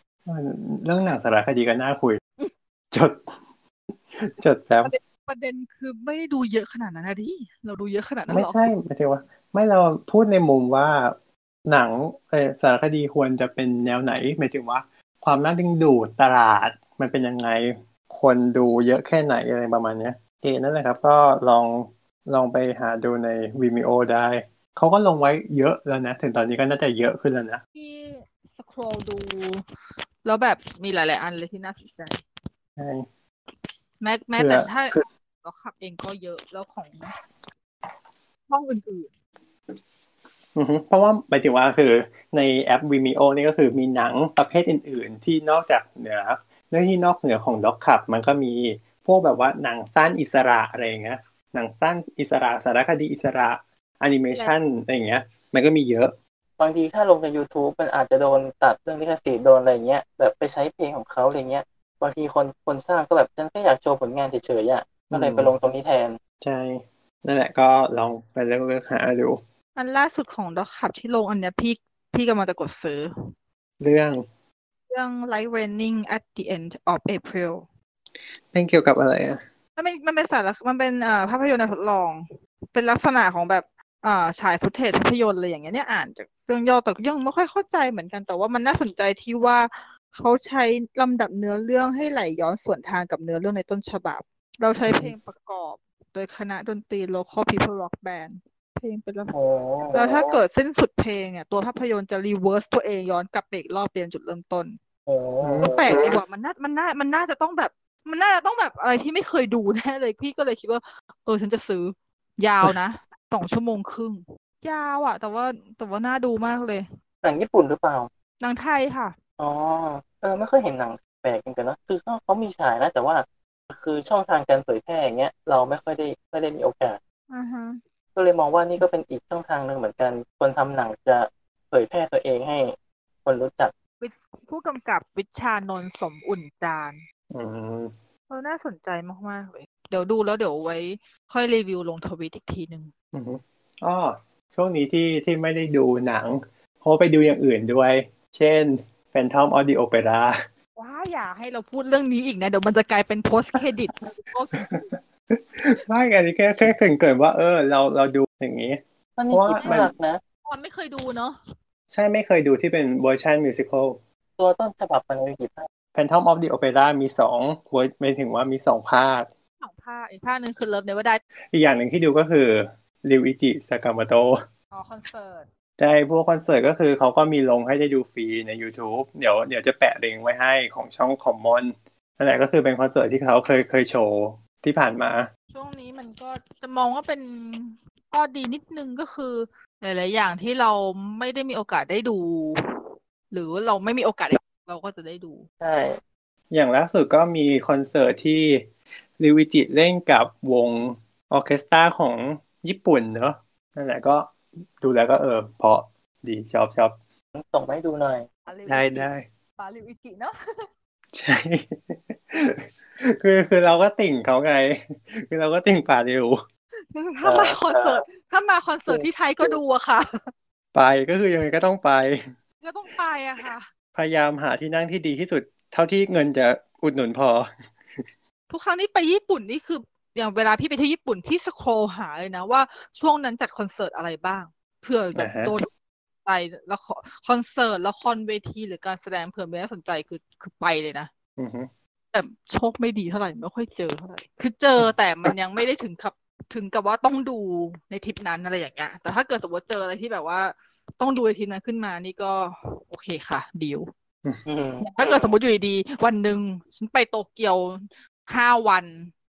S2: เรื่องหนังสารคดีก็น่าคุย จด จดแป๊บ
S4: ประเด็นคือไม่ได้ดูเยอะขนาดนั้นนะดิ เราดูเยอะขนาดนั้น
S2: ไม่
S4: หรอ
S2: ใช่หมายถึงว่า ไม่เราพูดในมุมว่าหนังเออสารคดีควรจะเป็นแนวไหนหมายถึงว่า ความน่าดึงดูดตลาดมันเป็นยังไง คนดูเยอะแค่ไหนอะไรประมาณเนี้ยโอเคนั่นแหละครับ ก็ลองลองไปหาดูใน Vimeo ได้ เขาก็ลงไว้เยอะแล้วนะ ถึงตอนนี้ก็น่าจะเยอะขึ้นแล้วนะ
S5: ที่สครอลดู
S4: แล้วแบบมีหลาย ๆ อันเลยที่น่าสนใจ
S2: ใช่
S4: แม้แม้
S2: คือ
S4: แต่ถ้าเราขับเองก็เยอะแล้วของห้องอื่น
S2: อือฮึเพราะว่าหมายถึงว่าคือในแอป Vimeo นี่ก็คือมีหนังประเภทอื่น ๆ ที่นอกจากเหนือเรื่องที่นอกเหนือของด็อกขับ มันก็มีพวกแบบว่าหนังสั้นอิสระอะไรอย่างเงี้ยหนังสั้นอิสระสารคดีอิสระแอนิเมชันอะไรอย่างเงี้ย มันก็มีเยอะ
S1: บางทีถ้าลงใน YouTube มันอาจจะโดนตัดเรื่องลิขสิทธิ์โดนอะไรเงี้ยแบบไปใช้เพลงของเขาอะไรเงี้ย บางทีคนคนสร้างก็แบบฉันแค่อยากโชว์ผลงานเฉยๆอ่ะก็เลยไปลงตรงนี้แทน
S2: ใช่นั่นแหละก็ลองไปเลือกเลือกหาดู
S4: ๆ อันล่าสุดของดอกขับที่ลงอันเนี้ยพี่พี่กำลังจะกดซื้อ
S2: เรื่อง
S4: เรื่อง Light Raining at the End of April
S2: เป็นเกี่ยวกับอะไรอ่ะ
S4: มันเป็นมันเป็นสารมันเป็นเอ่อภาพยนตร์แนวทดลอง เป็นลักษณะของแบบอ่าฉายฟุตเทจภาพยนตร์อะไรอย่างเงี้ยเนี่ยอ่านจากเรื่องย่อแต่ก็ยังไม่ค่อยเข้าใจเหมือนกันแต่ว่ามันน่าสนใจที่ว่าเขาใช้ลำดับเนื้อเรื่องให้ไหลย้อนสวนทางกับเนื้อเรื่องในต้นฉบับ เราใช้เพลงประกอบ โดยคณะดนตรี local people rock band เพลงเป็นลำ
S1: โอ้
S4: แล้วถ้าเกิดสิ้นสุดเพลงเนี่ยตัวภาพยนตร์จะรีเวิร์สตัวเองย้อนกลับไปอีกรอบเปลี่ยนจุดเริ่มต้น
S1: โอ้
S4: ก็แปลกดีกว่ามันน่ามันน่ามันน่าจะต้องแบบ มันน่าจะต้องแบบอะไรที่ไม่เคยดูแน่เลยพี่ก็เลยคิดว่า เออ ฉันจะซื้อยาวนะ สองชั่วโมงครึ่ง ยาวอะแต่ว่าแต่ว่าน่าดูมากเลย
S1: หนังญี่ปุ่นหรือเปล่า
S4: หนังไทยค่ะ
S1: อ๋อเออไม่ค่อยเห็นหนังแปลกเหมือนกันนะคือเขาเขามีฉายนะแต่ว่า คือช่องทางการเผยแพร่อย่างเงี้ยเราไม่ค่อยได้ไม่ได้มีโอกาส
S4: อ่าฮะ
S1: ก็เลยมองว่านี่ก็เป็นอีกช่องทางหนึ่งเหมือนกัน คนทำหนังจะเผยแพร่ตัวเองให้ คนรู้จัก
S4: ผู้กำกับวิชานนท์สมอุ่นจาน
S2: อืม
S4: เออน่าสนใจมาก ๆ เลย เดี๋ยวดูแล้วเดี๋ยวไว้ ค่อยรีวิวลงทวิตอีกทีหนึ่ง
S2: อือฮึอ๋อช่วงนี้ที่ที่ไม่ได้ดูหนังเพราะไปดูอย่างอื่นด้วย เช่น Phantom of the Opera
S4: ว้าอย่าให้เราพูดเรื่องนี้อีกนะ เดี๋ยวมันจะกลายเป็นโพสเครดิต
S2: ไม่อันนี้แค่แค่เกรินเกินๆว่าเออเราเราดูอย่างนี้
S1: มันมีกี่
S2: เพราะว่ามัน
S1: ภาคนะ
S4: ตอนไม่เคยดูเนาะ
S2: ใช่ไม่เคยดูที่เป็นเวอร์ชันมิวสิควล
S1: ตัวต้นฉบับมันมีกี่ภาค
S2: Phantom of the Opera มีสองเวอร์หมายถึงว่ามีสองภาค
S4: สองภาคอีกภาคหนึ่งคือเลิฟเนวอร์ได้
S2: อีกอย่างหนึ่งที่ดูก็คือริวอิจิสากามโต
S4: อ๋อคอนเสิร์ต
S2: ได้พวกคอนเสิร์ตก็คือเขาก็มีลงให้ได้ดูฟรีใน YouTube เดี๋ยวเดี๋ยวจะแปะลิงก์ไว้ให้ของช่อง Common นั่นแหละก็คือเป็นคอนเสิร์ตที่เขาเคยเคยโชว์ที่ผ่านมา
S4: ช่วงนี้มันก็จะมองว่าเป็นข้อดีนิดนึงก็คือ หลาย ๆ อย่างที่เราไม่ได้มีโอกาสได้ดู หรือว่าเราไม่มีโอกาสได้เราก็จะได้ดู
S1: ใช่
S2: อย่างล่าสุดก็มีคอนเสิร์ตที่ริวิจิเล่นกับวงออร์เคสตราของญี่ปุ่นเนอะนั่นแหละก็ดูแล้วก็เออเพราะดีชอบชอบ
S1: ส่งมาให้ดูหน่อย
S2: ได้ได้
S4: ปาลิวอิจิเนาะ
S2: ใช่ คือคือเราก็ติ่งเขาไง คือเราก็ติ่งป่าเร็ว
S4: ถ้ามาคอนเสิร์ตถ้ามาคอนเสิร์ตที่ไทยก็ดูอะค่ะ
S2: ไปก็คือยังไงก็ต้องไป
S4: ก็ต้องไปอะค่ะ
S2: พยายามหาที่นั่งที่ดีที่สุด เท่าที่เงินจะอุดหนุนพอ
S4: ทุกครั้งที่ไปญี่ปุ่นนี่คือ อย่างเวลาพี่ไปเที่ยวญี่ปุ่นพี่สโครลหาเลยนะว่าช่วงนั้นจัดคอนเสิร์ตอะไรบ้างเผื่อแบบ
S2: อ่าฮะ
S4: โดน ใจละครคอนเสิร์ตละครเวทีหรือการแสดงเผื่อไม่ได้สนใจคือคือไปเลยนะ
S2: อือฮึ
S4: แต่โชคไม่ดีเท่าไหร่ไม่ค่อยเจอเท่าไหร่คือเจอแต่มันยังไม่ได้ถึงกับถึงกับว่าต้องดูในทริปนั้นอะไรอย่างเงี้ยแต่ถ้าเกิดสมมติเจออะไรที่แบบว่า ต้องดูในทริปนั้นขึ้นมานี่ก็โอเคค่ะดีล
S1: อืม
S4: ถ้าเกิดสมมติอยู่ดีๆวันหนึ่งฉันไปโตเกียวห้าวัน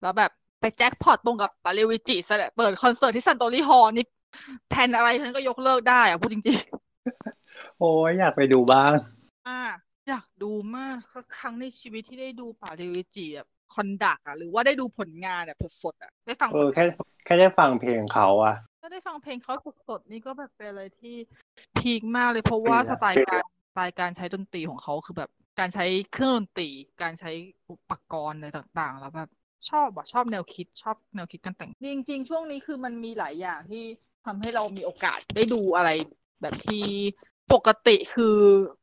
S4: แล้วแบบไปแจ็คพอตตรงกับปาเลวิจิซะแหละเปิดคอนเสิร์ตที่ซันโตริฮอลล์นี่แผนอะไรฉันก็ยกเลิกได้อะพูดจริงๆ
S2: โอ้ยอยากไปดูบ้าง
S4: อ่าอยากดูมากสักครั้งในชีวิตที่ได้ดูป่าเดวิจิแบบคอนดักอะหรือว่าได้ดูผลงานแบบสดๆอะได้ฟัง
S2: เออแค่แค่ได้ฟังเพลงเขาอะ
S4: ถ้าได้ฟังเพลงเขาสดๆนี่ก็แบบเป็นอะไรที่พีคมากเลยเพราะว่าสไตล์การสไตล์การใช้ดนตรีของเขาคือแบบการใช้เครื่องดนตรี การใช้อุปกรณ์อะไรต่างๆ แล้วแบบชอบอะชอบแนวคิดชอบแนวคิดการแต่งจริง ๆ ช่วงนี้คือมันมีหลายอย่างที่ทำให้เรามีโอกาสได้ดูอะไรแบบที่ปกติคือ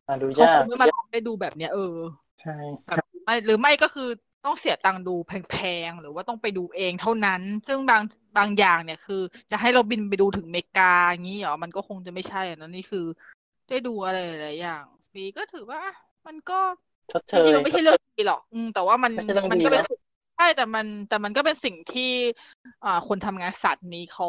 S1: อ่ะดู
S4: เขา
S1: ยา
S4: ค
S1: ก
S4: งไม่มาทำให้ดูแบบเนี้ยเออ
S2: ใช่
S4: แบบไม่หรือไม่ก็คือต้องเสียตังค์ดูแพงๆ หรือว่าต้องไปดูเองเท่านั้น ซึ่งบางบางอย่างเนี่ยคือ จะให้เราบินไปดูถึงอเมริกาอย่างนี้เหรอ มันก็คงจะไม่ใช่อะเนอะนี่คือ ได้ดูอะไรหลายๆอย่างฟรีก็ถือว่าอ่ะมันก็
S1: ชด
S4: จ
S1: เช
S4: ริ
S1: ย
S4: งๆมันไม่ใช่เรื่องดีหรอกอืมแต่ว่ามัน
S1: ไม่ใช่เรื่องดี
S4: มันก็เป็น
S1: นะ
S4: ใช่แต่มันแต่มันก็เป็นสิ่งที่ อ่าคนทำงานสัตว์นี้เขา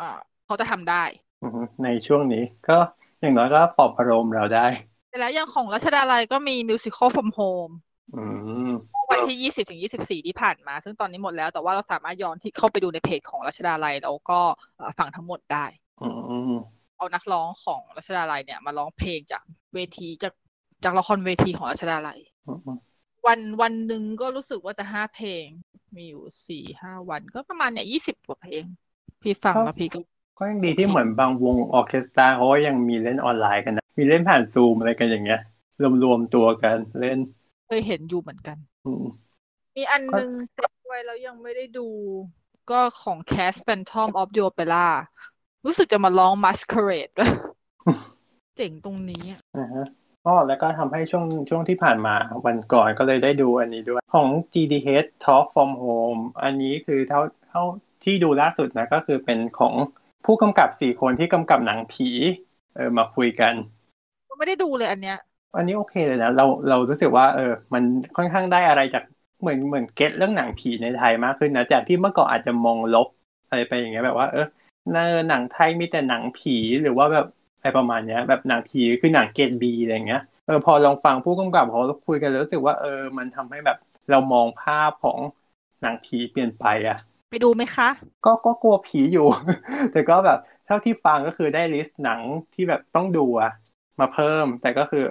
S4: อ่าเขาจะทำได้
S2: อือฮึในช่วงนี้ก็อย่างน้อยก็ปลอบประโลมเราได้
S4: แต่แล้วอย่างของรัชดาลัยก็มีมิวสิคอลฟอมโฮม
S2: อืม
S4: วันที่ยี่สิบถึงยี่สิบสี่ที่ผ่านมา ซึ่งตอนนี้หมดแล้ว แต่ว่าเราสามารถย้อนที่เข้าไปดูในเพจของรัชดาลัยแล้วก็เอ่อฟังทั้งหมดได้
S2: อืม
S4: เอานักร้องของรัชดาลัยเนี่ยมาร้องเพลงจากเวทีจากจากละครเวทีของรัชดาลัย
S2: อืม
S4: วันวันหนึ่งก็รู้สึกว่าจะห้าเพลง มีอยู่สี่ห้าวันก็ประมาณเนี่ยยี่สิบกว่าเพลง พี่ฟัง
S2: ครับ
S4: แล้วพี่ก็
S2: ก็ยังดีที่เหมือนบางวงออร์เคสตราเขาก็ยังมีเล่นออนไลน์กันนะ มีเล่นผ่านซูมอะไรกันอย่างเงี้ย รวมๆตัวกันเล่น
S4: เคยเห็นอยู่เหมือนกัน
S2: อืม
S4: มีอัน
S2: ก็
S4: หนึ่งเซ็ตไว้แล้วยังไม่ได้ดู ก็ของ Cast Phantom of the Opera รู้สึกจะมาร้อง Masquerade ด้วยเจ๋งตรงนี้อะ
S2: นะฮะก็แล้วก็ทำให้ช่วงช่วงที่ผ่านมาวันก่อนก็เลยได้ดูอันนี้ด้วย ของ GDH Talk from Home อันนี้คือเท่าเท่าที่ดูล่าสุดนะก็คือเป็นของผู้กำกับสี่คนที่กำกับหนังผีเออมาคุยกัน
S4: ก็ไม่ได้ดูเลยอันเนี้ย
S2: อันนี้โอเคเลยนะเราเรารู้สึกว่าเออมันค่อนข้างได้อะไรจากเหมือนเหมือนเก็ตเรื่องหนังผีในไทยมากขึ้นนะจากที่เมื่อก่อนอาจจะมองลบอะไรไปอย่างเงี้ยแบบว่าเออเนอหนังไทยมีแต่หนังผีหรือว่าแบบอะไรประมาณเนี้ย แบบหนังผีคือหนังเกรดบีอะไรอย่างเงี้ยเออพอลองฟังผู้กำกับเขาคุยกันแล้วรู้สึกว่าเออมันทำให้แบบเรามองภาพของหนังผีเปลี่ยนไปอ่ะ
S4: ไปดูไหมคะ
S2: ก็ก็กลัวผีอยู่ แต่ก็แบบเท่าที่ฟังก็คือได้ลิสต์หนังที่แบบต้องดูอะมาเพิ่ม แต่ก็คือ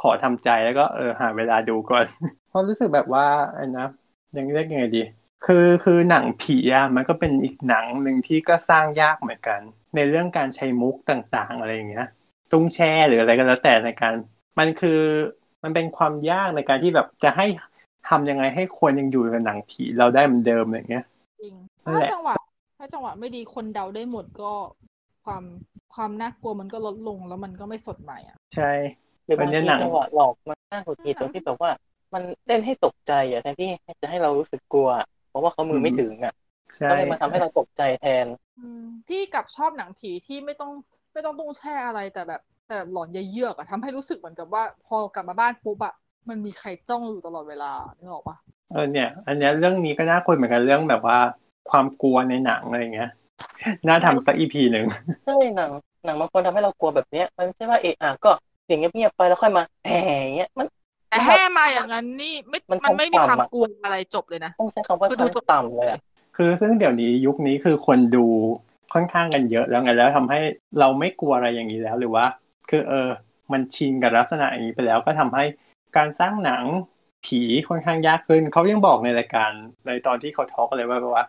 S2: ขอทำใจแล้วก็เออหาเวลาดูก่อน เพราะรู้สึกแบบว่าไอ้นะยังเรียกยังไงดี คือคือหนังผีอะมันก็เป็นอีกหนังหนึ่งที่ก็สร้างยากเหมือนกัน ในเรื่องการใช้มุกต่างๆ อะไรอย่างเงี้ย ตุ้งแช่หรืออะไรก็แล้วแต่ในการ มันคือมันเป็นความยากในการที่แบบจะให้ทำยังไงให้คนยังอยู่กับหนังผีเราได้เหมือนเดิมอะไรอย่างเงี้ย
S4: จริง
S2: นั่
S4: ถ้าน
S2: แหละ
S4: จังหวะ ถ้าจังหวะไม่ดีคนเดาได้หมดก็ความความน่ากลัวมันก็ลดลงแล้วมันก็ไม่สดใหม่อ่ะ
S2: ใช่
S1: หรือบาง
S2: เป็น
S1: ที
S2: หนัง
S1: จังหวะหลอกมันน่าหดหงิดตรงที่แบบว่า มันเล่นให้ตกใจอ่ะแทนที่จะให้เรารู้สึกกลัว เพราะว่าเขามือไม่ถึงอ่ะ
S2: ใช่
S1: ก็เลยมาทำให้เราตกใจแทน
S4: อืมพี่กลับชอบหนังผีที่ไม่ต้องไม่ต้องต้องแช่อะไรแต่แบบ แต่แบบหลอนเยอะๆอะทำให้รู้สึกเหมือนกับว่า พอกลับมาบ้านปุ๊บอะมันมีใครจ้องอยู่ตลอดเวลานึกออกปะ
S2: เออเนี่ย อันเนี้ยเรื่องนี้ก็น่าคุยเหมือนกันเรื่องแบบว่าความกลัวในหนังอะไรเงี้ย น่าทำสักอีพีหนึ่ง
S1: ใช่หนังหนังมันควรทำให้เรากลัวแบบเนี้ย มันไม่ใช่ว่าเอะอะก็เสียงเงียบๆไปแล้วค่อยมา แหมอย่างเงี้ยมัน
S4: แต่แห่มาอย่างนั้นนี่ไม่
S1: มัน
S4: มันไม่มี
S1: ขั้น
S4: ค
S1: ต่ำ
S4: วาม
S1: อะ
S4: กลัวอะไรจบเลยนะ
S1: ต้องใช้คำว่า
S4: คือดู
S1: ชั้นต่ำเลยอะ
S2: คือซึ่งเดี๋ยวนี้ยุคนี้คือคนดูค่อนข้างกันเยอะแล้วไงแล้วทำให้เราไม่กลัวอะไรอย่างนี้แล้วหรือว่า คือเออ มันชินกับลักษณะอย่างนี้ไปแล้วก็ทำให้การสร้างหนังผีค่อนข้างยากขึ้นเขายังบอกในรายการในตอนที่เขาทอล์กเลยว่าแบบว่า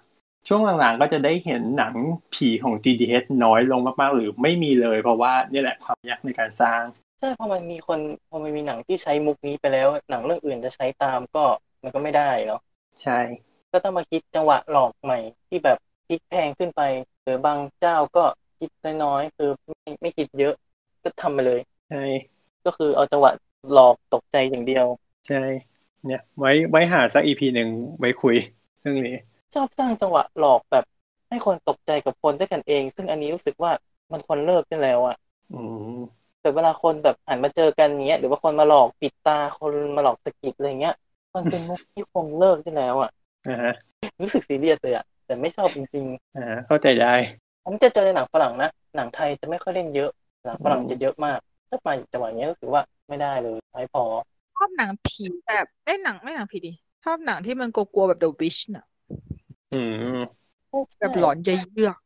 S2: ช่วงหลังๆก็จะได้เห็นหนังผีของ GDH น้อยลงมากๆ หรือไม่มีเลย เพราะว่าเนี่ยแหละความยากในการสร้าง
S1: ใช่พอมันมีคนพอมันมีหนังที่ใช้มุกนี้ไปแล้ว หนังเรื่องอื่นจะใช้ตามก็มันก็ไม่ได้เนาะ
S2: ใช่
S1: ก็ต้องมาคิดจังหวะหลอกใหม่ ที่แบบคิดแพงขึ้นไป หรือบางเจ้าก็คิดน้อยๆคือไม่ไม่คิดเยอะก็ทำไปเลย
S2: ใช่
S1: ก็คือเอาจังหวะหลอกตกใจอย่างเดียว
S2: ใช่ เนี่ย ไว้ไว้หาสักอีพีหนึ่งไว้คุยเรื่องนี้
S1: ชอบสร้างจังหวะหลอกแบบ ให้คนตกใจกับคนด้วยกันเอง ซึ่งอันนี้รู้สึกว่ามันควรเลิกได้แล้วอะ
S2: อืม
S1: เวลาคนแบบหันมาเจอกันเนี้ยหรือว่าคนมาหลอกปิดตาคนมาหลอกสะกิดอะไรเงี้ย มันเป็นมุกที่คงเลิกได้แล้วอ่ะ
S2: อ่าฮะ
S1: รู้สึกซีเรียสเลยอ่ะแต่ไม่ชอบจริง
S2: อ่าฮะเข้าใจได้
S1: ๆอันนี้จะเจอในหนังฝรั่งนะหนังไทยจะไม่ค่อยเล่นเยอะหนังฝรั่งจะเยอะมากถ้ามาจังหวะเนี้ยรู้สึกว่าไม่ได้เลยไม่พอ
S4: ชอบหนังผีแบบเอ้ยหนังไม่หนังผีดิชอบหนังที่มันกลัวๆแบบ The Witch น่ะ
S2: อืม
S4: แบบหลอนเยือก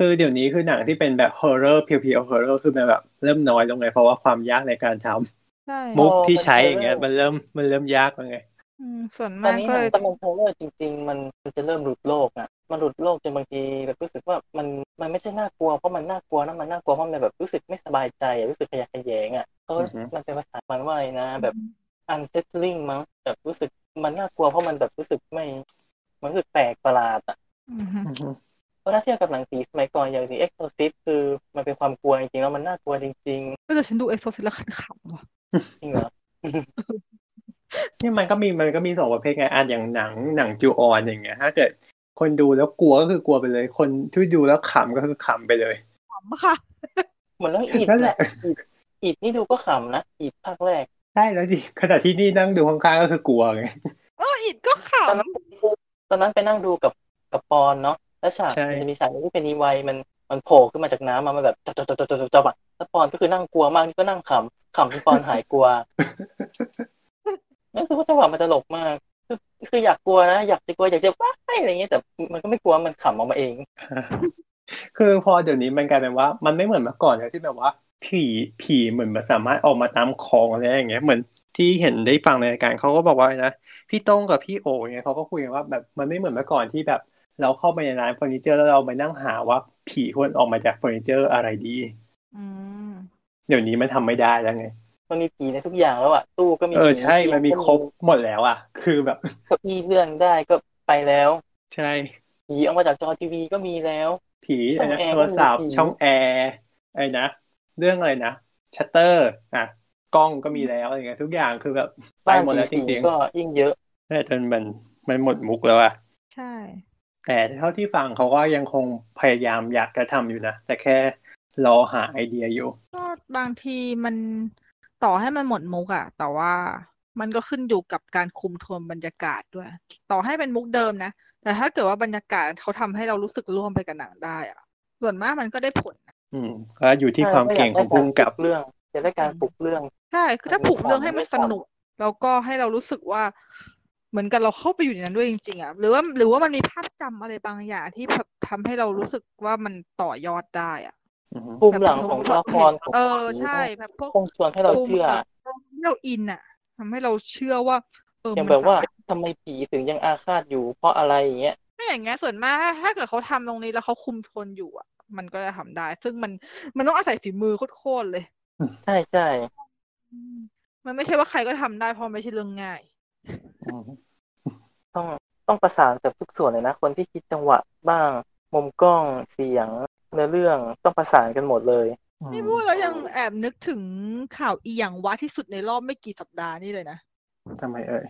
S2: คือเดี๋ยวนี้คือหนังที่เป็นแบบฮอร์เรอร์เพียวๆฮอร์เรอร์คือมันแบบเริ่มน้อยลงไงเพราะว่าความยากในการทำ
S4: ๆใช่
S2: มุก
S1: อ๋อ
S2: ที่ใช้
S1: มัน
S2: อย่างเงี้ย
S1: horror
S2: มันเริ่มมันเริ่มยากแล้วไง
S4: อืมส่วน
S1: ตอ
S4: มาน ก
S1: นี้
S4: ก็
S1: หนั
S4: เล
S1: ง
S4: ย
S1: ตะมันเทเลอร์จริง ๆ มันมันจะเริ่มหลุดโลกอ่ะ มันหลุดโลกจนบางทีแบบรู้สึกว่ามันมันไม่ใช่น่ากลัวเพราะมันน่ากลัวนะมันน่ากลัวเพราะมันแบบรู้สึกไม่สบายใจอะรู้สึกขยะแขยงอ่ะเขา
S2: อือฮึ
S1: มันเป็นภาษามันว่าอะไรนะ แบบ unsettling มั้งแบบรู้สึกมันน่ากลัวเพราะมันแบบรู้สึกไม่ มันรู้สึกแปลกประหลาดอ่ะ
S4: อืมฮึ
S2: อือฮึ
S1: เพราะถ้าเทียบกับหนังผีสมัยก่อนอย่างที่ exorcist คือมันเป็นความกลัวจริงๆแล้วมันน่ากลัวจริง
S4: ก็จะฉันดู Exorcist แล้วขันขำว่ะ
S1: ๆจริงเหรอ
S2: เนี่ยมันก็มีมันก็มีสองประเภทไงอ่านอย่างหนังหนังจูออนอย่างเงี้ย ถ้าเกิดคนดูแล้วกลัวก็คือกลัวไปเลย คนที่ดูแล้วขำก็คือขำไปเลย
S4: ขำ ปะค่ะ
S1: เหมือนเรื่องอิด
S2: นั่นแห
S1: แห
S2: ละ
S1: ละอิดนี่ดูก็ขำนะอิดภาคแรก
S2: ใช่แล้วดิขณะที่นี่นั่งดูข้างๆก็คือกลัวไง
S4: เอออิดก็ข
S1: ตอนนั้นตอนนั้นไปนั่งดูกับกับปอนเนาะแล้วฉาก
S2: ใช่
S1: มันจะมีฉากหนึ่งที่เป็นนีไวมันมันโผล่ขึ้นมาจากน้ำมามันแบบจับจับจับจับจับจับอะแล้วปอนก็คือนั่งกลัวมากนี่ก็นั่งขำขำจนปอนหายกลัวนั่นคือว่าจังหวะมันตลกมากคือคืออยากกลัวนะ อยากจะกลัวอยากจะว้ายอะไรเงี้ยแต่มันก็ไม่กลัวมันขำออกมาเอง
S2: คือพอเดี๋ยวนี้มันกลายเป็นว่ามันไม่เหมือนเมื่อก่อนนะที่แบบว่า ผีผีเหมือนมันสามารถออกมาตามคลองอะไรอย่างเงี้ยเหมือนที่เห็นได้ฟังในรายการเขาก็บอกว่านะพี่โต้งกับพี่โอเนี่ยเขาก็คุยกันว่าแบบมันไม่เหมือนเมื่อก่อนที่แบบ เราเข้าไปในร้านเฟอร์นิเจอร์แล้วเราไปนั่งหาว่าผีควรออกมาจากเฟอร์นิเจอร์อะไรดี
S4: ำอืม
S2: เดี๋ยวนี้มันทำไม่ได้แล้วไง
S1: มันมีผีในทุกอย่างแล้วอะตู้ก็มี
S2: เออ
S1: ผี
S2: ใช่
S1: เตียง
S2: มันมี
S1: ก็
S2: ครบหมดแล้วอ่ะ คือแบบ
S1: เก้าอี้เลื่อนได้ก็ไปแล้ว
S2: ใช่
S1: ผีออกมาจากจอทีวีก็มีแล้ว
S2: ผีอะไรนะ
S1: ช่องแอร์
S2: โทรศัพท์
S1: ก็มีผี
S2: ช่องแอร์อะไรนะเรื่องอะไรนะชัตเตอร์อ่ะกล้องก็มีแล้วอะไรเงี้ยทุกอย่างคือแบบไป
S1: บ้าน
S2: หมดแล้วจ
S1: ผีสิ
S2: ริง
S1: ง
S2: ๆ
S1: ก็ยิ่งเยอะ
S2: แต่จนมันมันหมดมุกแล้วอะ
S4: ใช่
S2: แต่เท่าที่ฟังเขาก็ยังคงพยายามอยากจะทำอยู่นะ แต่แค่รอหาไอเดียอยู่
S4: ก็บางทีมันต่อให้มันหมดมุกอะแต่ว่ามันก็ขึ้นอยู่กับการคุมโทนบรรยากาศด้วย ต่อให้เป็นมุกเดิมนะ แต่ถ้าเกิดว่าบรรยากาศเขาทำให้เรารู้สึกร่วมไปกับหนังได้อะส่วนมากมันก็ได้ผลนะ
S2: อืมก็อยู่ที่ความเก่งของพุ่งกับ
S1: เรื่องจะได้การปลุกเรื่อง
S4: ใช่คือถ้า
S1: มันมี
S4: ผูกเรื่อง
S1: ความม
S4: ให้ัน
S1: ไม่
S4: ส
S1: ซ้ำ
S4: นุก แล้วก็ให้เรารู้สึกว่า เหมือนกับเราเข้าไปอยู่ในนั้นด้วยจริงๆอะหรือว่าหรือว่ามันมีภาพจำอะไรบางอย่างที่แบบทำให้เรารู้สึกว่ามันต่อยอดได้อะ
S2: อืม
S1: ภูมิหลังของละคร
S4: เออใช่แบบพวก
S1: คงชวนให้เราเชื่อ
S4: ให้เราอินอ่ะทำให้เราเชื่อว่า เออ
S1: อย่าง
S4: มัน
S1: แบบว่า
S4: สมรถ
S1: ทำไมผีถึงยังอาฆาตอยู่ เพราะอะไรอย่างเงี้ย
S4: ไม่อย่างเงี้ยส่วนมากถ้าเกิดเขาทำตรงนี้แล้วเขาคุมโทนอยู่อ่ะ มันก็จะทำได้ ซึ่งมันมันต้องอาศัยฝีมือโคตรๆเลย
S1: ใช่ใช่
S4: มันไม่ใช่ว่าใครก็ทำได้เพราะมันไม่ใช่เรื่องง่าย
S2: อืม
S1: ต้องต้องประสานกับทุกส่วนเลยนะ คนที่คิดจังหวะบ้าง มุมกล้องเสียงเนื้อเรื่องต้องประสานกันหมดเลย
S4: นี่พูดแล้วยังแอบนึกถึงข่าวอีหยังวะที่สุดในรอบไม่กี่สัปดาห์นี่เลยนะ
S2: ทำไมเอ่ย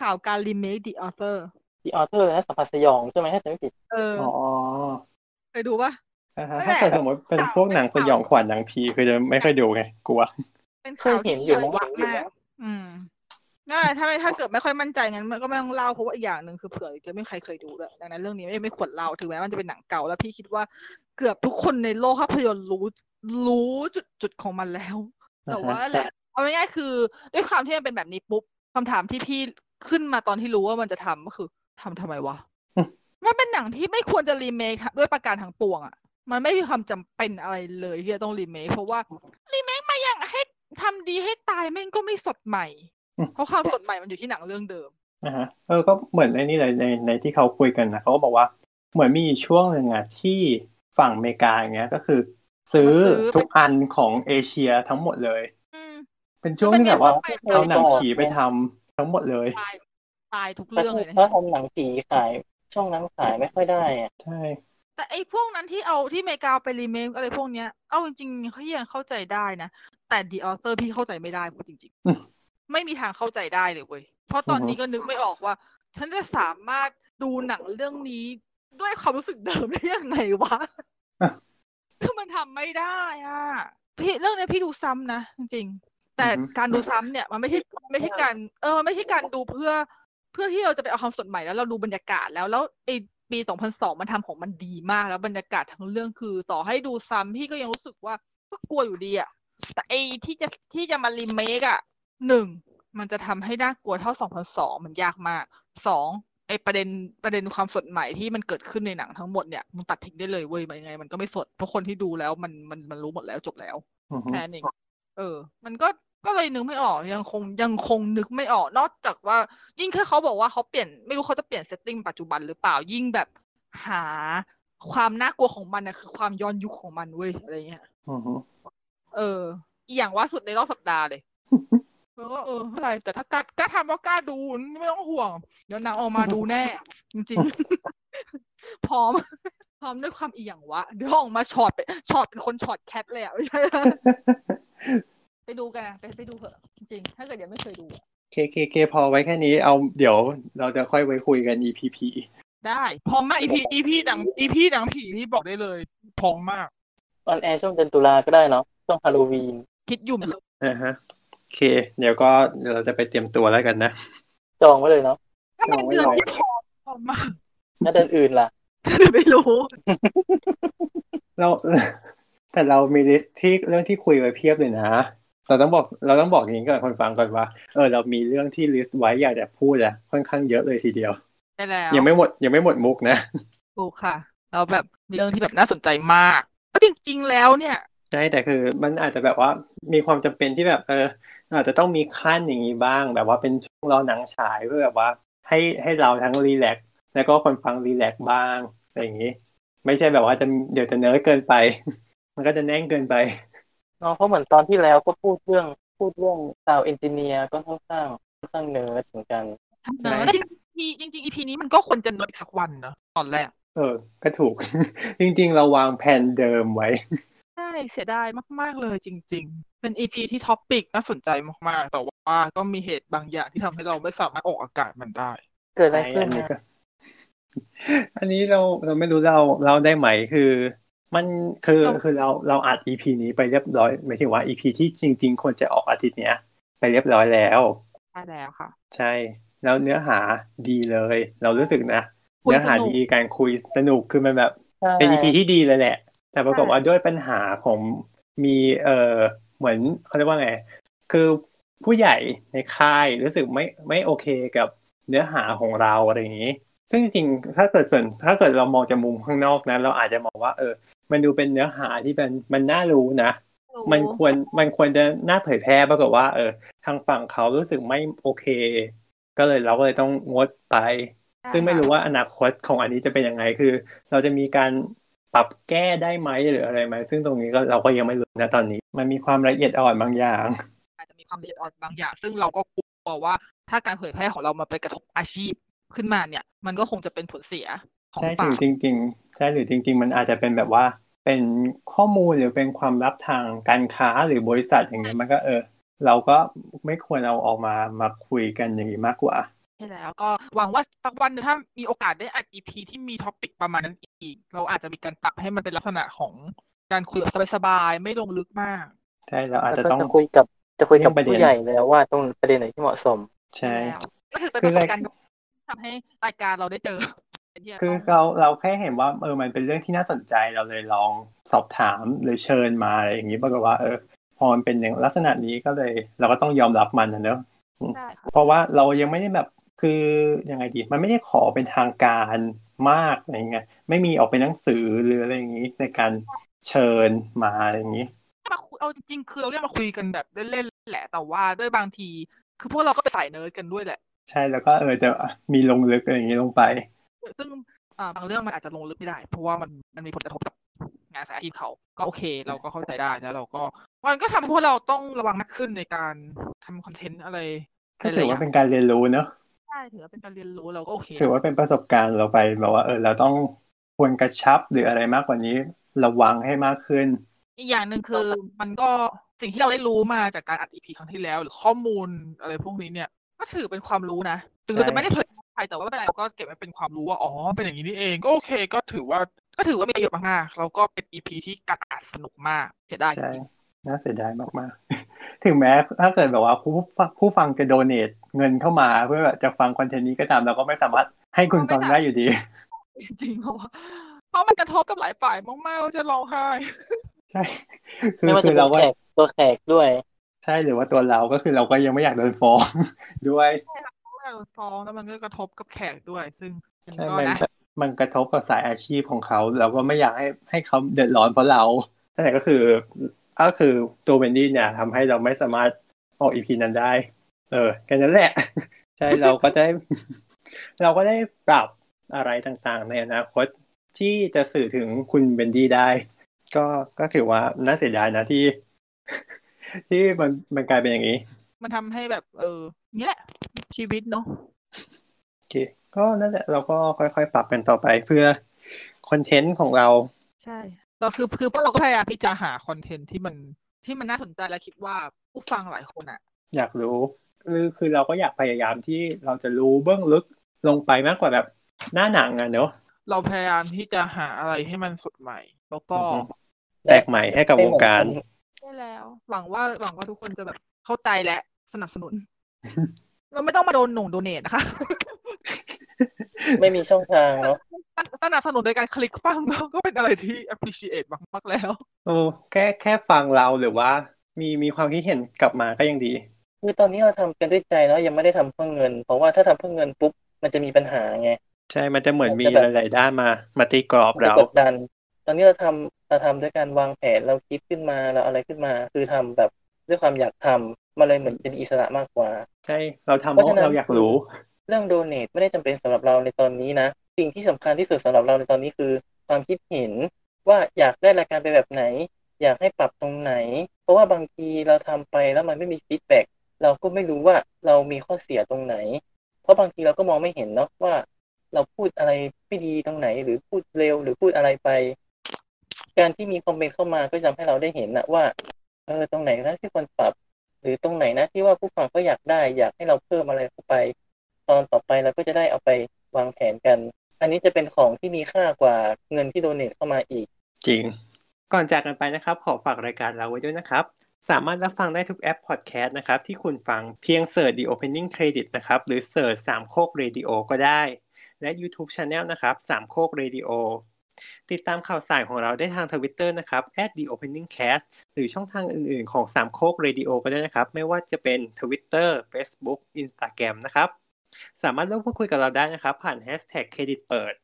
S4: ข่าวการรีเมค The Author
S1: ที่ออเทอร์นะสัมผัสสยองใช่ไหมถ้าจำไม่ผิด
S4: เออ
S2: อ๋อ
S4: ไปดูปะ
S2: อ่าฮะ
S4: นั่นแหละ
S2: ถ้าเกิดสมมติเป็นพวกหนังสยองขวัญหนังผีคือจะไม่ค่อยดูไง กลัว
S4: เป็น
S1: เค
S4: ข่า
S1: ยว เห็นอ
S4: ที่ให
S1: ยู่
S4: ญ่
S1: นะ
S4: วักมาก อืมน่าถ้าไม่ถ้าเกิดไม่ค่อยมั่นใจงั้นมันก็ไม่ต้องเล่าเพราะว่าอีกอย่างหนึ่งคือเผื่อจะไม่มีใครเคยดูด้วยดังนั้นเรื่องนี้ไม่ไม่ควรเล่าถึงแม้มันจะเป็นหนังเก่าแล้วพี่คิดว่าเกือบทุกคนในโลกภาพยนตร์รู้รู้จุดจุดของมันแล้ว แต่ว่าแหละเอาง่ายๆคือ ด้วยความที่มันเป็นแบบนี้ปุ๊บคำถามที่พี่ขึ้นมาตอนที่รู้ว่ามันจะทำก็คือทำทำไมวะ
S2: อืม
S4: มันเป็นหนังที่ไม่ควรจะรีเมคด้วยประการทั้งปวงอ่ะ มันไม่มีความจำเป็นอะไรเลยที่จะต้องรีเมคเพราะว่ารีเมคมาอย่างให้ทำดีให้ตายแม่งก็ไม่สดใหม่ เพราะความสดใหม่มันอยู่ที่หนังเรื่องเดิม
S2: อ่าฮะเออก็เหมือนในนี่เลยในในที่เขาคุยกันนะเขาก็บอกว่าเหมือนมีอยู่ช่วงหนึ่งอะที่ฝั่งอเมริกาอย่างเงี้ยก็คือ ซื้อ
S4: มาซื้อ
S2: ทุกอันของเอเชียทั้งหมดเลย
S4: อืม
S2: เป็นช่วงที่แบบว่า
S4: เป็นไง
S2: เอาหนังผีไปทำทั้งหมดเลย
S4: ตายตายทุก
S1: ประ
S4: เรื่อง
S1: เท
S4: เล
S1: ศ
S4: ย
S1: เขา
S4: นะ
S1: ทำหนังผีขายช่องนั้นขายไม่ค่อยได้อะ
S2: ใช่
S4: แต่ไอ้พวกนั้นที่เอาที่อเมริกาไปรีเมคอะไรพวกเนี้ยเอาจริงๆเขายังเข้าใจได้นะ แต่ดีออเตอร์พี่เข้าใจไม่ได้พูดจริง
S2: อืม
S4: ๆ ไม่มีทางเข้าใจได้เลยเว้ยเพราะตอน
S2: อือฮึ
S4: นี้ก็นึกไม่ออกว่า ฉันจะสามารถดูหนังเรื่องนี้ ด้วยความรู้สึกเดิมได้ยังไงวะ
S2: อ่ะ
S4: คือมันทำไม่ได้อ่ะ พี่เรื่องเนี้ยพี่ดูซ้ำนะจริงๆแต่
S2: อือฮึ
S4: การดูซ้ำเนี่ยมันไม่ใช่มันไม่ใช่การเออมันไม่ใช่การดูเพื่อ เพื่อที่เราจะไปเอาความสดใหม่แล้วเราดูบรรยากาศแล้วแล้วไอปีสองพันสองมันทำของมันดีมาก แล้วบรรยากาศทั้งเรื่องคือ ต่อให้ดูซ้ำพี่ก็ยังรู้สึกว่าก็กลัวอยู่ดีอะแต่ไอที่จะที่จะมารีเมคอะหนึ่งมันจะทำให้น่ากลัวเท่าสองพันสองมันยากมากสองไอประเด็นประเด็นความสดใหม่ที่มันเกิดขึ้นในหนังทั้งหมดเนี่ยมันตัดทิ้งได้เลยเว้ยมันยังไง มันก็ไม่สดเพราะคนที่ดูแล้วมันมันมันรู้หมดแล้วจบแล้ว
S2: อือฮึ
S4: แค่นั้นเองเออ มันก็ ก็เลยนึกไม่ออก ยังคง ยังคงนึกไม่ออก นอกจากว่า ยิ่งแค่เขาบอกว่าเขาเปลี่ยน ไม่รู้เขาจะเปลี่ยนเซตติ้งปัจจุบันหรือเปล่า ยิ่งแบบหาความน่ากลัวของมันนะคือความย้อนยุคของมันเว้ย อะไรเงี้ย
S2: อือ ฮึ
S4: เออ อีกอย่างว่าสุดในรอบสัปดาห์ เลยเออเออเท่าไหรแต่ถ้ากล้ากล้าทำก็กล้าดู ไม่ต้องห่วง เดี๋ยวหนางออกมาดูแน่ จริงๆ พร้อม พร้อมด้วยความอีหยังวะ เดี๋ยวออกมาช็อตไปช็อตเป็นคนช็อตแคทเลยอะ ไม่ใช่นะ ไปดูกันนะไปไปดูเถอะจริงๆถ้าเกิดยังไม่เคยดูอะ
S2: เคเคเคพอไว้แค่นี้เอาเดี๋ยวเราจะค่อยไว้คุยกัน EP
S4: ได้
S5: พร้อมมากอีพีอีพีหนังอีพีหนังผีนี่บอกได้เลยพร้อมมาก
S1: ออนแอร์ช่วงเดือนตุลาก็ได้เนาะช่วงฮาโลวีน
S4: คิดอยู่เหมือนกัน
S2: อ่าฮะโอเค เดี๋ยวก็เดี๋ยวเราจะไปเตรียมตัวแล้วกันนะ
S1: จองไว้เลยเนาะ
S4: ถ้าเป็นเดือน
S2: เอาไว้
S4: ที่พร้อมพร้อมมาก
S1: แล้วเดือนอื่นล่ะ
S4: ไม่รู้
S2: เรา แต่เรามีลิสต์ที่เรื่องที่คุยไว้เพียบเลยนะ เราต้องบอกเราต้องบอกอย่างนี้ก่อนคนฟังก่อนว่าเออเรามีเรื่องที่ลิสต์ไว้อยากจะพูดอะค่อนข้างเยอะเลยทีเดียว
S4: ได้แล้ว
S2: ยังไม่หมดยังไม่หมดมุกนะ
S4: ถูกค่ะเราแบบมีเรื่องที่แบบน่าสนใจมากก็จริงๆแล้วเนี่ย
S2: ใช่แต่คือมันอาจจะแบบว่ามีความจำเป็นที่แบบเอออาจจะต้องมีขั้นอย่างนี้บ้าง แบบว่าเป็นช่วงรอหนังฉายเพื่อแบบว่าให้ให้เราทั้งรีแลกซ์แล้วก็คนฟังรีแลกซ์บ้างอะไรอย่างนี้ ไม่ใช่แบบว่าจะเดี๋ยวจะเนิร์ดเกินไป มันก็จะแน่นเกินไป
S1: เนาะเพราะเหมือนตอนที่แล้วก็พูดเรื่องพูดเรื่องซาวเอนจิเนียร์ก็ค่อนข้างค่อนข้างเนิร์ดเหมือนกัน
S2: ใช่
S4: เนอะจริงๆ EP จริงๆ EP นี้มันก็ควรจะเนิร์ดอีกสักวันเนอะตอนแรก
S2: เออ ก็ถูก จริงๆ เราวางแผนเดิมไว้
S4: ใช่ เสียดายมาก ๆ เลยจริง ๆ เป็น EP ที่ท็อปปิกน่าสนใจมาก ๆ แต่ว่าก็มีเหตุบางอย่างที่ทำให้เราไม่สามารถออกอากาศมันได้
S1: เกิดอะไรขึ้น
S2: อันนี้
S1: นะ
S2: ก็ อันนี้เราเราไม่รู้เราเราได้ไหมคือ มันคือ
S4: เรา
S2: คือเราเราอัด EP นี้ไปเรียบร้อยหมายถึงว่า EP ที่จริง ๆควรจะออกอาทิตย์เนี้ย ไปเรียบร้อยแล้ว
S4: ใช่แล้วค่ะ
S2: ใช่ แล้วเนื้อหาดีเลย เรารู้สึกนะ
S4: คุยสนุก
S2: เนื้อหาดีการคุยสนุกคือมันแบบ
S1: ใช่
S2: เป็น EP ที่ดีเลยแหละ แต่ปรากฏว่าด้วยปัญหาของมีเออเหมือนเขาเรียกว่าไง คือผู้ใหญ่ในค่ายรู้สึกไม่ไม่โอเคกับเนื้อหาของเราอะไรอย่างนี้ ซึ่งจริงๆถ้าเกิดส่วนถ้าเกิดเรามองจากมุมข้างนอกนะเราอาจจะมองว่า เออ มันดูเป็นเนื้อหาที่มันมันน่ารู้นะ มันควรมันควรจะน่าเผยแพร่ปรากฏว่า เออ ทางฝั่งเขารู้สึกไม่โอเค ก็เลยเราก็เลยต้องงดไป ซึ่งไม่รู้ว่าอนาคตของอันนี้จะเป็นยังไงคือ เราจะมีการปรับแก้ได้ไหมหรืออะไรไหมซึ่งตรงนี้ก็เราก็ยังไม่รู้นะตอนนี้ มันมีความละเอียดอ่อนบางอย่าง
S4: อาจจะมีความละเอียดอ่อนบางอย่าง ซึ่งเราก็กลัวว่าถ้าการเผยแพร่ของเรามาไปกระทบอาชีพขึ้นมาเนี่ย มันก็คงจะเป็นผลเสียของ
S2: ใช่ห
S4: ฝ่า
S2: รื
S4: ย
S2: อจริง ๆ ใช่หรือจริง ๆ มันอาจจะเป็นแบบว่า เป็นข้อมูลหรือเป็นความลับทางการค้าหรือบริษัทอย่างนี้มันก็เออ เราก็ไม่ควรเอาออกมามาคุยกันอย่างนี้มากกว่า
S4: ใช่แล้วก็หวังว่าสักวันหนึงถ้ามีโอกาสได้อัด EP ที่มีท็อปิกประมาณนั้นอีก เราอาจจะมีการปรับให้มันเป็นลักษณะของการคุยแบบสบายๆไม่ลงลึกมาก
S2: ใช่เราอาจ
S1: แล้
S2: จะ
S1: วก็
S2: ต้อง
S1: จะคุยกับจะคุยกับ
S2: เรื่องประเด็น
S1: ผู้ใหญ่แล้วว่าตรงประเด็นไหนที่เหมาะสม
S2: ใช่
S4: แล้วก็ถือเป็น
S2: คื
S4: ป
S2: อ
S4: ระส
S2: รา
S4: บ
S2: ย
S4: การณ์ที่ทำให้รายการเราได้เจอที่จะ
S2: คือ
S4: ต้อง
S2: เราเราแค่เห็นว่าเออมันเป็นเรื่องที่น่าสนใจเราเลยลองสอบถามหรือเชิญมาอะไรอย่างนี้ปรากฏว่าเออพอมันเป็นอย่างลักษณะนี้ก็เลย เราก็ต้องยอมรับมันนะเนอะ
S4: ใช่ค่ะ
S2: เพราะว่าเรายังไม่ได้แบบคือยังไงดี มันไม่ได้ขอเป็นทางการมากอะไรเงี้ยไม่มีออกเป็นหนังสือหรืออะไรอย่างนี้ในการเชิญมาอะไรอย่างนี้
S4: มาคุยเอาจริงๆ คือเราเรียกมาคุยกันแบบเล่นๆแหละแต่ว่าด้วยบางที คือพวกเราก็ไปนสายเนิร์ดกันด้วยแหละ
S2: ใช่แล้วก็เออจะมีลงลึกอะไรอย่างนี้ลงไป
S4: ซึ่งอ่าบางเรื่องมันอาจจะลงลึกไม่ได้ เพราะว่ามันมันมีผลกระทบกับงานสายอาชีพเขาก็โอเค เราก็เข้าใจได้แล้วเราก็มันก็ทำให้พวกเราต้องระวังมากขึ้นในการทำคอนเทนต์อะไร
S2: ก็ถือว่าเป็นการเรียนรู้เนอะ
S4: ใช่ถือว่าเป็นการเรียนรู้เราก็โอเค
S2: ถือว่าเป็นประสบการณ์เราไปแบบว่าเออเราต้องควรกระชับหรืออะไรมากกว่านี้ระวังให้มากขึ้น
S4: อีกอย่างหนึ่งคือมันก็สิ่งที่เราได้รู้มาจากการอัดอีพีครั้งที่แล้ว หรือข้อมูลอะไรพวกนี้เนี่ย ก็ถือเป็นความรู้นะถึงเรา
S2: ใช่
S4: จะไม่ได้เผยแพร่ใครแต่ว่าไม่เป็นไรเราก็เก็บไว้เป็นความรู้ว่าอ๋อเป็นอย่างนี้นี่เองก็โอเค ก็ถือว่าก็ถือว่ามีประโยชน์มากๆแล้วก็เป็นอีพีที่การอัดสนุกมากเสียดายจ
S2: ใช่
S4: ริง
S2: น่าเสียดายมากๆ ถึงแม้ถ้าเกิดแบบว่าผู้ฟังผู้ฟังจะโดเนทเงินเข้ามาเพื่อแบบจะฟังคอนเทนต์นี้ก็ตามเราก็ไม่สามารถให้คุณฟังได้อยู่ดี
S4: จริงๆเพราะว่าเพราะมันกระทบกับหลายฝ่ายมากๆว่าจะร้องไห้
S2: ใช่ คือ
S1: ไม่ว่า
S2: คื
S1: จะ
S2: อ
S1: เป็
S2: เรา
S1: น
S2: ก็
S1: แขกตัวแขกด้วย
S2: ใช่หรือว่าตัวเราก็คือเราก็ยังไม่อยากโดนฟ้อง ด้วย
S4: ไม่ได้โดนฟ้องแล้วมันก็กระทบกับแขกด้วย ซึ่งมัน
S2: ใช่
S4: ก็
S2: มัน
S4: นะ
S2: มันกระทบกับสายอาชีพของเขาเราก็ไม่อยากให้ให้เขาเดือดร้อนเพราะเรานั่นแหละก็คือก็คือตัวเวนดี้เนี่ยทำให้เราไม่สามารถออกอีพีนั้นได้ เออแค่นั้นแหละ ใช่เราก็ได้ เราก็ได้ปรับอะไรต่างๆ ในอนาคตที่จะสื่อถึงคุณเบนดี้ได้ ก็ก็ถือว่าน่าเสียดายนะที่ ที่มันมันกลายเป็นอย่างนี้
S4: มันทำให้แบบ เออนี่แหละ ชีวิตเนาะ
S2: โอเค ก็นั่นแหละเราก็ค่อยๆ ปรับกันต่อไปเพื่อคอนเทนต์ของเรา
S4: ใช่เราคือคือพวกเราก็พยายามที่จะหาคอนเทนต์ที่มันที่มันน่าสนใจและคิดว่าผู้ฟังหลายคนอ่ะ
S2: อยากรู้คือคือเราก็อยากพยายามที่เราจะรู้เบื้องลึกลงไปมากกว่าแบบหน้าหนังอะเนอะ
S4: เราพยายามที่จะหาอะไรให้มันสดใหม่ แล้วก็
S2: อือฮึ แปลกใหม่ให้กับวงการ
S4: ได้แล้ว หวังว่าหวังว่าทุกคนจะแบบเข้าใจและสนับส นุน เราไม่ต้องมาโดนหนุ่งโดเนทนะคะ
S1: ไม่มีช่องทางเนาะ
S4: สนับสนุนโดยการคลิกฟัง เราก็เป็นอะไรที่ appreciate มากๆแล้ว
S2: โอ้แค่แค่ฟังเราหรือว่า มีมีความคิดเห็นกลับมาก็ยังดี
S1: คือตอนนี้เราทำกันด้วยใจเนาะยังไม่ได้ทำเพื่อเงิน เพราะว่าถ้าทำเพื่อเงินปุ๊บมันจะมีปัญหาไง
S2: ใช่มันจะเหมือนมี
S1: มันจะแบบ
S2: หลายๆด้านมามาตีกรอบ
S1: มันจะ
S2: เรา
S1: กดดัน ตอนนี้เราทำเราทำด้วยการวางแผนเราคิดขึ้นมาเราอะไรขึ้นมา คือทำแบบด้วยความอยากทำมาเลยเหมือนเป็นอิสระมากกว่า
S2: ใช่เราทำเพ
S1: เพราะ
S2: ราะ
S1: ฉะนั้น
S2: เราอยากรู้
S1: เรื่องโดเนทไม่ได้จำเป็นสำหรับเราในตอนนี้นะ สิ่งที่สำคัญที่สุดสำหรับเราในตอนนี้คือ ความคิดเห็นว่าอยากได้รายการไปแบบไหน อยากให้ปรับตรงไหน เพราะว่าบางทีเราทำไปแล้วมันไม่มีฟีดแบ็กเราก็ไม่รู้ว่าเรามีข้อเสียตรงไหน เพราะบางทีเราก็มองไม่เห็นเนาะว่า เราพูดอะไรไม่ดีตรงไหน หรือพูดเร็วหรือพูดอะไรไป การที่มีคอมเมนต์เข้ามาก็ทำให้เราได้เห็นนะว่าเออตรงไหนนะที่ควรปรับ หรือตรงไหนนะที่ว่าผู้ฟังก็อยากได้ อยากให้เราเพิ่มอะไรเข้าไป ตอนต่อไปเราก็จะได้เอาไปวางแผนกัน อันนี้จะเป็นของที่มีค่ากว่าเงินที่โดเนทเข้ามาอีก
S2: จริง ก่อนจากกันไปนะครับ ขอฝากรายการเราไว้ด้วยนะครับ สามารถรับฟังได้ทุกแอปพอดแคสต์นะครับ ที่คุณฟังเพียงเสิร์ช The Opening Credit นะครับ หรือเสิร์ชสามโคก Radio ก็ได้ และ YouTube Channel นะครับสามโคก Radio ติดตามข่าวสารของเราได้ทาง Twitter นะครับ @The Opening Cast หรือช่องทางอื่นๆ ของสามโคก Radio ก็ได้นะครับ ไม่ว่าจะเป็น Twitter Facebook Instagram นะครับ สามารถร่วมพูดคุยกับเราได้นะครับ ผ่าน Hashtag เครดิตเปิด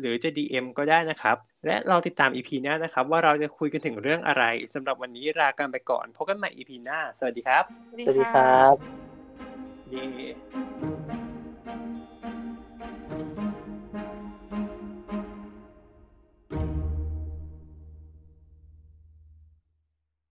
S2: หรือจะ DM ก็ได้นะครับ และเราติดตาม EP หน้านะครับ ว่าเราจะคุยกันถึงเรื่องอะไรสำหรับวันนี้ลากันไปก่อน พบกันใหม่ EP หน้า สวัสดีครับ
S1: สวัสดีครับ
S2: ดี